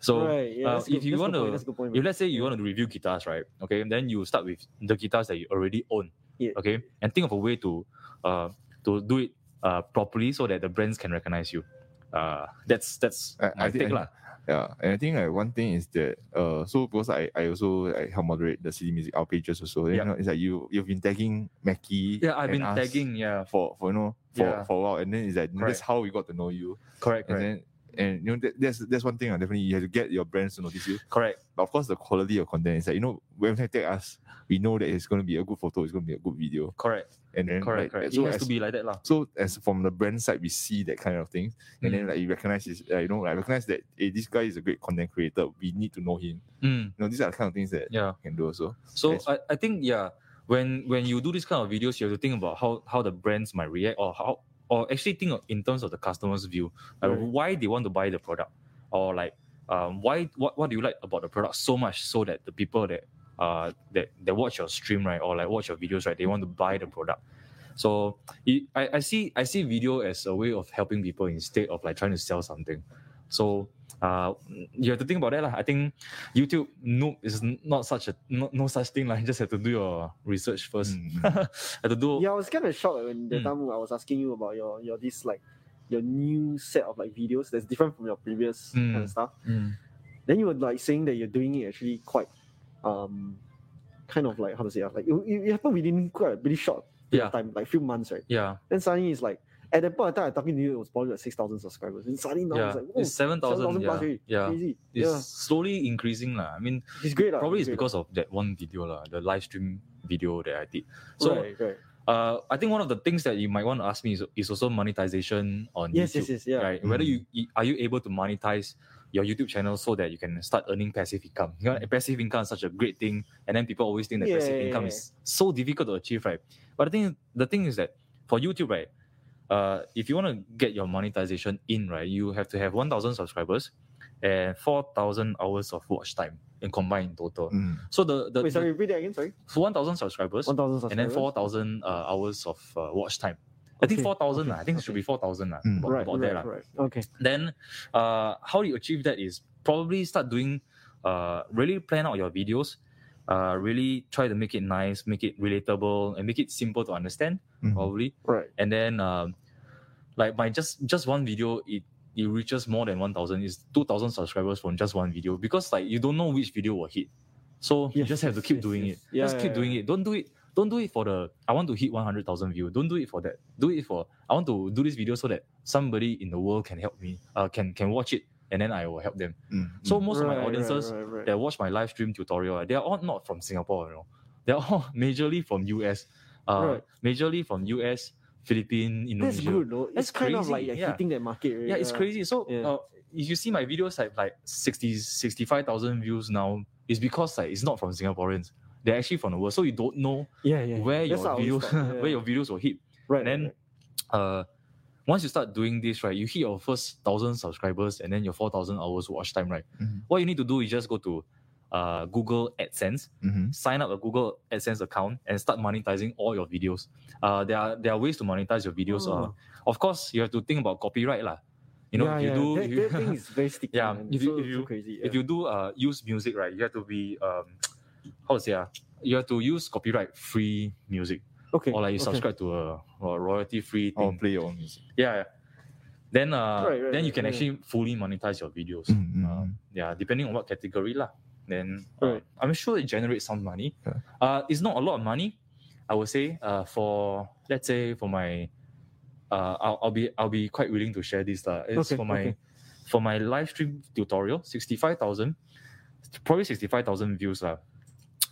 [SPEAKER 1] So
[SPEAKER 3] right, yeah,
[SPEAKER 1] uh,
[SPEAKER 3] that's a good-
[SPEAKER 1] if you
[SPEAKER 3] that's a
[SPEAKER 1] want
[SPEAKER 3] good point,
[SPEAKER 1] to-
[SPEAKER 3] that's a good point,
[SPEAKER 1] if
[SPEAKER 3] man.
[SPEAKER 1] let's say you
[SPEAKER 3] Yeah.
[SPEAKER 1] want to review guitars, right? Okay, then you start with the guitars that you already own.
[SPEAKER 3] Yeah.
[SPEAKER 1] Okay, and think of a way to uh to do it uh properly so that the brands can recognize you. Uh, that's that's
[SPEAKER 2] I- I
[SPEAKER 1] my
[SPEAKER 2] did-
[SPEAKER 1] take
[SPEAKER 2] I-
[SPEAKER 1] lah.
[SPEAKER 2] Yeah, and I think like one thing is that uh, so because I, I also I help moderate the city music out pages also. You
[SPEAKER 1] Yup.
[SPEAKER 2] know, it's like you you've been tagging Mackie.
[SPEAKER 1] Yeah, I've been
[SPEAKER 2] and us
[SPEAKER 1] tagging. Yeah,
[SPEAKER 2] for for you know for,
[SPEAKER 1] Yeah.
[SPEAKER 2] for a while, and then it's like
[SPEAKER 1] Correct.
[SPEAKER 2] that's how we got to know you.
[SPEAKER 1] correct, correct,
[SPEAKER 2] And then and you know that, that's that's one thing. Uh, definitely, you have to get your brands to notice you.
[SPEAKER 1] correct.
[SPEAKER 2] But of course, the quality of content is like you know when they tag us, we know that it's going to be a good photo, it's going to be a good video,
[SPEAKER 1] Correct,
[SPEAKER 2] and then
[SPEAKER 1] correct,
[SPEAKER 2] like,
[SPEAKER 1] correct.
[SPEAKER 2] So
[SPEAKER 1] it has
[SPEAKER 2] as,
[SPEAKER 1] to be like that, lah.
[SPEAKER 2] so as from the brand side, we see that kind of thing, and
[SPEAKER 1] Mm.
[SPEAKER 2] then like you recognize his, uh, you know, like recognize that hey, this guy is a great content creator. We need to know him.
[SPEAKER 1] Mm,
[SPEAKER 2] You know, these are the kind of things that
[SPEAKER 1] yeah.
[SPEAKER 2] you can do also.
[SPEAKER 1] So
[SPEAKER 2] Yes.
[SPEAKER 1] I, I think yeah, when when you do this kind of videos, you have to think about how how the brands might react or how or actually think of, in terms of the customer's view, like
[SPEAKER 3] Right.
[SPEAKER 1] why they want to buy the product or like um, why what what do you like about the product so much so that the people that uh that that watch your stream right or like watch your videos right they want to buy the product. So it, I, I see I see video as a way of helping people instead of like trying to sell something. So uh, you have to think about that. lah. I think YouTube noob is n- not such a no, no such thing. Like you just have to do your research first.
[SPEAKER 2] Mm.
[SPEAKER 1] have to do
[SPEAKER 3] Yeah, I was kind of shocked when
[SPEAKER 1] Mm.
[SPEAKER 3] the time I was asking you about your your this like your new set of like videos that's different from your previous kind
[SPEAKER 1] Mm.
[SPEAKER 3] of stuff.
[SPEAKER 1] Mm.
[SPEAKER 3] Then you were like saying that you're doing it actually quite, um, kind of like how to say ah, like it, it it happened within quite a pretty short period of time, like few months, right?
[SPEAKER 1] yeah
[SPEAKER 3] Then suddenly it's like at that point of time I'm talking to you, it was probably like six thousand subscribers. And suddenly now
[SPEAKER 1] yeah.
[SPEAKER 3] it's like whoa,
[SPEAKER 1] It's seven thousand.
[SPEAKER 3] 7,000 plus
[SPEAKER 1] Yeah,
[SPEAKER 3] already.
[SPEAKER 1] yeah.
[SPEAKER 3] crazy.
[SPEAKER 1] It's
[SPEAKER 3] yeah,
[SPEAKER 1] slowly increasing lah. I mean,
[SPEAKER 3] it's great. lah,
[SPEAKER 1] probably
[SPEAKER 3] he's
[SPEAKER 1] it's
[SPEAKER 3] great lah.
[SPEAKER 1] because of that one video lah, the live stream video that I did. So
[SPEAKER 3] right, right.
[SPEAKER 1] uh, I think one of the things that you might want to ask me is, is also monetization on
[SPEAKER 3] yes,
[SPEAKER 1] YouTube.
[SPEAKER 3] yes, yes, yeah.
[SPEAKER 1] right? Whether you you- are you able to monetize your YouTube channel so that you can start earning passive income. You know, passive income is such a great thing, and then people always think that
[SPEAKER 3] Mm. Yeah,
[SPEAKER 1] passive
[SPEAKER 3] yeah,
[SPEAKER 1] income
[SPEAKER 3] yeah.
[SPEAKER 1] is so difficult to achieve, right? But I think the thing is that for YouTube, right, uh, if you want to get your monetization in, right, you have to have one thousand subscribers and four thousand hours of watch time in combined total.
[SPEAKER 2] Mm.
[SPEAKER 1] So the the,
[SPEAKER 3] Wait, sorry, repeat that again. Sorry,
[SPEAKER 1] one thousand subscribers
[SPEAKER 3] one thousand subscribers.
[SPEAKER 1] and then 4,000 uh, hours of uh, watch time. I think
[SPEAKER 3] Okay,
[SPEAKER 1] 4,000, lah.
[SPEAKER 3] okay,
[SPEAKER 1] I think it should be
[SPEAKER 3] okay.
[SPEAKER 1] 4,000 lah,
[SPEAKER 2] Mm.
[SPEAKER 1] about,
[SPEAKER 3] Right,
[SPEAKER 1] about
[SPEAKER 3] right,
[SPEAKER 1] that. lah.
[SPEAKER 3] right. Okay.
[SPEAKER 1] Then uh, how you achieve that is probably start doing, uh, really plan out your videos, uh, really try to make it nice, make it relatable, and make it simple to understand,
[SPEAKER 2] Mm.
[SPEAKER 1] probably.
[SPEAKER 3] Right.
[SPEAKER 1] And then, um, like by just just one video, it it reaches more than 1,000. It's 2,000 subscribers from just one video because like you don't know which video will hit. So you
[SPEAKER 3] Yes,
[SPEAKER 1] just have to
[SPEAKER 3] yes,
[SPEAKER 1] keep
[SPEAKER 3] yes,
[SPEAKER 1] doing
[SPEAKER 3] yes.
[SPEAKER 1] it.
[SPEAKER 3] Yeah,
[SPEAKER 1] just
[SPEAKER 3] yeah,
[SPEAKER 1] keep doing
[SPEAKER 3] yeah.
[SPEAKER 1] it. Don't do it. Don't do it for the I want to hit 100,000 view. Don't do it for that. Do it for I want to do this video so that somebody in the world can help me. Uh, can can watch it and then I will help them.
[SPEAKER 2] Mm,
[SPEAKER 1] So
[SPEAKER 2] mm.
[SPEAKER 1] most of my
[SPEAKER 3] Right, right,
[SPEAKER 1] audiences
[SPEAKER 3] right, right.
[SPEAKER 1] that watch my live stream tutorial, right, they are all not from Singapore, you know. They're all majorly from US. Uh,
[SPEAKER 3] Right.
[SPEAKER 1] majorly from US, Philippines,
[SPEAKER 3] That's
[SPEAKER 1] Indonesia.
[SPEAKER 3] good, though. It's
[SPEAKER 1] That's
[SPEAKER 3] kind of like
[SPEAKER 1] crazy,
[SPEAKER 3] you're
[SPEAKER 1] yeah.
[SPEAKER 3] hitting that market, right?
[SPEAKER 1] Yeah, it's crazy. So
[SPEAKER 3] Yeah.
[SPEAKER 1] uh, if you see my videos have like 60, 65,000 views now, it's because like it's not from Singaporeans. They're actually from the world. So you don't know
[SPEAKER 3] Yeah, yeah.
[SPEAKER 1] where your
[SPEAKER 3] That's what I always
[SPEAKER 1] videos
[SPEAKER 3] thought, yeah.
[SPEAKER 1] where your videos will hit. And
[SPEAKER 3] Right.
[SPEAKER 1] then
[SPEAKER 3] right,
[SPEAKER 1] uh once you start doing this, right, you hit your first thousand subscribers and then your four thousand hours watch time, right?
[SPEAKER 2] Mhm.
[SPEAKER 1] What you need to do is just go to uh, Google AdSense,
[SPEAKER 2] Mhm.
[SPEAKER 1] sign up a Google AdSense account, and start monetizing all your videos. Uh, there are there are ways to monetize your
[SPEAKER 3] right.
[SPEAKER 1] videos. Uh,
[SPEAKER 3] Oh.
[SPEAKER 1] of course, you have to think about copyright, lah. You know,
[SPEAKER 3] yeah,
[SPEAKER 1] if you
[SPEAKER 3] yeah.
[SPEAKER 1] do,
[SPEAKER 3] that,
[SPEAKER 1] if you,
[SPEAKER 3] that thing is very sticky.
[SPEAKER 1] Yeah,
[SPEAKER 3] man.
[SPEAKER 1] if you-
[SPEAKER 3] so,
[SPEAKER 1] if
[SPEAKER 3] so
[SPEAKER 1] you-
[SPEAKER 3] crazy.
[SPEAKER 1] if you do uh, use music, right, you have to be um, how to say ah, you have to use copyright free music,
[SPEAKER 3] okay,
[SPEAKER 1] or like you
[SPEAKER 3] okay. Oh.
[SPEAKER 1] subscribe to a, royalty free
[SPEAKER 2] Or
[SPEAKER 1] thing.
[SPEAKER 2] play your own music.
[SPEAKER 1] Yeah. yeah. Then uh,
[SPEAKER 3] Right, right,
[SPEAKER 1] then you
[SPEAKER 3] right,
[SPEAKER 1] can
[SPEAKER 3] right.
[SPEAKER 1] actually fully monetize your videos.
[SPEAKER 2] Mm, mm,
[SPEAKER 1] Uh,
[SPEAKER 2] mm.
[SPEAKER 1] yeah, depending on what category lah. Then uh,
[SPEAKER 3] Right.
[SPEAKER 1] I'm sure it generates some money.
[SPEAKER 2] Yeah.
[SPEAKER 1] Uh, it's not a lot of money, I would say. Uh, for let's say for my, uh, I'll, I'll be I'll be quite willing to share this lah. It's
[SPEAKER 3] Okay,
[SPEAKER 1] for my,
[SPEAKER 3] okay.
[SPEAKER 1] for my live stream tutorial, sixty five thousand, probably sixty five thousand views lah.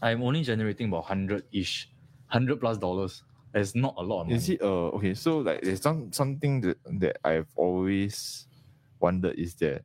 [SPEAKER 1] I'm only generating about hundred ish, hundred plus dollars. It's not a lot of money.
[SPEAKER 2] Is it uh okay? So like, there's some something that that I've always wondered is that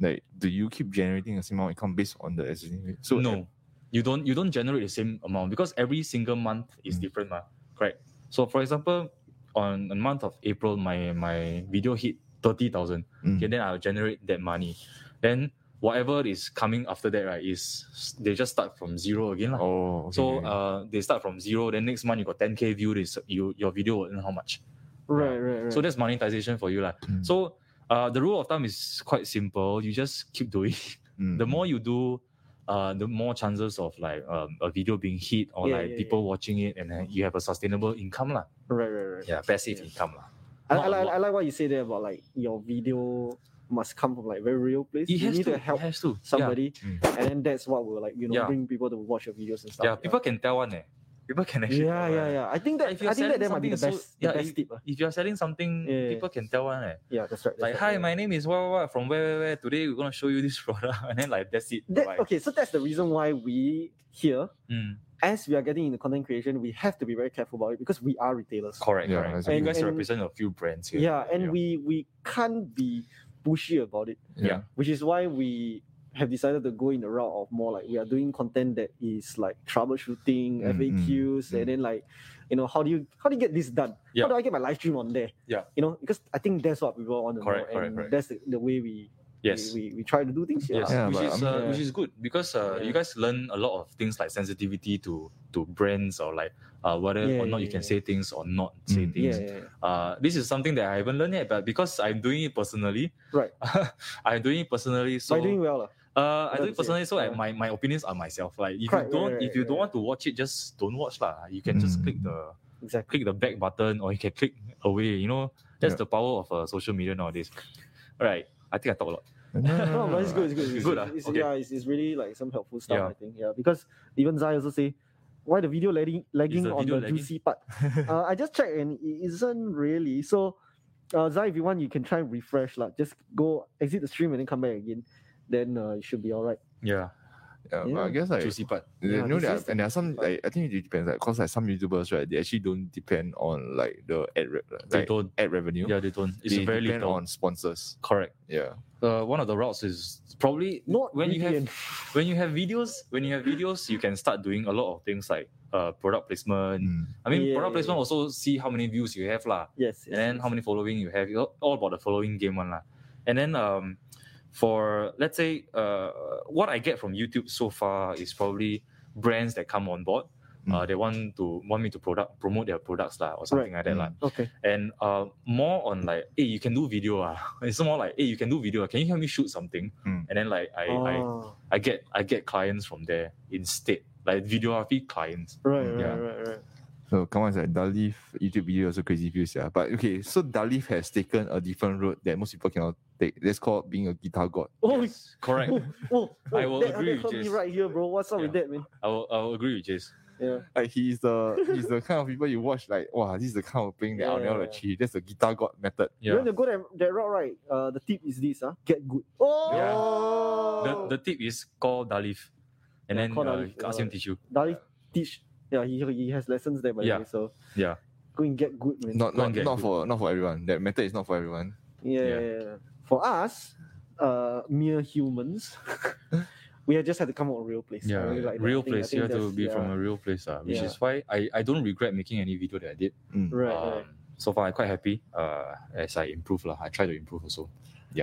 [SPEAKER 2] like, do you keep generating the same amount of income based on the existing? So
[SPEAKER 1] no, you don't. You don't generate the same amount because every single month is
[SPEAKER 2] Mm.
[SPEAKER 1] different, mah. Correct. So, for example, on the month of April, my my video hit thirty thousand.
[SPEAKER 2] Mm.
[SPEAKER 1] Okay, then I'll generate that money. Then whatever is coming after that, right, is they just start from zero again, lah.
[SPEAKER 2] Oh, okay,
[SPEAKER 1] So
[SPEAKER 2] okay.
[SPEAKER 1] uh, they start from zero. Then next month you got ten k view. This you your video will earn how much?
[SPEAKER 3] Right, right, right.
[SPEAKER 1] So that's monetization for you, lah.
[SPEAKER 2] Mm.
[SPEAKER 1] So uh, the rule of thumb is quite simple. You just keep doing
[SPEAKER 2] Mm,
[SPEAKER 1] the
[SPEAKER 2] mm.
[SPEAKER 3] Mm-hmm.
[SPEAKER 1] more you do, uh, the more chances of like um, a video being hit or
[SPEAKER 3] Yeah,
[SPEAKER 1] like
[SPEAKER 3] yeah,
[SPEAKER 1] people watching it, and then you have a sustainable income lah.
[SPEAKER 3] right, right, right.
[SPEAKER 1] Yeah, passive
[SPEAKER 3] Yeah.
[SPEAKER 1] income lah.
[SPEAKER 3] I,
[SPEAKER 1] Not
[SPEAKER 3] I,
[SPEAKER 1] a
[SPEAKER 3] like,
[SPEAKER 1] lot.
[SPEAKER 3] I like what you say there about like your video must come from like very real place.
[SPEAKER 1] It
[SPEAKER 3] you
[SPEAKER 1] has
[SPEAKER 3] need
[SPEAKER 1] to,
[SPEAKER 3] to help
[SPEAKER 1] it has to.
[SPEAKER 3] somebody,
[SPEAKER 2] Mm.
[SPEAKER 3] and then that's what will like you know
[SPEAKER 1] Yeah.
[SPEAKER 3] bring people to watch your videos and
[SPEAKER 1] Yeah,
[SPEAKER 3] stuff.
[SPEAKER 1] yeah, people can tell one eh. People can actually.
[SPEAKER 3] Yeah,
[SPEAKER 1] tell
[SPEAKER 3] yeah,
[SPEAKER 1] one, eh.
[SPEAKER 3] yeah. I think that
[SPEAKER 1] If you're
[SPEAKER 3] I think that
[SPEAKER 1] selling
[SPEAKER 3] that might be the
[SPEAKER 1] something, so-
[SPEAKER 3] best,
[SPEAKER 1] yeah,
[SPEAKER 3] the best
[SPEAKER 1] if-
[SPEAKER 3] tip. ah.
[SPEAKER 1] If you're selling something,
[SPEAKER 3] Yeah, yeah, yeah.
[SPEAKER 1] people can tell one eh.
[SPEAKER 3] Yeah, that's right.
[SPEAKER 1] Like,
[SPEAKER 3] that's
[SPEAKER 1] hi,
[SPEAKER 3] right, yeah.
[SPEAKER 1] my name is what, what, what, from where, where, where. Today we're gonna show you this product, and then like that's it.
[SPEAKER 3] That,
[SPEAKER 1] Bye.
[SPEAKER 3] okay, so that's the reason why we here,
[SPEAKER 1] Mm,
[SPEAKER 3] as we are getting into content creation, we have to be very careful about it because we are retailers.
[SPEAKER 1] correct,
[SPEAKER 2] Yeah,
[SPEAKER 1] correct.
[SPEAKER 2] exactly.
[SPEAKER 1] you guys
[SPEAKER 3] And-
[SPEAKER 1] represent a few brands here.
[SPEAKER 3] Yeah, and we we can't be pushy about it,
[SPEAKER 1] yeah.
[SPEAKER 3] which is why we have decided to go in the route of more like we are doing content that is like troubleshooting,
[SPEAKER 2] Mm, mm,
[SPEAKER 3] FAQs,
[SPEAKER 2] mm.
[SPEAKER 3] and then like, you know, how do you how do you get this done?
[SPEAKER 1] Yeah.
[SPEAKER 3] How do I get my live stream on there?
[SPEAKER 1] Yeah.
[SPEAKER 3] you know, because I think that's what people want to
[SPEAKER 1] Correct,
[SPEAKER 3] know,
[SPEAKER 1] correct,
[SPEAKER 3] and
[SPEAKER 1] correct.
[SPEAKER 3] that's the, the way we
[SPEAKER 1] yes.
[SPEAKER 3] we, we we try to do things.
[SPEAKER 1] Yes,
[SPEAKER 2] Yeah,
[SPEAKER 1] which
[SPEAKER 2] but
[SPEAKER 1] is
[SPEAKER 2] I
[SPEAKER 1] uh,
[SPEAKER 3] mean-
[SPEAKER 1] which is good because uh,
[SPEAKER 3] Yeah.
[SPEAKER 1] you guys learn a lot of things like sensitivity to to brands or like uh, whether
[SPEAKER 3] Yeah,
[SPEAKER 1] or not
[SPEAKER 3] yeah,
[SPEAKER 1] you can
[SPEAKER 3] yeah.
[SPEAKER 1] say things or not say
[SPEAKER 2] Mm.
[SPEAKER 1] things.
[SPEAKER 3] yeah, yeah, yeah.
[SPEAKER 1] Uh, this is something that I haven't learned yet, but because I'm doing it personally,
[SPEAKER 3] Right.
[SPEAKER 1] I'm doing it personally. So
[SPEAKER 3] By doing well, lah.
[SPEAKER 1] uh, I do it
[SPEAKER 3] That's it.
[SPEAKER 1] personally. So like,
[SPEAKER 3] Yeah.
[SPEAKER 1] my my opinions are myself. Like if you
[SPEAKER 3] Correct,
[SPEAKER 1] don't
[SPEAKER 3] right,
[SPEAKER 1] if you
[SPEAKER 3] right,
[SPEAKER 1] don't
[SPEAKER 3] right.
[SPEAKER 1] want to watch it, just don't watch lah. You can just
[SPEAKER 2] Mm.
[SPEAKER 1] click the
[SPEAKER 3] exactly.
[SPEAKER 1] click the back button or you can click away. You know that's the power of uh, social media nowadays. All right, I think I talk a lot.
[SPEAKER 2] No, no, no,
[SPEAKER 3] No,
[SPEAKER 2] no,
[SPEAKER 3] but it's
[SPEAKER 2] no.
[SPEAKER 3] good. It's good. It's,
[SPEAKER 1] It's good, ah?
[SPEAKER 3] It's,
[SPEAKER 1] Okay.
[SPEAKER 3] Yeah, it's, it's really like some helpful stuff.
[SPEAKER 1] Yeah.
[SPEAKER 3] I think. Yeah, because even Zai also say, why the video lagging, lagging
[SPEAKER 1] the
[SPEAKER 3] on
[SPEAKER 1] video
[SPEAKER 3] the
[SPEAKER 1] lagging?
[SPEAKER 3] juicy part? uh, I just checked and it isn't really. So, uh, Zai, if you want, you can try and refresh. Like, just go exit the stream and then come back again. Then uh, it should be all right.
[SPEAKER 1] Yeah,
[SPEAKER 2] Yeah, but I
[SPEAKER 3] Yeah.
[SPEAKER 2] guess like
[SPEAKER 1] juicy part.
[SPEAKER 2] you
[SPEAKER 3] Yeah,
[SPEAKER 2] know
[SPEAKER 3] this
[SPEAKER 2] there are,
[SPEAKER 3] is the-
[SPEAKER 2] and there are some like I think it depends like cause like some YouTubers right they actually don't depend on like the ad re-
[SPEAKER 1] They
[SPEAKER 2] like
[SPEAKER 1] don't
[SPEAKER 2] ad revenue.
[SPEAKER 1] Yeah, they don't. It's
[SPEAKER 2] they
[SPEAKER 1] very
[SPEAKER 2] depend
[SPEAKER 1] little.
[SPEAKER 2] on sponsors.
[SPEAKER 1] Correct.
[SPEAKER 2] Yeah.
[SPEAKER 1] Uh, one of the routes is probably
[SPEAKER 3] Not
[SPEAKER 1] when you
[SPEAKER 3] VPN.
[SPEAKER 1] have when you have videos. When you have videos, you can start doing a lot of things like uh, product placement.
[SPEAKER 2] Mm.
[SPEAKER 1] I mean,
[SPEAKER 3] Yeah,
[SPEAKER 1] product placement
[SPEAKER 3] yeah.
[SPEAKER 1] also see how many views you have lah,
[SPEAKER 3] Yes.
[SPEAKER 1] and then how many following you have. It's all- all about the following game one lah. And then um, for let's say uh, what I get from YouTube so far is probably brands that come on board. Uh,
[SPEAKER 2] Mm.
[SPEAKER 1] they want to want me to product promote their products lah or something like that lah.
[SPEAKER 3] Okay.
[SPEAKER 1] and uh, more on like, hey, you can do video. Ah. It's more like, hey, you can do video. ah. Can you help me shoot something?
[SPEAKER 2] Mm.
[SPEAKER 1] And then like I, I,
[SPEAKER 3] oh,
[SPEAKER 1] I get I get clients from there instead, like videography clients.
[SPEAKER 3] right, right,
[SPEAKER 1] yeah.
[SPEAKER 3] right, right.
[SPEAKER 2] So come on, it's like Dalif YouTube video also crazy views, yeah. But okay, so Dalif has taken a different road that most people cannot take. That's called being a guitar god.
[SPEAKER 3] Oh,
[SPEAKER 1] Yes, correct.
[SPEAKER 3] oh, oh,
[SPEAKER 1] I will
[SPEAKER 3] that,
[SPEAKER 1] agree
[SPEAKER 3] that
[SPEAKER 1] with
[SPEAKER 3] hurt me
[SPEAKER 1] Jace.
[SPEAKER 3] right here, bro. What's up with that, man?
[SPEAKER 1] I will, I will agree with Jace.
[SPEAKER 3] Yeah.
[SPEAKER 2] Like he's the he's the kind of people you watch like wow, this is the kind of thing that I'll never
[SPEAKER 3] Yeah.
[SPEAKER 2] achieve. That's the guitar god method.
[SPEAKER 3] You
[SPEAKER 1] Yeah.
[SPEAKER 3] want to go that, that route, right? Uh, the tip is this, uh, get good. Oh,
[SPEAKER 1] Yeah. The, the tip is call Dalif and
[SPEAKER 3] Yeah,
[SPEAKER 1] then
[SPEAKER 3] call
[SPEAKER 1] uh,
[SPEAKER 3] Dalif,
[SPEAKER 1] ask him
[SPEAKER 3] alright.
[SPEAKER 1] teach you.
[SPEAKER 3] Dali teach. Yeah, he, he has lessons there, by
[SPEAKER 1] Yeah.
[SPEAKER 3] the way. So
[SPEAKER 1] Yeah.
[SPEAKER 3] go and get good, man.
[SPEAKER 2] Not
[SPEAKER 1] Go
[SPEAKER 2] not,
[SPEAKER 1] and get
[SPEAKER 2] not
[SPEAKER 1] good.
[SPEAKER 2] for not for everyone. That method is not for everyone.
[SPEAKER 3] Yeah,
[SPEAKER 1] Yeah.
[SPEAKER 3] yeah, yeah. For us, uh, mere humans, we had just had to come up with a real place. I
[SPEAKER 1] Yeah,
[SPEAKER 3] really like that.
[SPEAKER 1] real
[SPEAKER 3] I think- I
[SPEAKER 1] place.
[SPEAKER 3] think
[SPEAKER 1] You have to
[SPEAKER 3] that's-
[SPEAKER 1] be
[SPEAKER 3] yeah.
[SPEAKER 1] from a real place, uh, which
[SPEAKER 3] Yeah.
[SPEAKER 1] is why I, I don't regret making any video that I did.
[SPEAKER 2] Mm.
[SPEAKER 3] Right,
[SPEAKER 1] Um,
[SPEAKER 3] right.
[SPEAKER 1] So far, I'm quite happy uh, as I improve. lah. I try to improve also.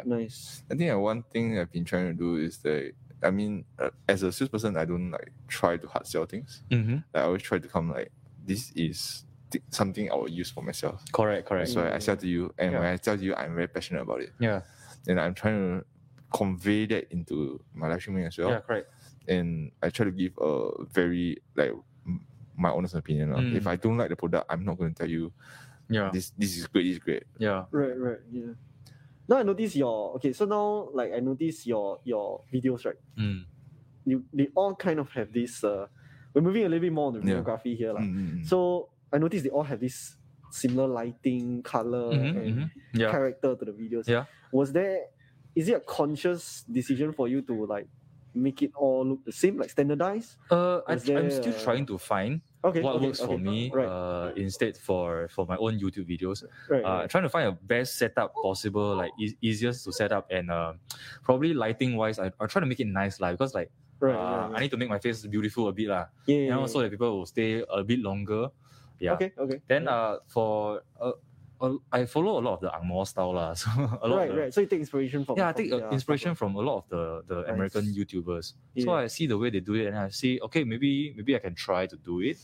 [SPEAKER 3] Nice.
[SPEAKER 2] I think uh, one thing I've been trying to do is that I mean, uh, as a salesperson, I don't like try to hard sell things.
[SPEAKER 1] Mm-hmm.
[SPEAKER 2] I always try to come like this is th- something I will use for myself.
[SPEAKER 1] Correct, correct.
[SPEAKER 2] So I sell to you, and when
[SPEAKER 1] Mm. Yeah.
[SPEAKER 2] I sell to you, I'm very passionate about it,
[SPEAKER 1] Yeah,
[SPEAKER 2] and I'm trying to convey that into my live streaming as well.
[SPEAKER 1] yeah, correct.
[SPEAKER 2] and I try to give a very like m- my honest opinion. lah.
[SPEAKER 1] Mm.
[SPEAKER 2] If I don't like the product, I'm not going to tell you
[SPEAKER 1] Yeah,
[SPEAKER 2] this this is great, this is great.
[SPEAKER 1] yeah.
[SPEAKER 3] Right, right. Yeah. Now I notice your okay. So now, like, I notice your your videos, right?
[SPEAKER 1] Mm.
[SPEAKER 3] You they all kind of have this. Uh, we're moving a little bit more on the
[SPEAKER 2] Yeah.
[SPEAKER 3] videography here, like.
[SPEAKER 2] Mm, mm, mm.
[SPEAKER 3] So I noticed they all have this similar lighting, color,
[SPEAKER 1] Mhm,
[SPEAKER 3] and
[SPEAKER 1] mhm. Yeah.
[SPEAKER 3] character to the videos.
[SPEAKER 1] Yeah.
[SPEAKER 3] Was there is it a conscious decision for you to like make it all look the same, like standardized?
[SPEAKER 1] Uh, I,
[SPEAKER 3] Was there
[SPEAKER 1] I'm still
[SPEAKER 3] a-
[SPEAKER 1] trying to find
[SPEAKER 3] Okay.
[SPEAKER 1] what
[SPEAKER 3] okay,
[SPEAKER 1] works for
[SPEAKER 3] okay,
[SPEAKER 1] me
[SPEAKER 3] Right.
[SPEAKER 1] uh, instead for for my own YouTube videos.
[SPEAKER 3] right.
[SPEAKER 1] Uh,
[SPEAKER 3] right.
[SPEAKER 1] trying to find a best setup possible, like e- easiest to set up, and uh, probably lighting wise, I I try to make it nice, lah. Because like
[SPEAKER 3] Right.
[SPEAKER 1] uh,
[SPEAKER 3] right,
[SPEAKER 1] I
[SPEAKER 3] right.
[SPEAKER 1] need to make my face beautiful a bit, lah.
[SPEAKER 3] Yeah. yeah,
[SPEAKER 1] And
[SPEAKER 3] yeah.
[SPEAKER 1] also that people will stay a bit longer. Yeah.
[SPEAKER 3] Okay. Okay.
[SPEAKER 1] Then
[SPEAKER 3] yeah.
[SPEAKER 1] uh for uh, uh, I follow a lot of the Angmo style lah. So a lot
[SPEAKER 3] right.
[SPEAKER 1] of the,
[SPEAKER 3] Right. So you take inspiration from.
[SPEAKER 1] yeah, I
[SPEAKER 3] from,
[SPEAKER 1] take uh, inspiration
[SPEAKER 3] From,
[SPEAKER 1] from a lot of the, the
[SPEAKER 3] Nice.
[SPEAKER 1] American YouTubers. So I
[SPEAKER 3] Yeah.
[SPEAKER 1] see the way they do it, and I see okay, maybe maybe I can try to do it.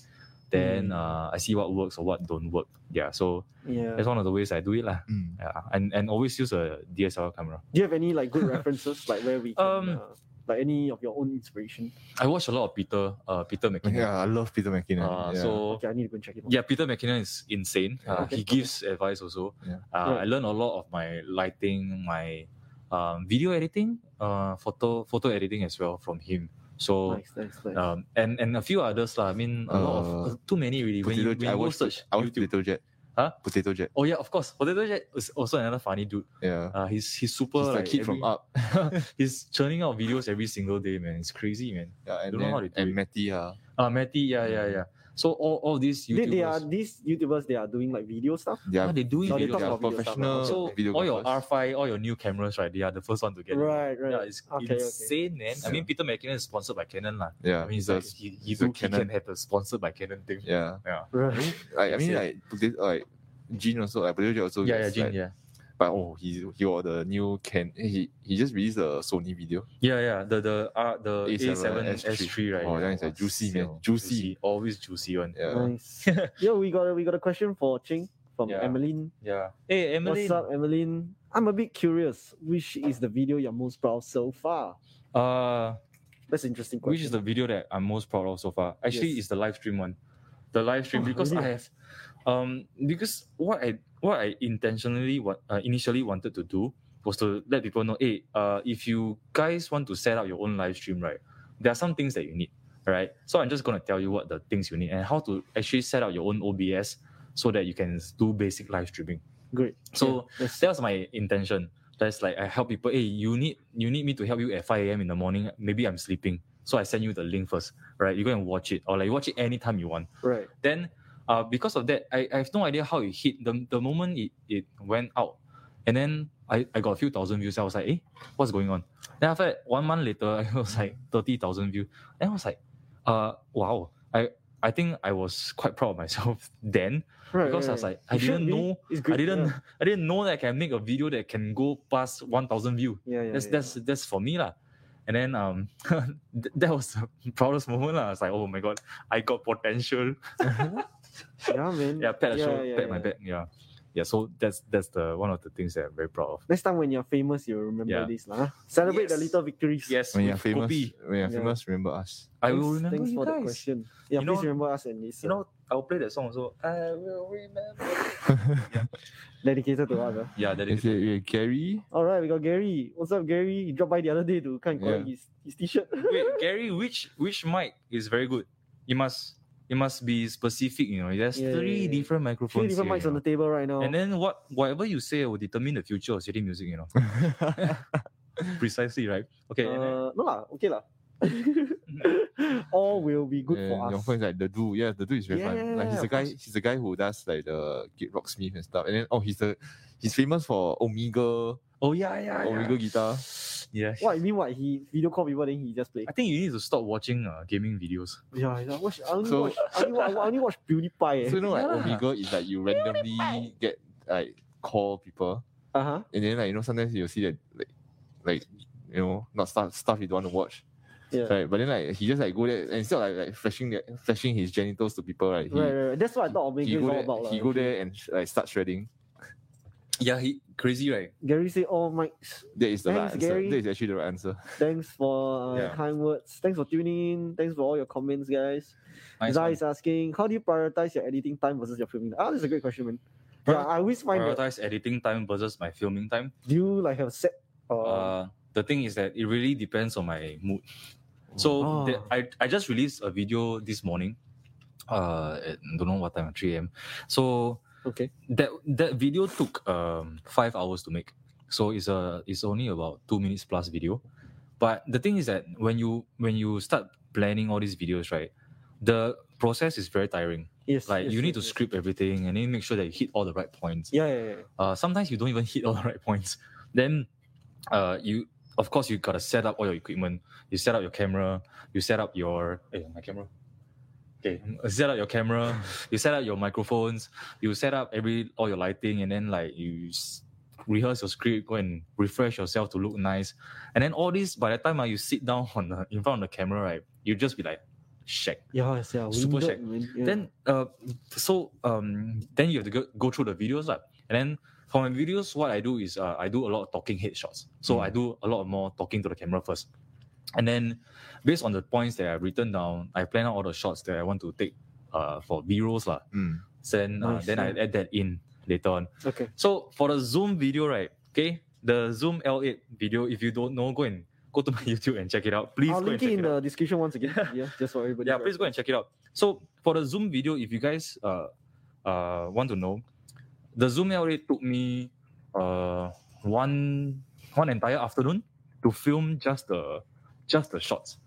[SPEAKER 1] Then
[SPEAKER 3] Mm.
[SPEAKER 1] uh, I see what works or what don't work. Yeah, so
[SPEAKER 3] yeah.
[SPEAKER 1] that's one of the ways I do it lah.
[SPEAKER 2] Mm.
[SPEAKER 1] Yeah, and and always use a DSLR camera.
[SPEAKER 3] Do you have any like good references, like where we can,
[SPEAKER 1] Um,
[SPEAKER 3] uh, like any of your own inspiration?
[SPEAKER 1] I watch a lot of Peter uh Peter McKinnon.
[SPEAKER 2] Yeah, I love Peter McKinnon.
[SPEAKER 1] Uh,
[SPEAKER 2] yeah.
[SPEAKER 1] So
[SPEAKER 3] Okay, I need to go and check it out.
[SPEAKER 1] Yeah, Peter McKinnon is insane. Uh, He
[SPEAKER 3] Okay.
[SPEAKER 1] gives advice also.
[SPEAKER 2] Yeah.
[SPEAKER 1] Uh, I
[SPEAKER 3] Right.
[SPEAKER 1] learned a lot of my lighting, my um, video editing, uh, photo photo editing as well from him. So
[SPEAKER 3] Nice. Nice. Nice.
[SPEAKER 1] um, and and a few others lah. I mean, a lot of
[SPEAKER 2] Uh,
[SPEAKER 1] too many really. When you,
[SPEAKER 2] Potato,
[SPEAKER 1] when
[SPEAKER 2] I
[SPEAKER 1] you go
[SPEAKER 2] watch
[SPEAKER 1] search
[SPEAKER 2] I watch
[SPEAKER 1] YouTube.
[SPEAKER 2] Potato Jet.
[SPEAKER 1] Huh?
[SPEAKER 2] Potato Jet.
[SPEAKER 1] Oh yeah, of course. Potato Jet is also another funny dude.
[SPEAKER 2] Yeah.
[SPEAKER 1] Uh, he's he's super
[SPEAKER 2] He's the
[SPEAKER 1] like
[SPEAKER 2] kid
[SPEAKER 1] every-
[SPEAKER 2] from Up.
[SPEAKER 1] he's churning out videos every single day, man. It's crazy, man.
[SPEAKER 2] Yeah, and
[SPEAKER 1] Don't know
[SPEAKER 2] then-
[SPEAKER 1] how they do
[SPEAKER 2] and
[SPEAKER 1] it.
[SPEAKER 2] Matty. Uh,
[SPEAKER 1] Uh, Matty, yeah, yeah,
[SPEAKER 2] Mm.
[SPEAKER 1] yeah. So all, all these
[SPEAKER 3] they,
[SPEAKER 1] YouTubers,
[SPEAKER 3] they are these YouTubers. They are doing like video stuff.
[SPEAKER 1] Ah,
[SPEAKER 2] yeah,
[SPEAKER 1] they doing
[SPEAKER 3] No, they
[SPEAKER 1] video
[SPEAKER 3] talk
[SPEAKER 2] they are
[SPEAKER 3] about video stuff,
[SPEAKER 2] professional
[SPEAKER 3] okay.
[SPEAKER 1] So
[SPEAKER 2] video
[SPEAKER 1] all your R
[SPEAKER 2] gaffers.
[SPEAKER 1] five, all your new cameras, right? They are the first one to get it.
[SPEAKER 3] Right. Right.
[SPEAKER 1] Yeah, it's
[SPEAKER 3] Okay, okay.
[SPEAKER 1] insane, man. I mean, Peter McKinnon is sponsored by Canon, lah.
[SPEAKER 2] Yeah,
[SPEAKER 1] I mean, he's
[SPEAKER 2] so
[SPEAKER 1] like,
[SPEAKER 2] it's-
[SPEAKER 1] he, he,
[SPEAKER 2] he's a
[SPEAKER 1] do, he can
[SPEAKER 2] Canon.
[SPEAKER 1] have a sponsored by Canon thing.
[SPEAKER 2] yeah.
[SPEAKER 3] Right.
[SPEAKER 2] Like, I mean,
[SPEAKER 1] Yeah.
[SPEAKER 2] like potato, like Gene also, like Potato Jet also.
[SPEAKER 1] Yeah, yeah,
[SPEAKER 2] gets,
[SPEAKER 1] Jin,
[SPEAKER 2] like-
[SPEAKER 1] yeah,
[SPEAKER 2] But oh, he he or the new can he he just released a Sony video.
[SPEAKER 1] yeah, yeah. The the R the A
[SPEAKER 2] A7,
[SPEAKER 1] seven S three, right?
[SPEAKER 2] Oh, that
[SPEAKER 1] yeah.
[SPEAKER 2] is like juicy, man.
[SPEAKER 1] Siao.
[SPEAKER 2] Juicy.
[SPEAKER 1] always juicy one.
[SPEAKER 2] Yeah.
[SPEAKER 3] Nice. yeah, we got a, we got a question for Ching from
[SPEAKER 1] Yeah.
[SPEAKER 3] Emmeline.
[SPEAKER 1] Yeah. Hey, Emily.
[SPEAKER 3] What's up, Emmeline? I'm a bit curious. Which is the video you're most proud of so far?
[SPEAKER 1] Uh,
[SPEAKER 3] That's an interesting question.
[SPEAKER 1] which is the video that I'm most proud of so far? Actually,
[SPEAKER 3] Yes.
[SPEAKER 1] it's the live stream one, the live stream
[SPEAKER 3] Oh,
[SPEAKER 1] because
[SPEAKER 3] really?
[SPEAKER 1] I have, um, because what I what I intentionally what uh, initially wanted to do was to let people know, hey, uh, if you guys want to set up your own live stream, right, there are some things that you need, right? So I'm just gonna tell you what the things you need and how to actually set up your own OBS so that you can do basic live streaming.
[SPEAKER 3] great?
[SPEAKER 1] So
[SPEAKER 3] Yeah, that's-
[SPEAKER 1] that was my intention. That's like I help people. Hey, you need you need me to help you at 5 a.m. in the morning. Maybe I'm sleeping. So I send you the link first, right? You go and watch it. Or like watch it anytime you want.
[SPEAKER 3] right.
[SPEAKER 1] Then uh, because of that, I, I have no idea how it hit. The, the moment it, it went out, and then I, I got a few thousand views. I was like, hey, what's going on? Then after that, one month later, I was like 30,000 views. And I was like, uh, wow. I, I think I was quite proud of myself then
[SPEAKER 3] Right.
[SPEAKER 1] because
[SPEAKER 3] right,
[SPEAKER 1] I was
[SPEAKER 3] right.
[SPEAKER 1] like, I
[SPEAKER 3] You should
[SPEAKER 1] didn't
[SPEAKER 3] be.
[SPEAKER 1] know
[SPEAKER 3] It's great.
[SPEAKER 1] I didn't
[SPEAKER 3] Yeah.
[SPEAKER 1] I didn't know that I can make a video that can go past one thousand view.
[SPEAKER 3] Yeah, yeah,
[SPEAKER 1] That's
[SPEAKER 3] yeah.
[SPEAKER 1] that's that's for me lah. And then um th- that was the proudest moment lah. I was like, oh my god, I got potential.
[SPEAKER 3] yeah, man.
[SPEAKER 1] Yeah, pat a
[SPEAKER 3] Yeah,
[SPEAKER 1] show,
[SPEAKER 3] yeah,
[SPEAKER 1] pat my
[SPEAKER 3] yeah.
[SPEAKER 1] back. Yeah, yeah. So that's that's the one of the things that I'm very proud of.
[SPEAKER 3] Next time when you're famous, you'll remember
[SPEAKER 1] Yeah.
[SPEAKER 3] this, lah. Celebrate the
[SPEAKER 1] Yes.
[SPEAKER 3] little victories.
[SPEAKER 1] Yes,
[SPEAKER 2] When
[SPEAKER 1] with
[SPEAKER 2] you're famous,
[SPEAKER 1] Kopi,
[SPEAKER 2] when you're
[SPEAKER 3] Yeah.
[SPEAKER 2] famous, remember us.
[SPEAKER 1] I
[SPEAKER 3] Thanks,
[SPEAKER 1] will remember
[SPEAKER 3] Thanks
[SPEAKER 1] you
[SPEAKER 3] for
[SPEAKER 1] guys.
[SPEAKER 3] the question. Yeah,
[SPEAKER 1] You
[SPEAKER 3] please
[SPEAKER 1] know-
[SPEAKER 3] remember us and this.
[SPEAKER 1] You
[SPEAKER 3] uh,
[SPEAKER 1] know, I'll play that song also. I will remember.
[SPEAKER 3] dedicated to us. ah.
[SPEAKER 1] Yeah, that is.
[SPEAKER 2] Is it yeah, Gary?
[SPEAKER 3] All right, we got Gary. What's up, Gary? He dropped by the other day to kind of collect his, his t-shirt.
[SPEAKER 1] Wait, Gary, which which mic is very good? You must you It must be specific, you know. There's
[SPEAKER 3] Yeah, yeah,
[SPEAKER 1] three
[SPEAKER 3] yeah.
[SPEAKER 1] different
[SPEAKER 3] Three
[SPEAKER 1] microphones.
[SPEAKER 3] different
[SPEAKER 1] here,
[SPEAKER 3] mics
[SPEAKER 1] you
[SPEAKER 3] on
[SPEAKER 1] know.
[SPEAKER 3] the table right now.
[SPEAKER 1] And then what whatever you say will determine the future of city music, you know. Precisely, right? Okay. and then-
[SPEAKER 3] uh, no lah, okay lah. All will be good
[SPEAKER 2] and
[SPEAKER 3] for
[SPEAKER 2] Yong
[SPEAKER 3] us.
[SPEAKER 2] Feng is like the dude. Yeah, the dude is very
[SPEAKER 3] Yeah,
[SPEAKER 2] fun.
[SPEAKER 3] yeah,
[SPEAKER 2] like
[SPEAKER 3] yeah,
[SPEAKER 2] he's the
[SPEAKER 3] of
[SPEAKER 2] guy.
[SPEAKER 3] course.
[SPEAKER 2] He's the guy who does like the Kid Rocksmith and stuff. And then oh, he's the he's famous for Omega
[SPEAKER 1] oh yeah, yeah. yeah.
[SPEAKER 2] Omega guitar.
[SPEAKER 1] Yeah.
[SPEAKER 3] What I mean, what he video call people, then he just play.
[SPEAKER 1] I think you need to stop watching uh, gaming videos.
[SPEAKER 3] Yeah, I watch. I only
[SPEAKER 2] So-
[SPEAKER 3] watch. I only, wa- I only watch PewDiePie. Eh.
[SPEAKER 2] So you know, like
[SPEAKER 1] Yeah.
[SPEAKER 2] Omega is like you randomly get like call people,
[SPEAKER 3] uh huh.
[SPEAKER 2] and then like you know sometimes you'll see that like like you know not stuff stuff you don't want to watch.
[SPEAKER 3] Yeah.
[SPEAKER 2] Right, but then like he just like go there and instead of like, like flashing the, flashing his genitals to people, right? He,
[SPEAKER 3] Right, right, right. That's what I thought of
[SPEAKER 2] he
[SPEAKER 3] making
[SPEAKER 2] go
[SPEAKER 3] is all
[SPEAKER 2] there,
[SPEAKER 3] about. lah.
[SPEAKER 2] he go there and like start shredding.
[SPEAKER 1] Yeah, he crazy, right?
[SPEAKER 3] Gary say, "Oh, mics.
[SPEAKER 2] That is the right
[SPEAKER 3] Thanks,
[SPEAKER 2] answer.
[SPEAKER 3] Gary.
[SPEAKER 2] That is actually the right answer.
[SPEAKER 3] Thanks for uh,
[SPEAKER 1] Yeah.
[SPEAKER 3] kind words. Thanks for tuning in. Thanks for all your comments, guys."
[SPEAKER 1] Nice
[SPEAKER 3] Zai
[SPEAKER 1] one.
[SPEAKER 3] is asking, "How do you prioritize your editing time versus your filming?" Ah, that's a great question, man. Yeah, I always find that.
[SPEAKER 1] prioritize editing time versus my filming time.
[SPEAKER 3] Do you like have a set? Uh,
[SPEAKER 1] Uh, the thing is that it really depends on my mood. So
[SPEAKER 3] Oh.
[SPEAKER 1] the- I, I just released a video this morning. Uh, at, don't know what time, 3 a.m. So
[SPEAKER 3] okay.
[SPEAKER 1] that that video took um five hours to make. So it's a it's only about two minutes plus video. But the thing is that when you when you start planning all these videos, right, the process is very tiring.
[SPEAKER 3] Yes.
[SPEAKER 1] Like
[SPEAKER 3] yes,
[SPEAKER 1] you need
[SPEAKER 3] yes,
[SPEAKER 1] to
[SPEAKER 3] yes.
[SPEAKER 1] script everything and then make sure that you hit all the right points
[SPEAKER 3] Yeah, yeah, yeah.
[SPEAKER 1] uh, sometimes you don't even hit all the right points. Then, uh, you of course you gotta set up all your equipment. You set up your camera. You set up your eh, my camera. Okay, um, you set up your camera. you set up your microphones. You set up every all your lighting, and then like you s- rehearse your script, go and refresh yourself to look nice. And then all this by the time uh, you sit down on the, in front of the camera, right, you just be like, shit.
[SPEAKER 3] Yeah, yes, yeah.
[SPEAKER 1] Super
[SPEAKER 3] winded,
[SPEAKER 1] shag.
[SPEAKER 3] man. Yeah.
[SPEAKER 1] Then uh, so um, then you have to go, go through the videos lah. And then for my videos, what I do is uh, I do a lot of talking headshots. So
[SPEAKER 2] Mm.
[SPEAKER 1] I do a lot more talking to the camera first, and then based on the points that I've written down, I plan out all the shots that I want to take uh, for B rolls lah.
[SPEAKER 2] Mm.
[SPEAKER 1] Then uh,
[SPEAKER 3] Nice,
[SPEAKER 1] then I
[SPEAKER 3] yeah.
[SPEAKER 1] add that in later on.
[SPEAKER 3] okay.
[SPEAKER 1] So for the Zoom video, right? Okay, the Zoom L8 video. If you don't know, go and go to my YouTube and check it out. Please
[SPEAKER 3] I'll
[SPEAKER 1] go and
[SPEAKER 3] link
[SPEAKER 1] check
[SPEAKER 3] it
[SPEAKER 1] it
[SPEAKER 3] in
[SPEAKER 1] out.
[SPEAKER 3] the description once again. Yeah, just for everybody.
[SPEAKER 1] Yeah, please go and check it out. So for the Zoom video, if you guys uh, uh, want to know, the Zoom L8 took me uh, one one entire afternoon to film just the just the shots,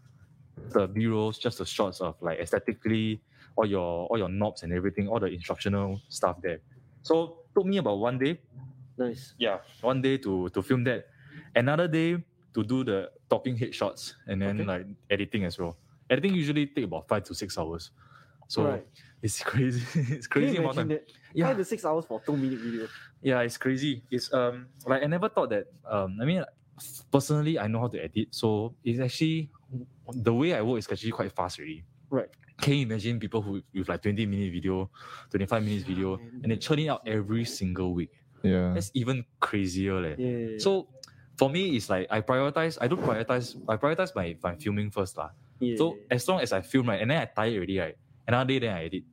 [SPEAKER 1] the B rolls, just the shots of like aesthetically all your all your knobs and everything, all the instructional stuff there. So took me about one day
[SPEAKER 3] Nice.
[SPEAKER 1] yeah, one day to to film that, another day to do the talking headshots, and then
[SPEAKER 3] Okay.
[SPEAKER 1] like editing as well. Editing usually take about five to six hours, so
[SPEAKER 3] Right.
[SPEAKER 1] it's crazy. it's
[SPEAKER 3] Can you
[SPEAKER 1] crazy amount of
[SPEAKER 3] imagine
[SPEAKER 1] time.
[SPEAKER 3] that?
[SPEAKER 1] Yeah,
[SPEAKER 3] Five to six hours for two minute video.
[SPEAKER 1] yeah, it's crazy. It's um like I never thought that. Um, I mean, personally, I know how to edit, so it's actually the way I work is actually quite fast already.
[SPEAKER 3] Right.
[SPEAKER 1] Can you imagine people who with like twenty minute video, twenty five minutes
[SPEAKER 3] Yeah,
[SPEAKER 1] video,
[SPEAKER 3] man.
[SPEAKER 1] and they churn it out every single week?
[SPEAKER 2] Yeah.
[SPEAKER 1] That's even crazier, leh.
[SPEAKER 3] Yeah. yeah, yeah.
[SPEAKER 1] So for me, it's like I prioritize. I don't prioritize. I prioritize my my filming first lah.
[SPEAKER 3] yeah.
[SPEAKER 1] So as long as I film right, and then I tired already right, another day then I edit,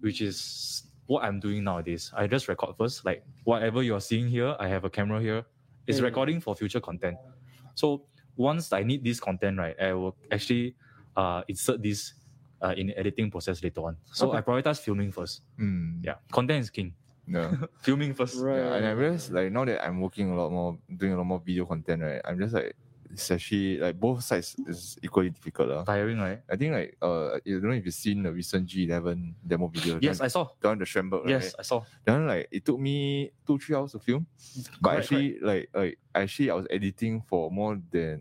[SPEAKER 1] which is what I'm doing nowadays. I just record first. Like whatever you're seeing here, I have a camera here. It's
[SPEAKER 3] Yeah.
[SPEAKER 1] recording for future content. So once I need this content right, I will actually uh, insert this uh, in the editing process later on. So
[SPEAKER 3] Okay.
[SPEAKER 1] I prioritize filming first.
[SPEAKER 2] Mm.
[SPEAKER 1] Yeah, content is king.
[SPEAKER 2] Yeah.
[SPEAKER 1] Filming first.
[SPEAKER 3] right.
[SPEAKER 2] Yeah, and I realized like now that I'm working a lot more, doing a lot more video content, right? I'm just like it's actually like both sides is equally difficult. lah.
[SPEAKER 1] Tiring, right?
[SPEAKER 2] I think like uh, I don't know if you've seen the recent G11 demo video.
[SPEAKER 1] Yes, I saw.
[SPEAKER 2] down the Schramberg, right?
[SPEAKER 1] Yes, I saw.
[SPEAKER 2] That one like it took me two three hours to film, but
[SPEAKER 1] Correct,
[SPEAKER 2] actually like like actually I was editing for more than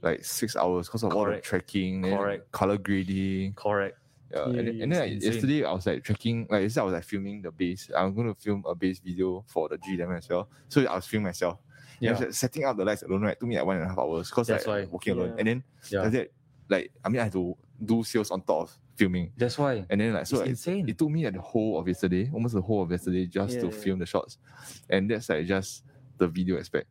[SPEAKER 2] like six hours because of all the
[SPEAKER 1] Correct.
[SPEAKER 2] tracking,
[SPEAKER 1] Correct.
[SPEAKER 2] color grading,
[SPEAKER 1] Correct.
[SPEAKER 2] yeah, and, then- and then
[SPEAKER 1] It's
[SPEAKER 2] like,
[SPEAKER 1] insane.
[SPEAKER 2] yesterday I was like tracking, like yesterday I was like filming the bass. I'm going to film a bass video for the G11 as well. So I was filming myself. Yeah. I was like, setting up the lights alone, right? Took me like one and a half hours because like,
[SPEAKER 1] That's
[SPEAKER 2] I'm
[SPEAKER 1] why.
[SPEAKER 2] working alone.
[SPEAKER 3] Yeah.
[SPEAKER 2] And then
[SPEAKER 1] Yeah.
[SPEAKER 2] after that, like I mean I had to do sales on top of filming.
[SPEAKER 1] That's why.
[SPEAKER 2] And then like so
[SPEAKER 1] it's
[SPEAKER 2] like,
[SPEAKER 1] insane.
[SPEAKER 2] it took me like the whole of yesterday, almost the whole of yesterday just
[SPEAKER 3] Yeah,
[SPEAKER 2] to
[SPEAKER 3] yeah.
[SPEAKER 2] film the shots. And that's like just the video aspect.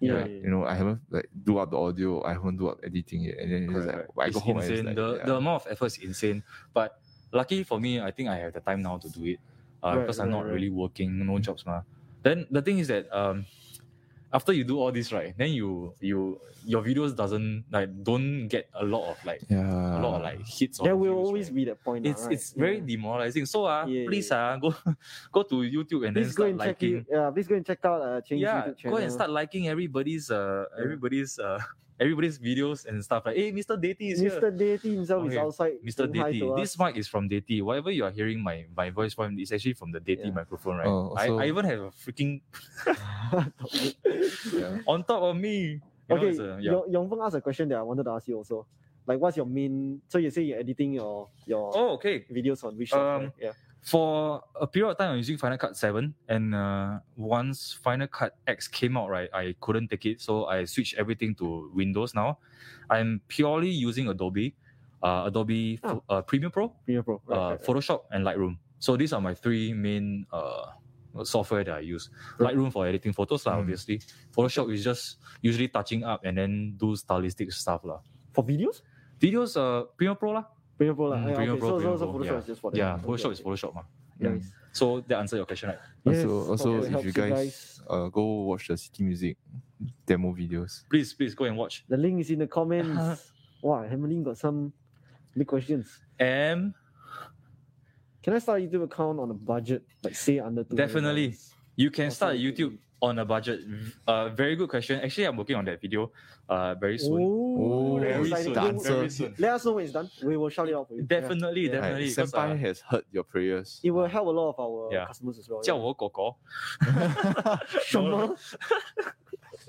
[SPEAKER 3] yeah.
[SPEAKER 2] Like, You know, I haven't like do up the audio, I haven't do up editing yet. And then it's just like
[SPEAKER 1] Correct,
[SPEAKER 2] I
[SPEAKER 1] it's
[SPEAKER 2] go home and it's
[SPEAKER 1] insane.
[SPEAKER 2] like,
[SPEAKER 1] the,
[SPEAKER 2] yeah.
[SPEAKER 1] the amount of effort is insane. But lucky for me, I think I have the time now to do it uh,
[SPEAKER 3] Right,
[SPEAKER 1] because I'm
[SPEAKER 3] right,
[SPEAKER 1] not
[SPEAKER 3] right.
[SPEAKER 1] really working, no jobs. Ma. Then the thing is that um, after you do all this, right, then you you your videos doesn't like don't get a lot of like
[SPEAKER 2] Yeah.
[SPEAKER 1] a lot of like hits. or
[SPEAKER 3] There will
[SPEAKER 1] views,
[SPEAKER 3] always
[SPEAKER 1] right?
[SPEAKER 3] be that point. lah,
[SPEAKER 1] It's
[SPEAKER 3] right?
[SPEAKER 1] it's very
[SPEAKER 3] Yeah.
[SPEAKER 1] demoralizing. So uh,
[SPEAKER 3] Yeah,
[SPEAKER 1] please uh, go go to YouTube and then
[SPEAKER 3] Please go
[SPEAKER 1] start
[SPEAKER 3] and check
[SPEAKER 1] liking.
[SPEAKER 3] it. Yeah, please go and check out uh, Cheng's
[SPEAKER 1] Yeah,
[SPEAKER 3] YouTube channel.
[SPEAKER 1] go and start liking everybody's uh
[SPEAKER 3] Yeah.
[SPEAKER 1] everybody's uh everybody's videos and stuff like hey Mr. Datey is here.
[SPEAKER 3] Mr. Deity himself is
[SPEAKER 1] Okay,
[SPEAKER 3] outside.
[SPEAKER 1] Mr.
[SPEAKER 3] saying hi
[SPEAKER 1] Datey.
[SPEAKER 3] to us.
[SPEAKER 1] This mic is from Datey. Whatever you are hearing my, my voice from is actually from the Datey
[SPEAKER 3] Yeah.
[SPEAKER 1] microphone, right?
[SPEAKER 2] Oh, so-
[SPEAKER 1] I, I even have a freaking
[SPEAKER 2] Yeah.
[SPEAKER 1] on top of me. You know,
[SPEAKER 3] okay,
[SPEAKER 1] it's a- yeah.
[SPEAKER 3] Yong- Yong Feng asked a question that I wanted to ask you also. Like, what's your main? So you say you're editing your your
[SPEAKER 1] Oh, okay.
[SPEAKER 3] videos on which? software?
[SPEAKER 1] um,
[SPEAKER 3] yeah.
[SPEAKER 1] For a period of time, I'm using Final Cut 7. And uh, once Final Cut X came out, right, I couldn't take it. So I switched everything to Windows now. I'm purely using Adobe, uh, Adobe
[SPEAKER 3] Oh.
[SPEAKER 1] uh, Premiere Pro,
[SPEAKER 3] Premiere Pro. Right,
[SPEAKER 1] uh,
[SPEAKER 3] right, right.
[SPEAKER 1] Photoshop, and Lightroom. So these are my three main uh, software that I use.
[SPEAKER 3] Right. Hmm.
[SPEAKER 1] Lightroom for editing photos, lah,
[SPEAKER 2] Mm.
[SPEAKER 1] obviously. Photoshop is just usually touching up and then do stylistic stuff. lah.
[SPEAKER 3] For videos?
[SPEAKER 1] Videos, uh, Premiere Pro, lah.
[SPEAKER 3] Premiere Pro. lah.
[SPEAKER 1] Mm,
[SPEAKER 3] Yeah,
[SPEAKER 1] Premiere
[SPEAKER 3] okay.
[SPEAKER 1] Pro,
[SPEAKER 3] so, so, so
[SPEAKER 1] Premiere Pro,
[SPEAKER 3] Photoshop
[SPEAKER 1] yeah.
[SPEAKER 3] is just for that.
[SPEAKER 1] Yeah,
[SPEAKER 3] Okay,
[SPEAKER 1] Photoshop is
[SPEAKER 3] okay.
[SPEAKER 1] Photoshop. Ma.
[SPEAKER 3] Nice.
[SPEAKER 1] So that answered your question, right?
[SPEAKER 3] Yes,
[SPEAKER 2] also, also
[SPEAKER 3] okay.
[SPEAKER 2] if
[SPEAKER 3] Helps
[SPEAKER 2] you guys, Uh, go watch the City Music demo videos.
[SPEAKER 1] Please, please go and watch.
[SPEAKER 3] the link is in the comments. wow, Hamelin got some big questions.
[SPEAKER 1] M
[SPEAKER 3] Can I start a YouTube account on a budget? Like say under two.
[SPEAKER 1] Definitely. You can
[SPEAKER 3] Or
[SPEAKER 1] start
[SPEAKER 3] something.
[SPEAKER 1] YouTube on a budget. Uh, very good question. Actually, I'm working on that video. Uh, very soon.
[SPEAKER 3] Oh,
[SPEAKER 2] Oh,
[SPEAKER 1] very soon.
[SPEAKER 2] the answer.
[SPEAKER 1] Very soon.
[SPEAKER 3] Let us know when it's done. We will shout it out for you. Yeah.
[SPEAKER 1] Definitely,
[SPEAKER 3] Yeah.
[SPEAKER 1] definitely.
[SPEAKER 2] Right,
[SPEAKER 1] because,
[SPEAKER 2] Senpai
[SPEAKER 1] uh,
[SPEAKER 2] has heard your prayers.
[SPEAKER 3] It will help a lot of our
[SPEAKER 1] Yeah.
[SPEAKER 3] customers as well. yeah.
[SPEAKER 1] 叫我狗狗。
[SPEAKER 3] 什么？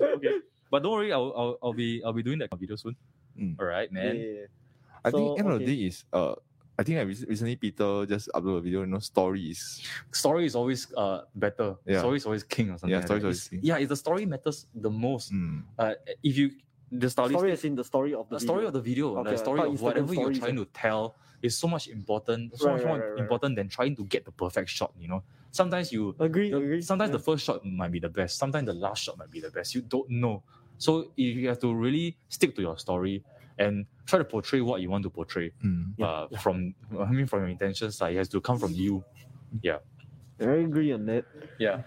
[SPEAKER 1] okay. But don't worry, I'll, I'll, I'll be I'll be doing that video soon.
[SPEAKER 2] Mm.
[SPEAKER 1] All right,
[SPEAKER 3] Yeah,
[SPEAKER 1] man.
[SPEAKER 3] yeah, yeah.
[SPEAKER 2] I
[SPEAKER 3] So,
[SPEAKER 2] think end of
[SPEAKER 3] okay.
[SPEAKER 2] the day is uh, I think I rec- recently Peter just uploaded a video. You know, stories.
[SPEAKER 1] Story is always uh better.
[SPEAKER 2] Yeah.
[SPEAKER 1] Story is always king or something.
[SPEAKER 2] Yeah,
[SPEAKER 1] like
[SPEAKER 2] story
[SPEAKER 1] that.
[SPEAKER 2] is always
[SPEAKER 1] It's-
[SPEAKER 2] king.
[SPEAKER 1] Yeah, it's the story matters the most.
[SPEAKER 2] Mm.
[SPEAKER 1] Uh, if you the stylistic
[SPEAKER 3] Story is in the story of the
[SPEAKER 1] the story of the video,
[SPEAKER 3] Okay, I
[SPEAKER 1] the story
[SPEAKER 3] thought
[SPEAKER 1] of
[SPEAKER 3] Instagram
[SPEAKER 1] whatever you're
[SPEAKER 3] stories
[SPEAKER 1] trying to tell is so much important, so
[SPEAKER 3] Right,
[SPEAKER 1] much
[SPEAKER 3] right,
[SPEAKER 1] more
[SPEAKER 3] right, right.
[SPEAKER 1] important than trying to get the perfect shot. You know, sometimes you
[SPEAKER 3] video. Agree,
[SPEAKER 1] the-
[SPEAKER 3] agree.
[SPEAKER 1] sometimes
[SPEAKER 3] yeah.
[SPEAKER 1] the first shot might be the best sometimes the last shot might be the best you don't know so if you have to really stick to your story and try to portray what you want to portray
[SPEAKER 2] Mm.
[SPEAKER 1] uh, from i mean from your intentions like it has to come from you
[SPEAKER 3] I agree on that.
[SPEAKER 1] yeah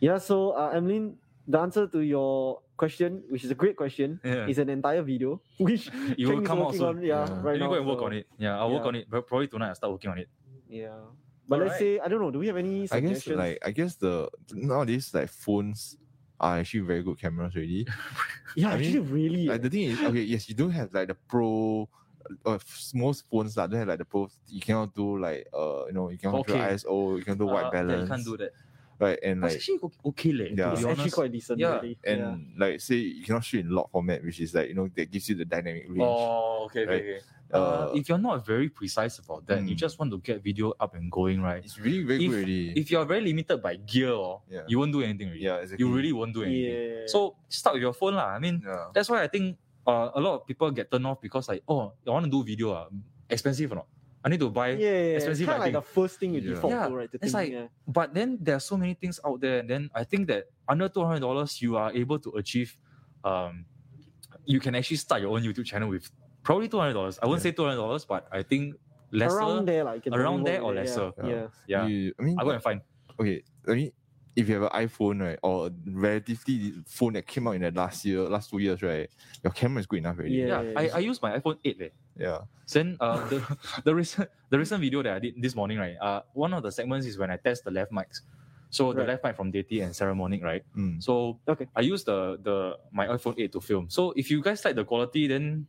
[SPEAKER 3] Yeah, so uh, Emlyn, the answer to your question, which is a great question,
[SPEAKER 1] yeah
[SPEAKER 3] is an entire video, which
[SPEAKER 1] it will
[SPEAKER 3] Cheng is
[SPEAKER 1] come out
[SPEAKER 3] working
[SPEAKER 1] soon
[SPEAKER 3] on, yeah,
[SPEAKER 2] Yeah.
[SPEAKER 3] right
[SPEAKER 1] Let me
[SPEAKER 3] now.
[SPEAKER 1] go and work
[SPEAKER 3] so-
[SPEAKER 1] on it yeah i'll work
[SPEAKER 3] Yeah.
[SPEAKER 1] on it Pro- probably tonight i'll start working on it
[SPEAKER 3] Yeah. But let's
[SPEAKER 1] Alright.
[SPEAKER 3] say, I don't know, do we have any
[SPEAKER 2] I guess
[SPEAKER 3] suggestions?
[SPEAKER 2] like I guess the nowadays like phones are actually very good cameras already.
[SPEAKER 3] yeah,
[SPEAKER 2] I mean,
[SPEAKER 3] actually, really.
[SPEAKER 2] Like the thing is, okay, yes, you do have like the pro. Uh, f- most phones that don't have like the pro. You cannot do like uh, you know, you cannot do
[SPEAKER 1] Okay.
[SPEAKER 2] ISO. You can do
[SPEAKER 1] Uh,
[SPEAKER 2] white balance.
[SPEAKER 1] yeah, you can't do that
[SPEAKER 2] Right, and
[SPEAKER 1] But
[SPEAKER 2] like
[SPEAKER 1] actually o- okay leh,
[SPEAKER 2] Yeah.
[SPEAKER 1] to
[SPEAKER 3] it's
[SPEAKER 1] be
[SPEAKER 3] actually
[SPEAKER 1] honest
[SPEAKER 3] quite decent,
[SPEAKER 1] Yeah,
[SPEAKER 3] really.
[SPEAKER 2] and
[SPEAKER 3] yeah.
[SPEAKER 2] like say you cannot shoot in log format, which is like you know that gives you the dynamic range.
[SPEAKER 1] Oh, okay, okay,
[SPEAKER 2] Right.
[SPEAKER 1] okay.
[SPEAKER 2] Uh,
[SPEAKER 1] Uh, if you're not very precise about that, you
[SPEAKER 2] Mm.
[SPEAKER 1] just want to get video up and going, right?
[SPEAKER 2] It's really very
[SPEAKER 1] if-
[SPEAKER 2] good already.
[SPEAKER 1] if you're very limited by gear, or
[SPEAKER 2] Yeah.
[SPEAKER 1] you won't do anything. Really.
[SPEAKER 2] yeah, exactly.
[SPEAKER 1] You really won't do anything.
[SPEAKER 3] yeah.
[SPEAKER 1] So start with your phone lah. I mean,
[SPEAKER 2] yeah.
[SPEAKER 1] that's why I think uh, a lot of people get turned off because like, oh, I want to do video. Ah, expensive or not? I need to buy.
[SPEAKER 3] yeah,
[SPEAKER 1] expensive,
[SPEAKER 3] kind of
[SPEAKER 1] I
[SPEAKER 3] like the
[SPEAKER 1] think.
[SPEAKER 3] first thing you
[SPEAKER 2] Yeah.
[SPEAKER 3] default
[SPEAKER 1] Yeah,
[SPEAKER 3] to, right? To
[SPEAKER 1] it's
[SPEAKER 3] think,
[SPEAKER 1] like-
[SPEAKER 3] yeah.
[SPEAKER 1] But then there are so many things out there. And then I think that under two hundred dollars, you are able to achieve. Um, you can actually start your own YouTube channel with probably two hundred dollars. I won't
[SPEAKER 2] Yeah.
[SPEAKER 1] say two hundred dollars, but I think lesser.
[SPEAKER 3] around there, like you can
[SPEAKER 1] around
[SPEAKER 3] probably
[SPEAKER 1] there
[SPEAKER 3] work
[SPEAKER 1] or
[SPEAKER 3] with it,
[SPEAKER 1] lesser.
[SPEAKER 3] Yeah.
[SPEAKER 2] Yeah.
[SPEAKER 3] yeah.
[SPEAKER 1] yeah,
[SPEAKER 2] You- I mean,
[SPEAKER 1] I go and find.
[SPEAKER 2] okay, I mean, if you have an iPhone, right, or a relatively phone that came out in the last year, last two years, right, your camera is good enough already.
[SPEAKER 3] Yeah,
[SPEAKER 1] Yeah,
[SPEAKER 3] yeah,
[SPEAKER 1] I,
[SPEAKER 3] yeah.
[SPEAKER 1] I use my iPhone eight. leh.
[SPEAKER 2] Yeah.
[SPEAKER 1] Then uh, the the recent the recent video that I did this morning, right? Uh, one of the segments is when I test the left mics. So the left
[SPEAKER 3] Right.
[SPEAKER 1] mic from Datey and Ceremonic, right?
[SPEAKER 2] Mm.
[SPEAKER 1] So
[SPEAKER 3] Okay.
[SPEAKER 1] I use the the my iPhone 8 to film. So if you guys like the quality, then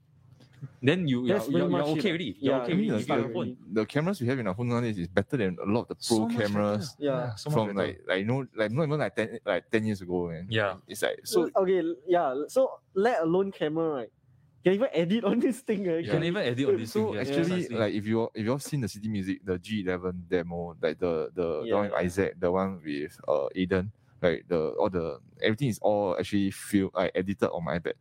[SPEAKER 1] then you you're,
[SPEAKER 3] That's
[SPEAKER 1] you're,
[SPEAKER 3] pretty
[SPEAKER 1] you're
[SPEAKER 3] much it.
[SPEAKER 1] okay already. You're
[SPEAKER 3] Yeah,
[SPEAKER 1] okay
[SPEAKER 2] I mean,
[SPEAKER 1] already with
[SPEAKER 2] the,
[SPEAKER 1] your
[SPEAKER 3] start
[SPEAKER 1] phone.
[SPEAKER 3] already.
[SPEAKER 2] the cameras we have in our phone nowadays is better than a lot of the pro
[SPEAKER 1] So much
[SPEAKER 2] cameras
[SPEAKER 1] better.
[SPEAKER 3] Yeah.
[SPEAKER 1] so much
[SPEAKER 2] from
[SPEAKER 1] better.
[SPEAKER 2] like like no like not even like ten like ten years ago, man.
[SPEAKER 1] yeah.
[SPEAKER 2] It's like so
[SPEAKER 3] So okay, l- yeah. So let alone camera, right? Can even edit on this thing, right?
[SPEAKER 1] You can even edit on this
[SPEAKER 2] so
[SPEAKER 1] thing. yes,
[SPEAKER 2] actually,
[SPEAKER 1] precisely.
[SPEAKER 2] like if you all- if you've seen the City Music, the G Eleven demo, like the the, the one with
[SPEAKER 3] Yeah.
[SPEAKER 2] Isaac, the one with uh Aiden, like the all the everything is all actually film I edited on my iPad.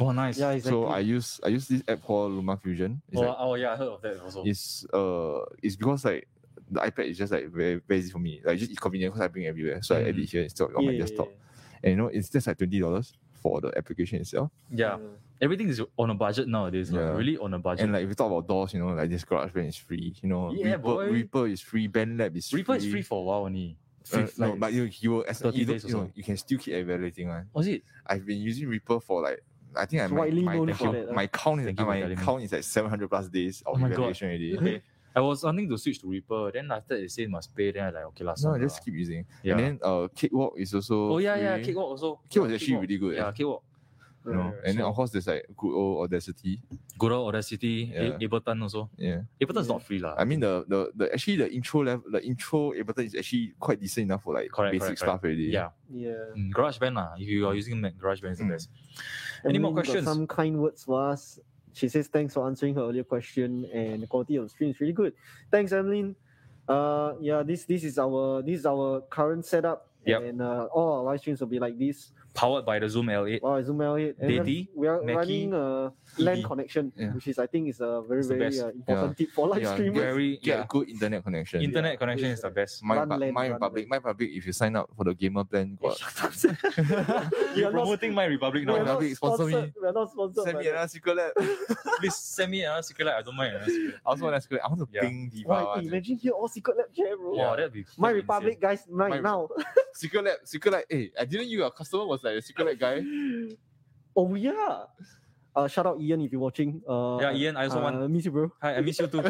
[SPEAKER 1] oh nice.
[SPEAKER 3] Yeah,
[SPEAKER 1] Yeah,
[SPEAKER 3] exactly.
[SPEAKER 2] So I use I use this app called Luma Fusion. It's,
[SPEAKER 1] oh,
[SPEAKER 2] like,
[SPEAKER 1] oh yeah, I heard of that also.
[SPEAKER 2] it's uh it's because like the iPad is just like very, very easy for me. Like just it's convenient because I bring everywhere. So I
[SPEAKER 1] Mm.
[SPEAKER 2] edit here instead of on my desktop. And you know it's just like twenty dollars for the application itself.
[SPEAKER 1] yeah. Everything is on a budget nowadays. like,
[SPEAKER 2] Yeah.
[SPEAKER 1] really on a budget.
[SPEAKER 2] And like if you talk about doors, you know, like this GarageBand is free. You know,
[SPEAKER 1] Yeah,
[SPEAKER 2] Reaper,
[SPEAKER 1] boy.
[SPEAKER 2] Reaper is free. BandLab is
[SPEAKER 1] Reaper is free for a while only.
[SPEAKER 2] Fifth,
[SPEAKER 1] Uh,
[SPEAKER 2] no, but you you will, as,
[SPEAKER 1] 30
[SPEAKER 2] you, don't-
[SPEAKER 1] days or
[SPEAKER 2] you, know,
[SPEAKER 1] something.
[SPEAKER 2] you can still keep evaluating one.
[SPEAKER 1] Was Oh, it?
[SPEAKER 2] I've been using Reaper for like I think I
[SPEAKER 3] It's
[SPEAKER 2] my
[SPEAKER 3] widely
[SPEAKER 2] my,
[SPEAKER 3] known
[SPEAKER 2] thank
[SPEAKER 1] for
[SPEAKER 2] you.
[SPEAKER 3] that, uh.
[SPEAKER 2] my count is
[SPEAKER 1] Thank you for
[SPEAKER 2] my
[SPEAKER 1] telling me.
[SPEAKER 2] count is like seven hundred plus days of
[SPEAKER 1] Oh my God.
[SPEAKER 2] evaluation already.
[SPEAKER 1] Okay. I was wanting to switch to Reaper, then after they say must pay, then I like okay last.
[SPEAKER 2] No, just keep using.
[SPEAKER 1] yeah.
[SPEAKER 2] And then uh, Cakewalk is also.
[SPEAKER 1] oh yeah, yeah,
[SPEAKER 2] free.
[SPEAKER 1] cakewalk also.
[SPEAKER 2] Cakewalk
[SPEAKER 1] Yeah,
[SPEAKER 2] is actually really good.
[SPEAKER 1] Yeah, cakewalk.
[SPEAKER 2] You know? And then of course there's like good old Audacity.
[SPEAKER 1] Good old Audacity, A-
[SPEAKER 2] Yeah.
[SPEAKER 1] Ableton also.
[SPEAKER 2] Yeah.
[SPEAKER 1] Ableton is
[SPEAKER 3] Yeah.
[SPEAKER 1] not free lah.
[SPEAKER 2] I mean the the, the actually the intro level the intro Ableton is actually quite decent enough for like
[SPEAKER 1] Correct,
[SPEAKER 2] basic
[SPEAKER 1] correct,
[SPEAKER 2] stuff already.
[SPEAKER 1] yeah,
[SPEAKER 3] Yeah.
[SPEAKER 1] mm, GarageBand lah. If you are using Mac, GarageBand is the
[SPEAKER 2] Mm.
[SPEAKER 1] best. Any more
[SPEAKER 3] Emily got
[SPEAKER 1] questions?
[SPEAKER 3] Some kind words for us. She says thanks for answering her earlier question, and the quality of the stream is really good. Thanks, Emily. Uh, yeah, this this is our this is our current setup,
[SPEAKER 1] Yep.
[SPEAKER 3] and uh, all our live streams will be like this.
[SPEAKER 1] Powered by the Zoom L8.
[SPEAKER 3] Wow, I zoom out it. And then
[SPEAKER 1] Daddy,
[SPEAKER 3] we are
[SPEAKER 1] Mackie,
[SPEAKER 3] running a LAN
[SPEAKER 1] Edie.
[SPEAKER 3] connection,
[SPEAKER 2] Yeah.
[SPEAKER 3] which is I think is a very
[SPEAKER 1] It's the
[SPEAKER 3] very
[SPEAKER 1] best.
[SPEAKER 3] uh, important tip for live
[SPEAKER 2] Yeah,
[SPEAKER 3] streamers.
[SPEAKER 1] Very
[SPEAKER 2] Get
[SPEAKER 1] yeah.
[SPEAKER 2] good internet connection.
[SPEAKER 1] Internet
[SPEAKER 3] Yeah.
[SPEAKER 1] connection is the best.
[SPEAKER 2] My,
[SPEAKER 3] Run
[SPEAKER 2] bu-
[SPEAKER 3] land,
[SPEAKER 2] my
[SPEAKER 3] run
[SPEAKER 2] republic, my public. If you sign up for the gamer plan, got
[SPEAKER 3] You
[SPEAKER 1] You're
[SPEAKER 3] are not-
[SPEAKER 1] promoting my republic
[SPEAKER 3] We're
[SPEAKER 1] now.
[SPEAKER 3] not
[SPEAKER 2] Republic, sponsor me.
[SPEAKER 3] sponsored. We're not sponsored.
[SPEAKER 2] send
[SPEAKER 3] by
[SPEAKER 2] me
[SPEAKER 3] them.
[SPEAKER 2] another secret lab. I
[SPEAKER 1] Please send me another secret light. I don't mind another secret.
[SPEAKER 2] also want to secret. I want to
[SPEAKER 1] Yeah.
[SPEAKER 2] ping Diva.
[SPEAKER 3] Right,
[SPEAKER 2] one.
[SPEAKER 3] eh, imagine here all secret lab chair, bro.
[SPEAKER 1] Wow, that'd be
[SPEAKER 3] My
[SPEAKER 1] that'd be
[SPEAKER 3] Republic, guys,
[SPEAKER 2] My-
[SPEAKER 3] right now.
[SPEAKER 2] Secret lab, secret lab. Hey, I didn't you. Our customer was like a secret lab guy.
[SPEAKER 3] Oh yeah. Uh, shout out Ian if you're watching. Uh,
[SPEAKER 1] insane. Yeah, Ian, I also
[SPEAKER 3] uh,
[SPEAKER 1] want.
[SPEAKER 3] Miss you, bro.
[SPEAKER 1] Hi, I miss you too.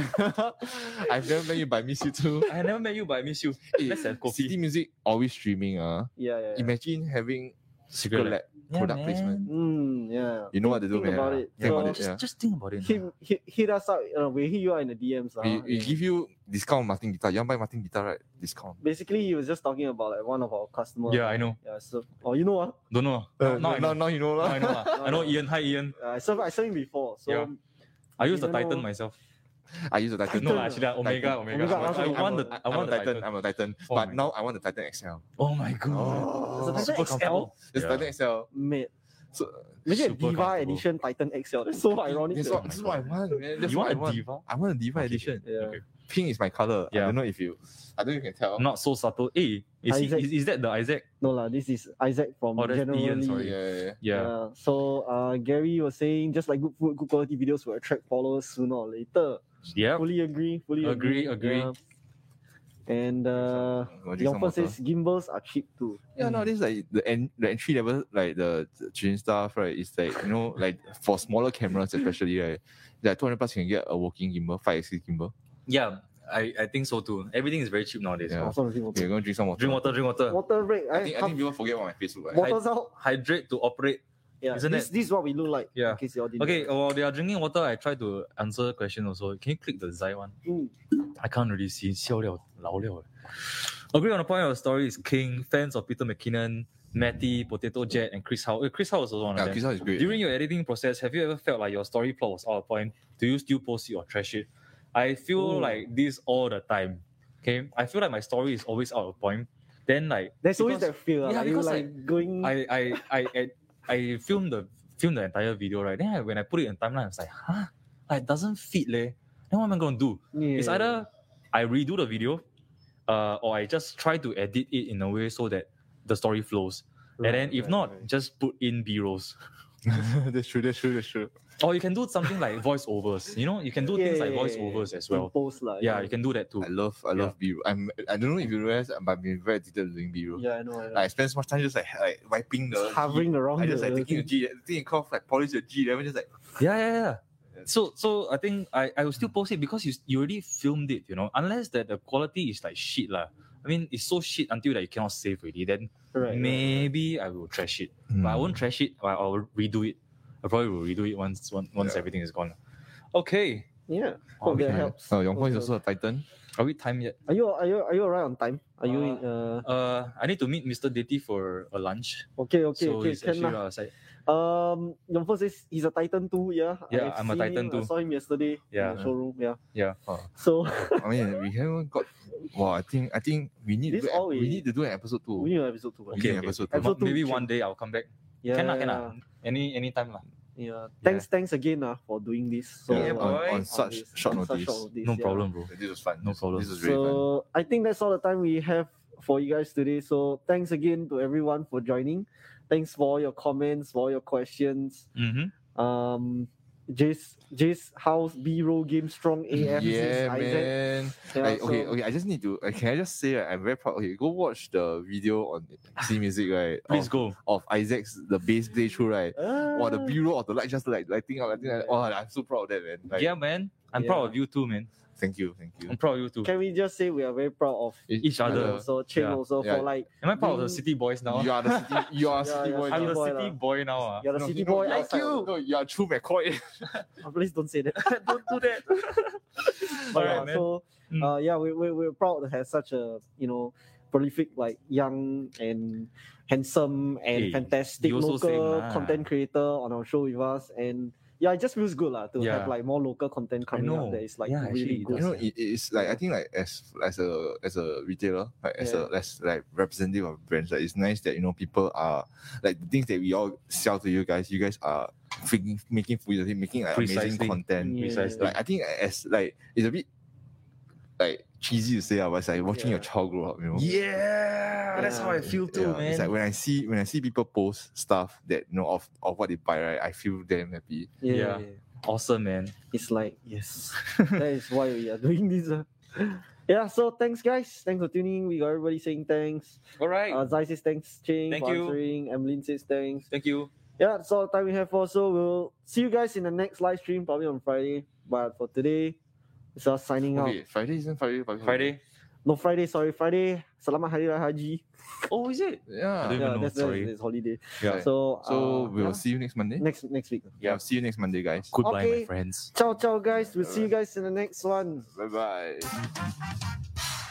[SPEAKER 2] I've never met you, but I miss you too.
[SPEAKER 1] I never met you, but I miss you.
[SPEAKER 2] Hey,
[SPEAKER 1] Let's have coffee.
[SPEAKER 2] City music always streaming. Uh.
[SPEAKER 3] Yeah, yeah. yeah.
[SPEAKER 2] imagine having secret lab.
[SPEAKER 1] Yeah,
[SPEAKER 2] Product
[SPEAKER 1] man.
[SPEAKER 2] placement.
[SPEAKER 3] Mm, yeah.
[SPEAKER 2] You know what to do,
[SPEAKER 3] Think
[SPEAKER 2] man.
[SPEAKER 3] about it.
[SPEAKER 2] Think
[SPEAKER 3] So-
[SPEAKER 2] about it.
[SPEAKER 1] Just,
[SPEAKER 2] Yeah.
[SPEAKER 1] just think about it.
[SPEAKER 3] Hit, hit, hit us up. Uh, we hit you out in the DMs.
[SPEAKER 2] We,
[SPEAKER 3] Uh.
[SPEAKER 2] we give you discount on Martin guitar. You want buy Martin guitar, right? Discount.
[SPEAKER 3] Basically, he was just talking about like one of our customers.
[SPEAKER 1] Yeah, I know.
[SPEAKER 3] Yeah, so, oh, you know what?
[SPEAKER 1] Don't know.
[SPEAKER 2] Uh,
[SPEAKER 1] now, I know.
[SPEAKER 2] now, now you know
[SPEAKER 1] Now I
[SPEAKER 2] lah.
[SPEAKER 1] know. lah. I know
[SPEAKER 3] No, no.
[SPEAKER 1] Ian. Hi, Ian.
[SPEAKER 3] Uh, I served I served him before. So
[SPEAKER 1] Yeah. I use the
[SPEAKER 3] Even though-
[SPEAKER 1] Titan myself.
[SPEAKER 2] I use the Titan.
[SPEAKER 1] No,
[SPEAKER 3] Titan
[SPEAKER 1] lah, actually, lah, Omega, Omega.
[SPEAKER 3] Omega,
[SPEAKER 1] I want- I
[SPEAKER 3] also-
[SPEAKER 1] want the,
[SPEAKER 2] I'm a-
[SPEAKER 1] I want
[SPEAKER 2] I'm
[SPEAKER 1] the
[SPEAKER 2] a Titan.
[SPEAKER 1] Titan.
[SPEAKER 2] I'm a Titan.
[SPEAKER 1] Oh
[SPEAKER 2] but
[SPEAKER 1] my
[SPEAKER 2] now I want the Titan XL.
[SPEAKER 1] Oh my god.
[SPEAKER 3] Does the
[SPEAKER 2] Oh.
[SPEAKER 3] Titan
[SPEAKER 1] Super
[SPEAKER 3] XL?
[SPEAKER 1] comfortable.
[SPEAKER 2] It's
[SPEAKER 1] Yeah.
[SPEAKER 2] Titan XL.
[SPEAKER 3] mate.
[SPEAKER 2] So
[SPEAKER 3] Imagine a
[SPEAKER 1] Super
[SPEAKER 3] Diva
[SPEAKER 1] comfortable.
[SPEAKER 3] edition Titan XL. That's so ironic.
[SPEAKER 2] This is
[SPEAKER 3] yeah.
[SPEAKER 2] what, this is what I want, man. That's
[SPEAKER 1] You
[SPEAKER 2] what
[SPEAKER 1] want
[SPEAKER 2] I
[SPEAKER 1] a
[SPEAKER 2] want.
[SPEAKER 1] diva?
[SPEAKER 2] I want a
[SPEAKER 1] Okay,
[SPEAKER 2] Diva
[SPEAKER 1] okay.
[SPEAKER 2] edition.
[SPEAKER 3] Yeah.
[SPEAKER 1] Okay.
[SPEAKER 2] Pink is my color.
[SPEAKER 1] Yeah.
[SPEAKER 2] I don't know if you. I don't know if you can tell.
[SPEAKER 1] Not so subtle. Hey, is, he,
[SPEAKER 3] Isaac.
[SPEAKER 1] is, is that the Isaac?
[SPEAKER 3] No lah, this is Isaac from
[SPEAKER 1] Oh, that's Ian,
[SPEAKER 3] generally.
[SPEAKER 1] sorry.
[SPEAKER 2] Yeah, yeah, yeah.
[SPEAKER 1] Yeah.
[SPEAKER 3] Yeah, So uh, Gary was saying just like good food, good quality videos will attract followers sooner or later.
[SPEAKER 1] Yeah.
[SPEAKER 3] Fully agree. Fully
[SPEAKER 1] Agree, agree.
[SPEAKER 3] agree. yeah. And uh,
[SPEAKER 2] Wanna drink some
[SPEAKER 3] Yongfan
[SPEAKER 2] water?
[SPEAKER 3] says gimbals are cheap too.
[SPEAKER 2] Yeah, nowadays like the en- the entry level like the the gym stuff right is like you know like for smaller cameras especially right like two hundred plus you can get a working gimbal five six gimbal.
[SPEAKER 1] Yeah. I, I think so too. Everything is very cheap nowadays.
[SPEAKER 2] Yeah.
[SPEAKER 3] Awesome drink
[SPEAKER 2] Okay,
[SPEAKER 3] water.
[SPEAKER 2] you're gonna drink some water.
[SPEAKER 1] Drink water, drink water.
[SPEAKER 3] Water break.
[SPEAKER 2] I
[SPEAKER 3] eh?
[SPEAKER 2] think I think people forget about my Facebook. Right?
[SPEAKER 3] Water's out.
[SPEAKER 1] Hydrate to operate.
[SPEAKER 3] Yeah.
[SPEAKER 1] Isn't
[SPEAKER 3] this,
[SPEAKER 1] it?
[SPEAKER 3] this is what we look like.
[SPEAKER 1] Yeah.
[SPEAKER 3] In case you all didn't
[SPEAKER 1] Okay,
[SPEAKER 3] know.
[SPEAKER 1] while they are drinking water, I try to answer the question also. Can you click the Zai one?
[SPEAKER 3] Mm.
[SPEAKER 1] I can't really see. 笑料老料. Agree on the point of the story is King, fans of Peter McKinnon, Matty, Potato Jet, and Chris Howe. Eh, Chris Howe was also one of
[SPEAKER 2] yeah,
[SPEAKER 1] them.
[SPEAKER 2] Chris Howe is great.
[SPEAKER 1] During your editing process, have you ever felt like your story plot was out of point? Do you still post it or trash it? I feel
[SPEAKER 3] Ooh.
[SPEAKER 1] like this all the time. Okay, I feel like my story is always out of point. Then like
[SPEAKER 3] There's always
[SPEAKER 1] because
[SPEAKER 3] that fear.
[SPEAKER 1] yeah,
[SPEAKER 3] like, you
[SPEAKER 1] because,
[SPEAKER 3] like, going.
[SPEAKER 1] I I I I, I filmed the filmed the entire video right. Then I, when I put it in timeline, I was like, huh, it doesn't fit leh. Then what am I gonna do?
[SPEAKER 3] yeah.
[SPEAKER 1] It's either I redo the video, uh, or I just try to edit it in a way so that the story flows. and then if not, just put in B rolls.
[SPEAKER 2] that's true. That's true. That's true.
[SPEAKER 1] Or you can do something like voiceovers. You know, you can do
[SPEAKER 3] Yeah,
[SPEAKER 1] things
[SPEAKER 3] yeah,
[SPEAKER 1] like
[SPEAKER 3] yeah, yeah.
[SPEAKER 1] voiceovers as well.
[SPEAKER 3] Impose lah.
[SPEAKER 1] Yeah, you can do that too.
[SPEAKER 2] I love I love B. I'm I don't know if you realize, but I've been very addicted to doing B roll.
[SPEAKER 3] Yeah, I know. I know.
[SPEAKER 2] Like, I spend so much time just like like wiping the.
[SPEAKER 3] Just hovering around.
[SPEAKER 2] I just like
[SPEAKER 3] the-
[SPEAKER 2] taking the G, taking a cough, like polish the G. Then just like
[SPEAKER 1] Yeah, yeah, yeah.
[SPEAKER 2] Yeah.
[SPEAKER 1] So, so I think I, I will still post it because you you already filmed it, you know. Unless that the quality is like shit lah. I mean, it's so shit until that you cannot save really. Then
[SPEAKER 3] Right, Hmm. right.
[SPEAKER 1] maybe I will trash it, but I won't trash it. But I'll redo it. I probably will redo it once once, once
[SPEAKER 2] Yeah.
[SPEAKER 1] everything is gone. Okay,
[SPEAKER 3] Yeah.
[SPEAKER 1] Oh,
[SPEAKER 3] Hope that
[SPEAKER 1] yeah.
[SPEAKER 3] helps.
[SPEAKER 2] Oh, Yongpo is
[SPEAKER 3] Also-
[SPEAKER 2] also a Titan.
[SPEAKER 1] are we time yet?
[SPEAKER 3] Are you are you are you alright on time? Are you in,
[SPEAKER 1] Uh,
[SPEAKER 3] uh
[SPEAKER 1] Uh, I need to meet Mister Ditty for a lunch.
[SPEAKER 3] okay okay
[SPEAKER 1] so
[SPEAKER 3] okay
[SPEAKER 1] he's
[SPEAKER 3] can
[SPEAKER 1] actually
[SPEAKER 3] lah.
[SPEAKER 1] outside.
[SPEAKER 3] Um, your first is he's a Titan too. Yeah.
[SPEAKER 1] Yeah,
[SPEAKER 3] I've
[SPEAKER 1] I'm a
[SPEAKER 3] seen
[SPEAKER 1] Titan
[SPEAKER 3] him, I
[SPEAKER 1] too.
[SPEAKER 3] saw him yesterday.
[SPEAKER 1] Yeah.
[SPEAKER 3] In the showroom. Yeah.
[SPEAKER 1] Yeah.
[SPEAKER 2] Oh.
[SPEAKER 3] So
[SPEAKER 2] I mean, we haven't got. Wow, I think I think we need
[SPEAKER 3] This
[SPEAKER 2] to do,
[SPEAKER 3] all
[SPEAKER 2] we,
[SPEAKER 3] we-
[SPEAKER 2] need to do an episode two.
[SPEAKER 3] we need an episode two. right?
[SPEAKER 1] Okay,
[SPEAKER 2] Yeah,
[SPEAKER 1] okay.
[SPEAKER 2] episode
[SPEAKER 1] Ma-
[SPEAKER 2] two.
[SPEAKER 3] Episode two,
[SPEAKER 1] Maybe
[SPEAKER 3] check.
[SPEAKER 1] one day I'll come back.
[SPEAKER 3] Yeah.
[SPEAKER 1] can lah, can lah. Any any time lah.
[SPEAKER 3] Yeah. Thanks thanks again uh, for doing this. So,
[SPEAKER 1] Yeah,
[SPEAKER 3] uh,
[SPEAKER 1] boy.
[SPEAKER 2] on, on
[SPEAKER 1] on
[SPEAKER 2] such
[SPEAKER 3] this-
[SPEAKER 2] short
[SPEAKER 3] on
[SPEAKER 2] notice.
[SPEAKER 3] such short notice,
[SPEAKER 1] No
[SPEAKER 3] yeah.
[SPEAKER 1] problem, bro.
[SPEAKER 2] This was fun.
[SPEAKER 1] No
[SPEAKER 2] This-
[SPEAKER 1] problem.
[SPEAKER 2] This was really fun.
[SPEAKER 3] So I think that's all the time we have for you guys today. So thanks again to everyone for joining. Thanks for all your comments, for all your questions.
[SPEAKER 1] Mm-hmm.
[SPEAKER 3] Um, Jay's Jay's house B roll game strong AF.
[SPEAKER 2] yeah,
[SPEAKER 3] since Isaac.
[SPEAKER 2] man.
[SPEAKER 3] Yeah,
[SPEAKER 2] I, okay,
[SPEAKER 3] so-
[SPEAKER 2] okay. I just need to. uh, Can I just say? uh, I'm very proud. Okay, go watch the video on C Music, right?
[SPEAKER 1] Please
[SPEAKER 2] of,
[SPEAKER 1] go.
[SPEAKER 2] of Isaac's the bass playthrough, right?
[SPEAKER 3] Ah.
[SPEAKER 2] Or the B roll of the light, just like lighting up, lighting up. Oh, I'm so proud of that, man. Like,
[SPEAKER 1] yeah, man. I'm proud of you too, man.
[SPEAKER 2] Thank you, thank you.
[SPEAKER 1] I'm proud of you too.
[SPEAKER 3] Can we just say we are very proud of
[SPEAKER 1] Each
[SPEAKER 3] Cheng
[SPEAKER 1] other.
[SPEAKER 3] also Cheng
[SPEAKER 1] Yeah.
[SPEAKER 3] also
[SPEAKER 2] Yeah.
[SPEAKER 3] for like
[SPEAKER 1] Am I part of the
[SPEAKER 3] being-
[SPEAKER 1] city boys now?
[SPEAKER 2] You are the city. You are city
[SPEAKER 3] yeah,
[SPEAKER 2] boy.
[SPEAKER 1] I'm
[SPEAKER 2] now.
[SPEAKER 1] the
[SPEAKER 3] boy
[SPEAKER 1] city
[SPEAKER 3] lah.
[SPEAKER 1] boy now. ah.
[SPEAKER 3] you're the
[SPEAKER 2] No,
[SPEAKER 3] city
[SPEAKER 2] you know,
[SPEAKER 3] boy
[SPEAKER 2] you are-
[SPEAKER 3] outside. of-
[SPEAKER 2] No, you are true McCoy.
[SPEAKER 3] Oh, please don't say that. don't do that. but
[SPEAKER 1] Alright,
[SPEAKER 3] yeah,
[SPEAKER 1] man.
[SPEAKER 3] so
[SPEAKER 1] Mm.
[SPEAKER 3] uh, yeah, we, we we're proud to have such a you know prolific like young and handsome and
[SPEAKER 1] Hey,
[SPEAKER 3] fantastic
[SPEAKER 1] you also
[SPEAKER 3] local
[SPEAKER 1] saying lah.
[SPEAKER 3] content creator on our show with us and. Yeah, it just feels good lah to
[SPEAKER 1] Yeah.
[SPEAKER 3] have like more local content coming
[SPEAKER 1] know.
[SPEAKER 3] up that is like
[SPEAKER 1] Yeah, actually,
[SPEAKER 3] really
[SPEAKER 1] it
[SPEAKER 3] good.
[SPEAKER 2] you know, it, it's like I think like as as a as a retailer, like as a as like representative of brands, like it's nice that you know people are like the things that we all sell to you guys. You guys are freaking making food, you're making like
[SPEAKER 1] Precisely.
[SPEAKER 2] amazing content.
[SPEAKER 3] Yeah.
[SPEAKER 1] Precisely.
[SPEAKER 2] Like I think as like it's a bit like cheesy to say, ah, but it's like watching your
[SPEAKER 3] Yeah.
[SPEAKER 2] child grow up. You know.
[SPEAKER 1] Yeah, that's how I feel too,
[SPEAKER 2] Yeah,
[SPEAKER 1] man.
[SPEAKER 2] It's like when I see when I see people post stuff that you know of, of what they buy, right? I feel damn happy.
[SPEAKER 3] Yeah,
[SPEAKER 1] Yeah. awesome, man.
[SPEAKER 3] It's like, yes, that is why we are doing this. ah. Yeah, so thanks, guys. Thanks for tuning. in. We got everybody saying thanks.
[SPEAKER 1] All right.
[SPEAKER 3] Uh, Zai says thanks, Ching,
[SPEAKER 1] Thank
[SPEAKER 3] for
[SPEAKER 1] you.
[SPEAKER 3] answering. Emlyn says thanks.
[SPEAKER 1] Thank you.
[SPEAKER 3] Yeah, that's all the time we have for. So we'll see you guys in the next live stream, probably on Friday. But for today, it's us signing
[SPEAKER 2] Okay,
[SPEAKER 3] out.
[SPEAKER 2] Friday isn't Friday.
[SPEAKER 1] Friday.
[SPEAKER 3] No, Friday, sorry, Friday. Selamat Hari Raya Haji.
[SPEAKER 1] Oh, is it? I don't even
[SPEAKER 2] Yeah.
[SPEAKER 3] Yeah,
[SPEAKER 1] know,
[SPEAKER 3] that's,
[SPEAKER 1] sorry.
[SPEAKER 3] that's, that's holiday.
[SPEAKER 1] Yeah.
[SPEAKER 3] So,
[SPEAKER 2] So
[SPEAKER 3] uh,
[SPEAKER 2] we'll
[SPEAKER 3] yeah,
[SPEAKER 2] see you next Monday.
[SPEAKER 3] next next week.
[SPEAKER 2] Yeah, see you next Monday, guys.
[SPEAKER 1] Goodbye,
[SPEAKER 3] Okay.
[SPEAKER 1] my friends.
[SPEAKER 3] Ciao, ciao, guys. We'll see you guys in the next one.
[SPEAKER 2] Bye bye.